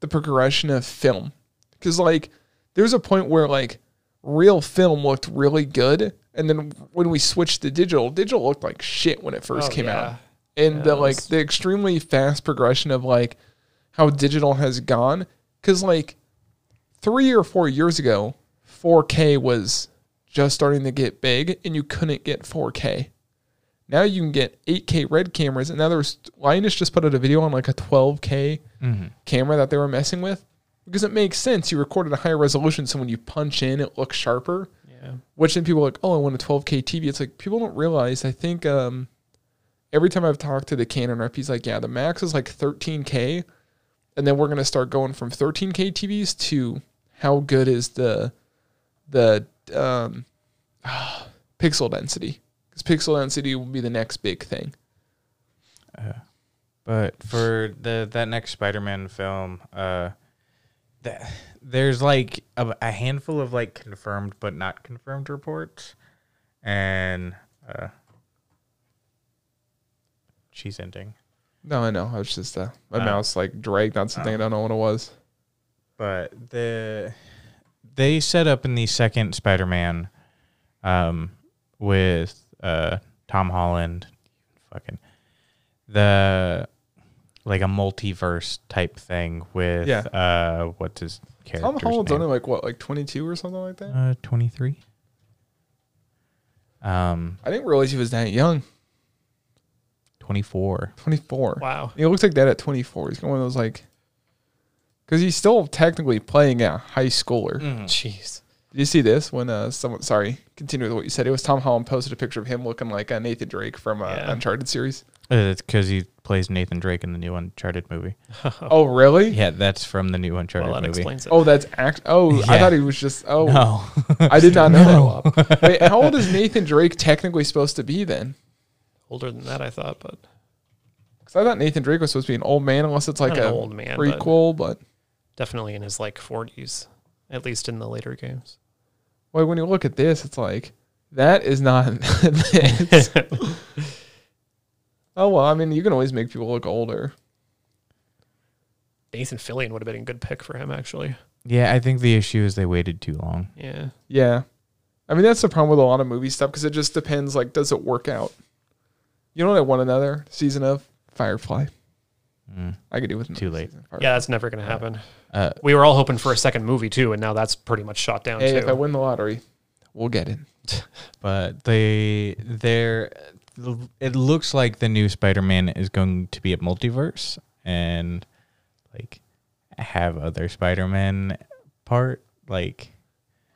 Speaker 1: the progression of film because like there's a point where like real film looked really good, and then when we switched to digital, digital looked like shit when it first
Speaker 3: Oh,
Speaker 1: came
Speaker 3: yeah.
Speaker 1: out. And
Speaker 3: Yeah,
Speaker 1: the like
Speaker 3: that's-
Speaker 1: the extremely fast progression of like how digital has gone because like three or four years ago, 4K was just starting to get big and you couldn't get 4K. Now you can get 8K red cameras. And now there's Linus just put out a video on like a 12K camera that they were messing with because it makes sense. You record at a higher resolution. So when you punch in, it looks sharper.
Speaker 3: Yeah.
Speaker 1: Which then people are like, oh, I want a 12K TV. It's like people don't realize. I think um, every time I've talked to the Canon rep, he's like, yeah, the max is like 13K, and then we're gonna start going from 13K TVs to how good is the the um, pixel density? Because pixel density will be the next big thing.
Speaker 4: But for the that next Spider-Man film, uh, that there's like a, a handful of like confirmed but not confirmed reports, and uh, she's ending.
Speaker 1: No, I know. I was just uh, my
Speaker 4: Oh.
Speaker 1: mouse like dragged on something. I don't know what it was.
Speaker 4: But the they set up in the second Spider-Man, um, with uh Tom Holland, fucking the like a multiverse type thing with
Speaker 1: Yeah.
Speaker 4: uh what's his character?
Speaker 1: Tom Holland's only like what, like 22 or something like that.
Speaker 4: uh 23 um
Speaker 1: I didn't realize he was that young.
Speaker 4: 24
Speaker 1: 24.
Speaker 3: Wow.
Speaker 1: He looks like that at 24. He's got one of those like, because he's still technically playing a high schooler.
Speaker 3: Mm. Jeez.
Speaker 1: Did you see this when uh someone? Sorry, continue with what you said. It was Tom Holland posted a picture of him looking like uh, Nathan Drake from uh,
Speaker 3: Yeah.
Speaker 1: Uncharted series.
Speaker 4: Uh, it's because he plays nathan drake in the new uncharted movie
Speaker 1: Oh, really?
Speaker 4: yeah that's from the new uncharted
Speaker 3: Well, that
Speaker 4: movie
Speaker 3: explains it.
Speaker 1: Oh, that's act. Oh, I
Speaker 4: Yeah.
Speaker 1: thought he was just. Oh,
Speaker 4: no
Speaker 1: I did not know that. Wait, how old is Nathan Drake technically supposed to be then?
Speaker 3: Older than that, I thought, but
Speaker 1: Because I thought Nathan Drake was supposed to be an old man, unless it's like
Speaker 3: Not an
Speaker 1: a
Speaker 3: old man, but-
Speaker 1: prequel. But,
Speaker 3: definitely in his like 40s, at least in the later games.
Speaker 1: like when you look at this, it's like that is not this. oh well, I mean, you can always make people look older.
Speaker 3: Nathan Fillion would have been a good pick for him, actually.
Speaker 4: yeah i think the issue is they waited too long
Speaker 3: Yeah.
Speaker 1: Yeah. I mean, that's the problem with a lot of movie stuff because it just depends. Like, does it work out? You know what I want another season of? Firefly.
Speaker 4: Mm.
Speaker 1: I could do with another
Speaker 4: Too late.
Speaker 1: season of Firefly.
Speaker 3: Yeah, that's never going to happen.
Speaker 4: uh
Speaker 3: We were all hoping for a second movie, too, and now that's pretty much shot down,
Speaker 1: Hey,
Speaker 3: too.
Speaker 1: if I win the lottery, we'll get it.
Speaker 4: but they they're it looks like the new spider-man is going to be a multiverse and like have other spider-man part like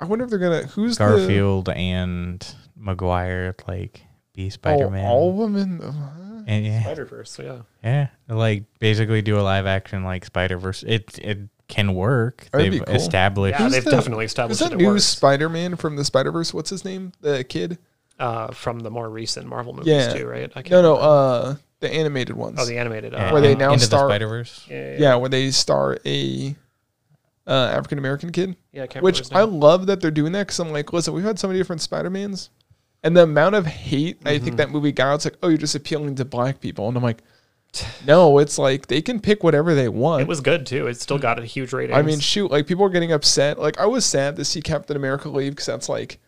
Speaker 1: I wonder if they're gonna who's the-
Speaker 4: Garfield and Maguire like be Spider Man.
Speaker 1: Oh, all women. uh,
Speaker 4: and yeah,
Speaker 3: Spider Verse, yeah.
Speaker 4: yeah, like basically do a live action like Spider Verse. It it can work.
Speaker 1: That'd be
Speaker 4: They've
Speaker 1: cool.
Speaker 4: established.
Speaker 3: Yeah,
Speaker 1: Who's
Speaker 3: they've
Speaker 1: the-
Speaker 3: definitely
Speaker 1: Who's
Speaker 3: established that
Speaker 1: that
Speaker 3: it
Speaker 1: new
Speaker 3: works
Speaker 1: Spider-Man from the Spider-Verse? What's his name? The kid?
Speaker 3: uh, from the more recent Marvel movies,
Speaker 1: Yeah.
Speaker 3: too, right? I can't
Speaker 1: No, no.
Speaker 3: remember.
Speaker 1: Uh, the animated ones.
Speaker 3: oh, the animated.
Speaker 4: Yeah,
Speaker 3: Uh,
Speaker 1: Where they
Speaker 4: in-
Speaker 1: now
Speaker 4: into
Speaker 1: star-
Speaker 4: the Spider Verse?
Speaker 3: Yeah, yeah, yeah.
Speaker 1: yeah, where they star a uh, African American kid.
Speaker 3: Yeah, I can't remember
Speaker 1: Which
Speaker 3: his
Speaker 1: I
Speaker 3: name.
Speaker 1: love that they're doing that because I'm like, listen, we've had so many different Spider Mans, And the amount of hate I
Speaker 3: Mm-hmm.
Speaker 1: think that movie got, it's like, oh, you're just appealing to black people. And I'm like, no, it's like they can pick whatever they want.
Speaker 3: It was good too. It still got a huge rating.
Speaker 1: I mean, shoot, like people are getting upset. Like I was sad to see Captain America leave because that's like,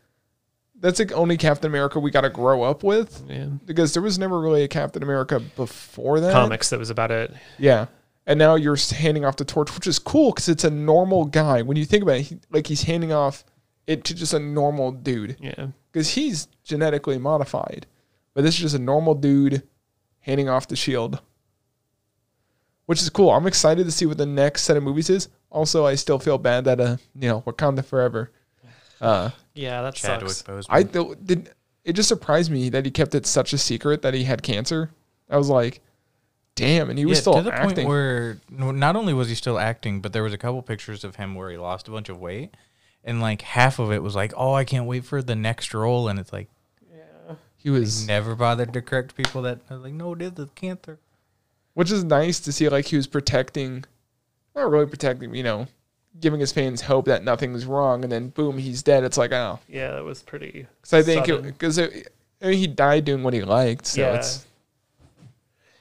Speaker 1: that's the only Captain America we got to grow up with.
Speaker 3: Yeah.
Speaker 1: Because there was never really a Captain America before that.
Speaker 3: comics. That was about it.
Speaker 1: Yeah. And now you're s- handing off the torch, which is cool because it's a normal guy. When you think about it, he, like he's handing off it to just a normal dude
Speaker 3: Yeah.
Speaker 1: because he's genetically modified. But this is just a normal dude handing off the shield, which is cool. I'm excited to see what the next set of movies is. Also, I still feel bad that, uh, you know, Wakanda Forever. Uh,
Speaker 3: Yeah, that
Speaker 4: Chadwick Boseman.
Speaker 3: sucks.
Speaker 1: I th- did. It just surprised me that he kept it such a secret that he had cancer. I was like, damn. And he was
Speaker 4: Yeah,
Speaker 1: still
Speaker 4: to the
Speaker 1: acting.
Speaker 4: point where n- not only was he still acting, but there was a couple pictures of him where he lost a bunch of weight, and like half of it was like, "Oh, I can't wait for the next role," and it's like
Speaker 1: he was.
Speaker 4: never bothered to correct people that are like, "No, it is the cancer."
Speaker 1: which is nice to see like he was protecting not really protecting you know giving his fans hope that nothing's wrong and then boom he's dead it's like oh
Speaker 3: Yeah, that was pretty.
Speaker 1: because i think
Speaker 3: sudden.
Speaker 1: because I mean, he died doing what he liked so
Speaker 3: yeah.
Speaker 1: it's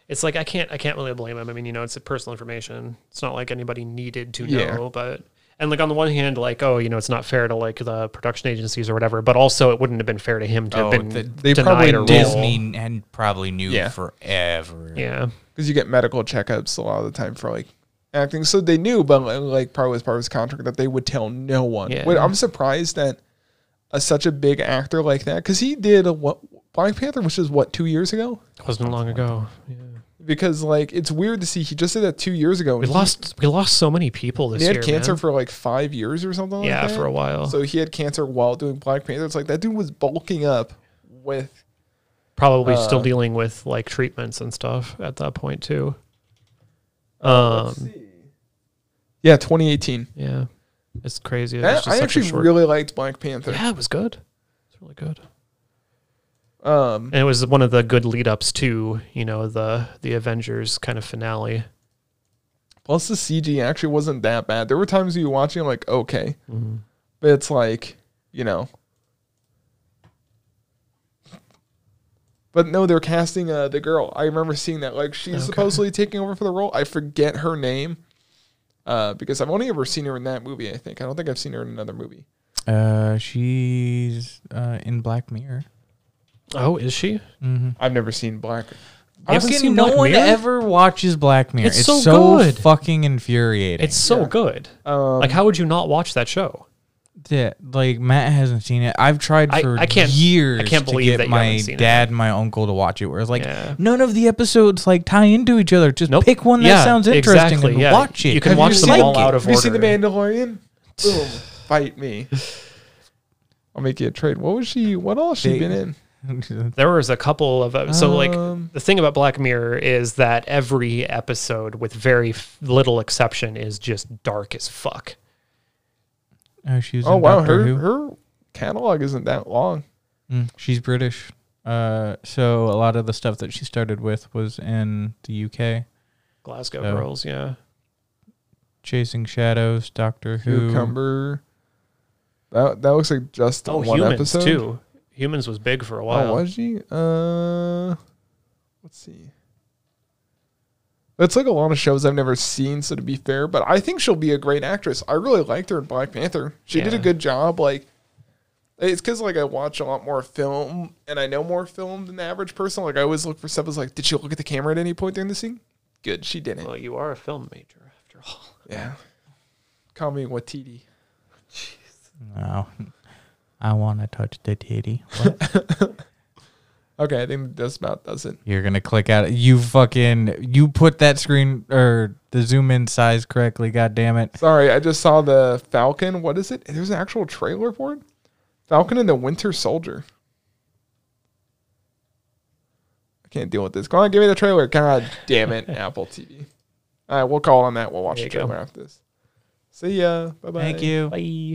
Speaker 3: It's, like I can't I can't really blame him. I mean, you know, it's personal information. It's not like anybody needed to know,
Speaker 1: Yeah.
Speaker 3: but and like on the one hand, like oh, you know, it's not fair to like the production agencies or whatever, but also it wouldn't have been fair to him to
Speaker 4: Oh,
Speaker 3: have been
Speaker 4: the-
Speaker 1: they probably
Speaker 3: denied a role.
Speaker 4: Disney n- and probably knew
Speaker 1: Yeah.
Speaker 4: forever.
Speaker 3: Yeah,
Speaker 1: because you get medical checkups a lot of the time for like acting so they knew but like probably was part of his contract that they would tell no one
Speaker 3: Yeah.
Speaker 1: Wait, i'm surprised that a, such a big actor like that because he did a, what black panther which is what two years ago
Speaker 3: it wasn't long ago. Yeah.
Speaker 1: because like it's weird to see he just did that two years ago
Speaker 3: We
Speaker 1: and he-
Speaker 3: lost we lost so many people this
Speaker 1: he had
Speaker 3: year.
Speaker 1: cancer
Speaker 3: man.
Speaker 1: for like five years or something. like
Speaker 3: yeah
Speaker 1: that.
Speaker 3: for a while.
Speaker 1: So he had cancer while doing Black Panther. It's like that dude was bulking up with.
Speaker 3: probably still
Speaker 1: Uh,
Speaker 3: dealing with like treatments and stuff at that point too.
Speaker 1: Oh,
Speaker 3: Um,
Speaker 1: Yeah, 2018.
Speaker 3: yeah, it's crazy. It
Speaker 1: That-
Speaker 3: was just
Speaker 1: I
Speaker 3: such a
Speaker 1: actually
Speaker 3: short-
Speaker 1: really liked Black Panther.
Speaker 3: yeah, it was good. It's really good,
Speaker 1: Um,
Speaker 3: and it was one of the good lead ups to you know the the Avengers kind of finale.
Speaker 1: plus the CG actually wasn't that bad. There were times you watching I'm like okay,
Speaker 3: Mm-hmm.
Speaker 1: but it's like you know. But no, they're casting uh, the girl. I remember seeing that. Like she's supposedly taking over for the role. I forget her name, uh, because I've only ever seen her in that movie. I think I don't think I've seen her in another movie.
Speaker 4: Uh, she's uh, in Black Mirror.
Speaker 3: Oh, is she?
Speaker 1: I've never seen Black.
Speaker 3: You haven't
Speaker 4: Fucking
Speaker 3: seen
Speaker 4: no
Speaker 3: Black
Speaker 4: one
Speaker 3: Mirror?
Speaker 4: ever watches Black Mirror.
Speaker 3: It's
Speaker 4: It's,
Speaker 3: so
Speaker 4: so,
Speaker 3: good.
Speaker 4: fucking infuriating.
Speaker 3: It's so
Speaker 1: Yeah.
Speaker 3: good.
Speaker 1: Um,
Speaker 3: like, how would you not watch that show?
Speaker 4: Yeah, like Matt hasn't seen it. I've tried
Speaker 3: I-
Speaker 4: for
Speaker 3: I can't- I
Speaker 4: years
Speaker 3: can't believe
Speaker 4: to get
Speaker 3: that you
Speaker 4: my
Speaker 3: haven't seen it.
Speaker 4: dad and my uncle to watch it. Where it's like
Speaker 3: Yeah.
Speaker 4: none of the episodes like tie into each other. Just
Speaker 3: Nope.
Speaker 4: pick one that
Speaker 3: Yeah,
Speaker 4: sounds interesting
Speaker 3: exactly,
Speaker 4: and
Speaker 3: yeah.
Speaker 4: watch it.
Speaker 3: You can
Speaker 4: Have
Speaker 3: watch
Speaker 1: you
Speaker 3: them
Speaker 1: seen-
Speaker 3: all out of
Speaker 1: Have you seen The
Speaker 3: order.
Speaker 1: Mandalorian? Boom, fight me. I'll make you a trade. What was she? What all she
Speaker 4: They-
Speaker 1: been in?
Speaker 3: There was a couple of uh, so like
Speaker 1: Um,
Speaker 3: the thing about Black Mirror is that every episode, with very f- little exception, is just dark as fuck.
Speaker 4: Oh, she was
Speaker 1: Oh
Speaker 4: in
Speaker 1: wow,
Speaker 4: Doctor
Speaker 1: her
Speaker 4: Who.
Speaker 1: her catalog isn't that long.
Speaker 4: Mm, she's British. Uh, so a lot of the stuff that she started with was in the UK.
Speaker 3: Glasgow
Speaker 4: Oh.
Speaker 3: Girls, yeah.
Speaker 4: Chasing Shadows, Doctor Who.
Speaker 1: Cucumber. That that looks like just
Speaker 3: Oh,
Speaker 1: one
Speaker 3: humans
Speaker 1: episode.
Speaker 3: too. Humans was big for a while.
Speaker 1: Oh, was she? Uh, let's see. That's like a lot of shows I've never seen. So to be fair, but I think she'll be a great actress. I really liked her in Black Panther. She did a
Speaker 3: Yeah.
Speaker 1: good job. Like, it's because like I watch a lot more film and I know more film than the average person. Like I always look for stuff. Is like, did she look at the camera at any point during the scene? Good, she didn't.
Speaker 3: Well, you are a film major after all.
Speaker 1: Yeah. Call me Watiti.
Speaker 4: No, Oh, I want to touch the titty. What?
Speaker 1: Okay, I think that's about does it.
Speaker 4: You're gonna click out. You fucking you put that screen or the zoom in size correctly. God damn it.
Speaker 1: Sorry, I just saw the Falcon. What is it? There's an actual trailer for it. Falcon and the Winter Soldier. I can't deal with this. Go on, give me the trailer. God damn it, Apple TV. All right, we'll call on that. We'll watch
Speaker 3: There
Speaker 1: the
Speaker 3: you go.
Speaker 1: trailer after this. See ya. Bye bye.
Speaker 4: Thank you.
Speaker 3: Bye.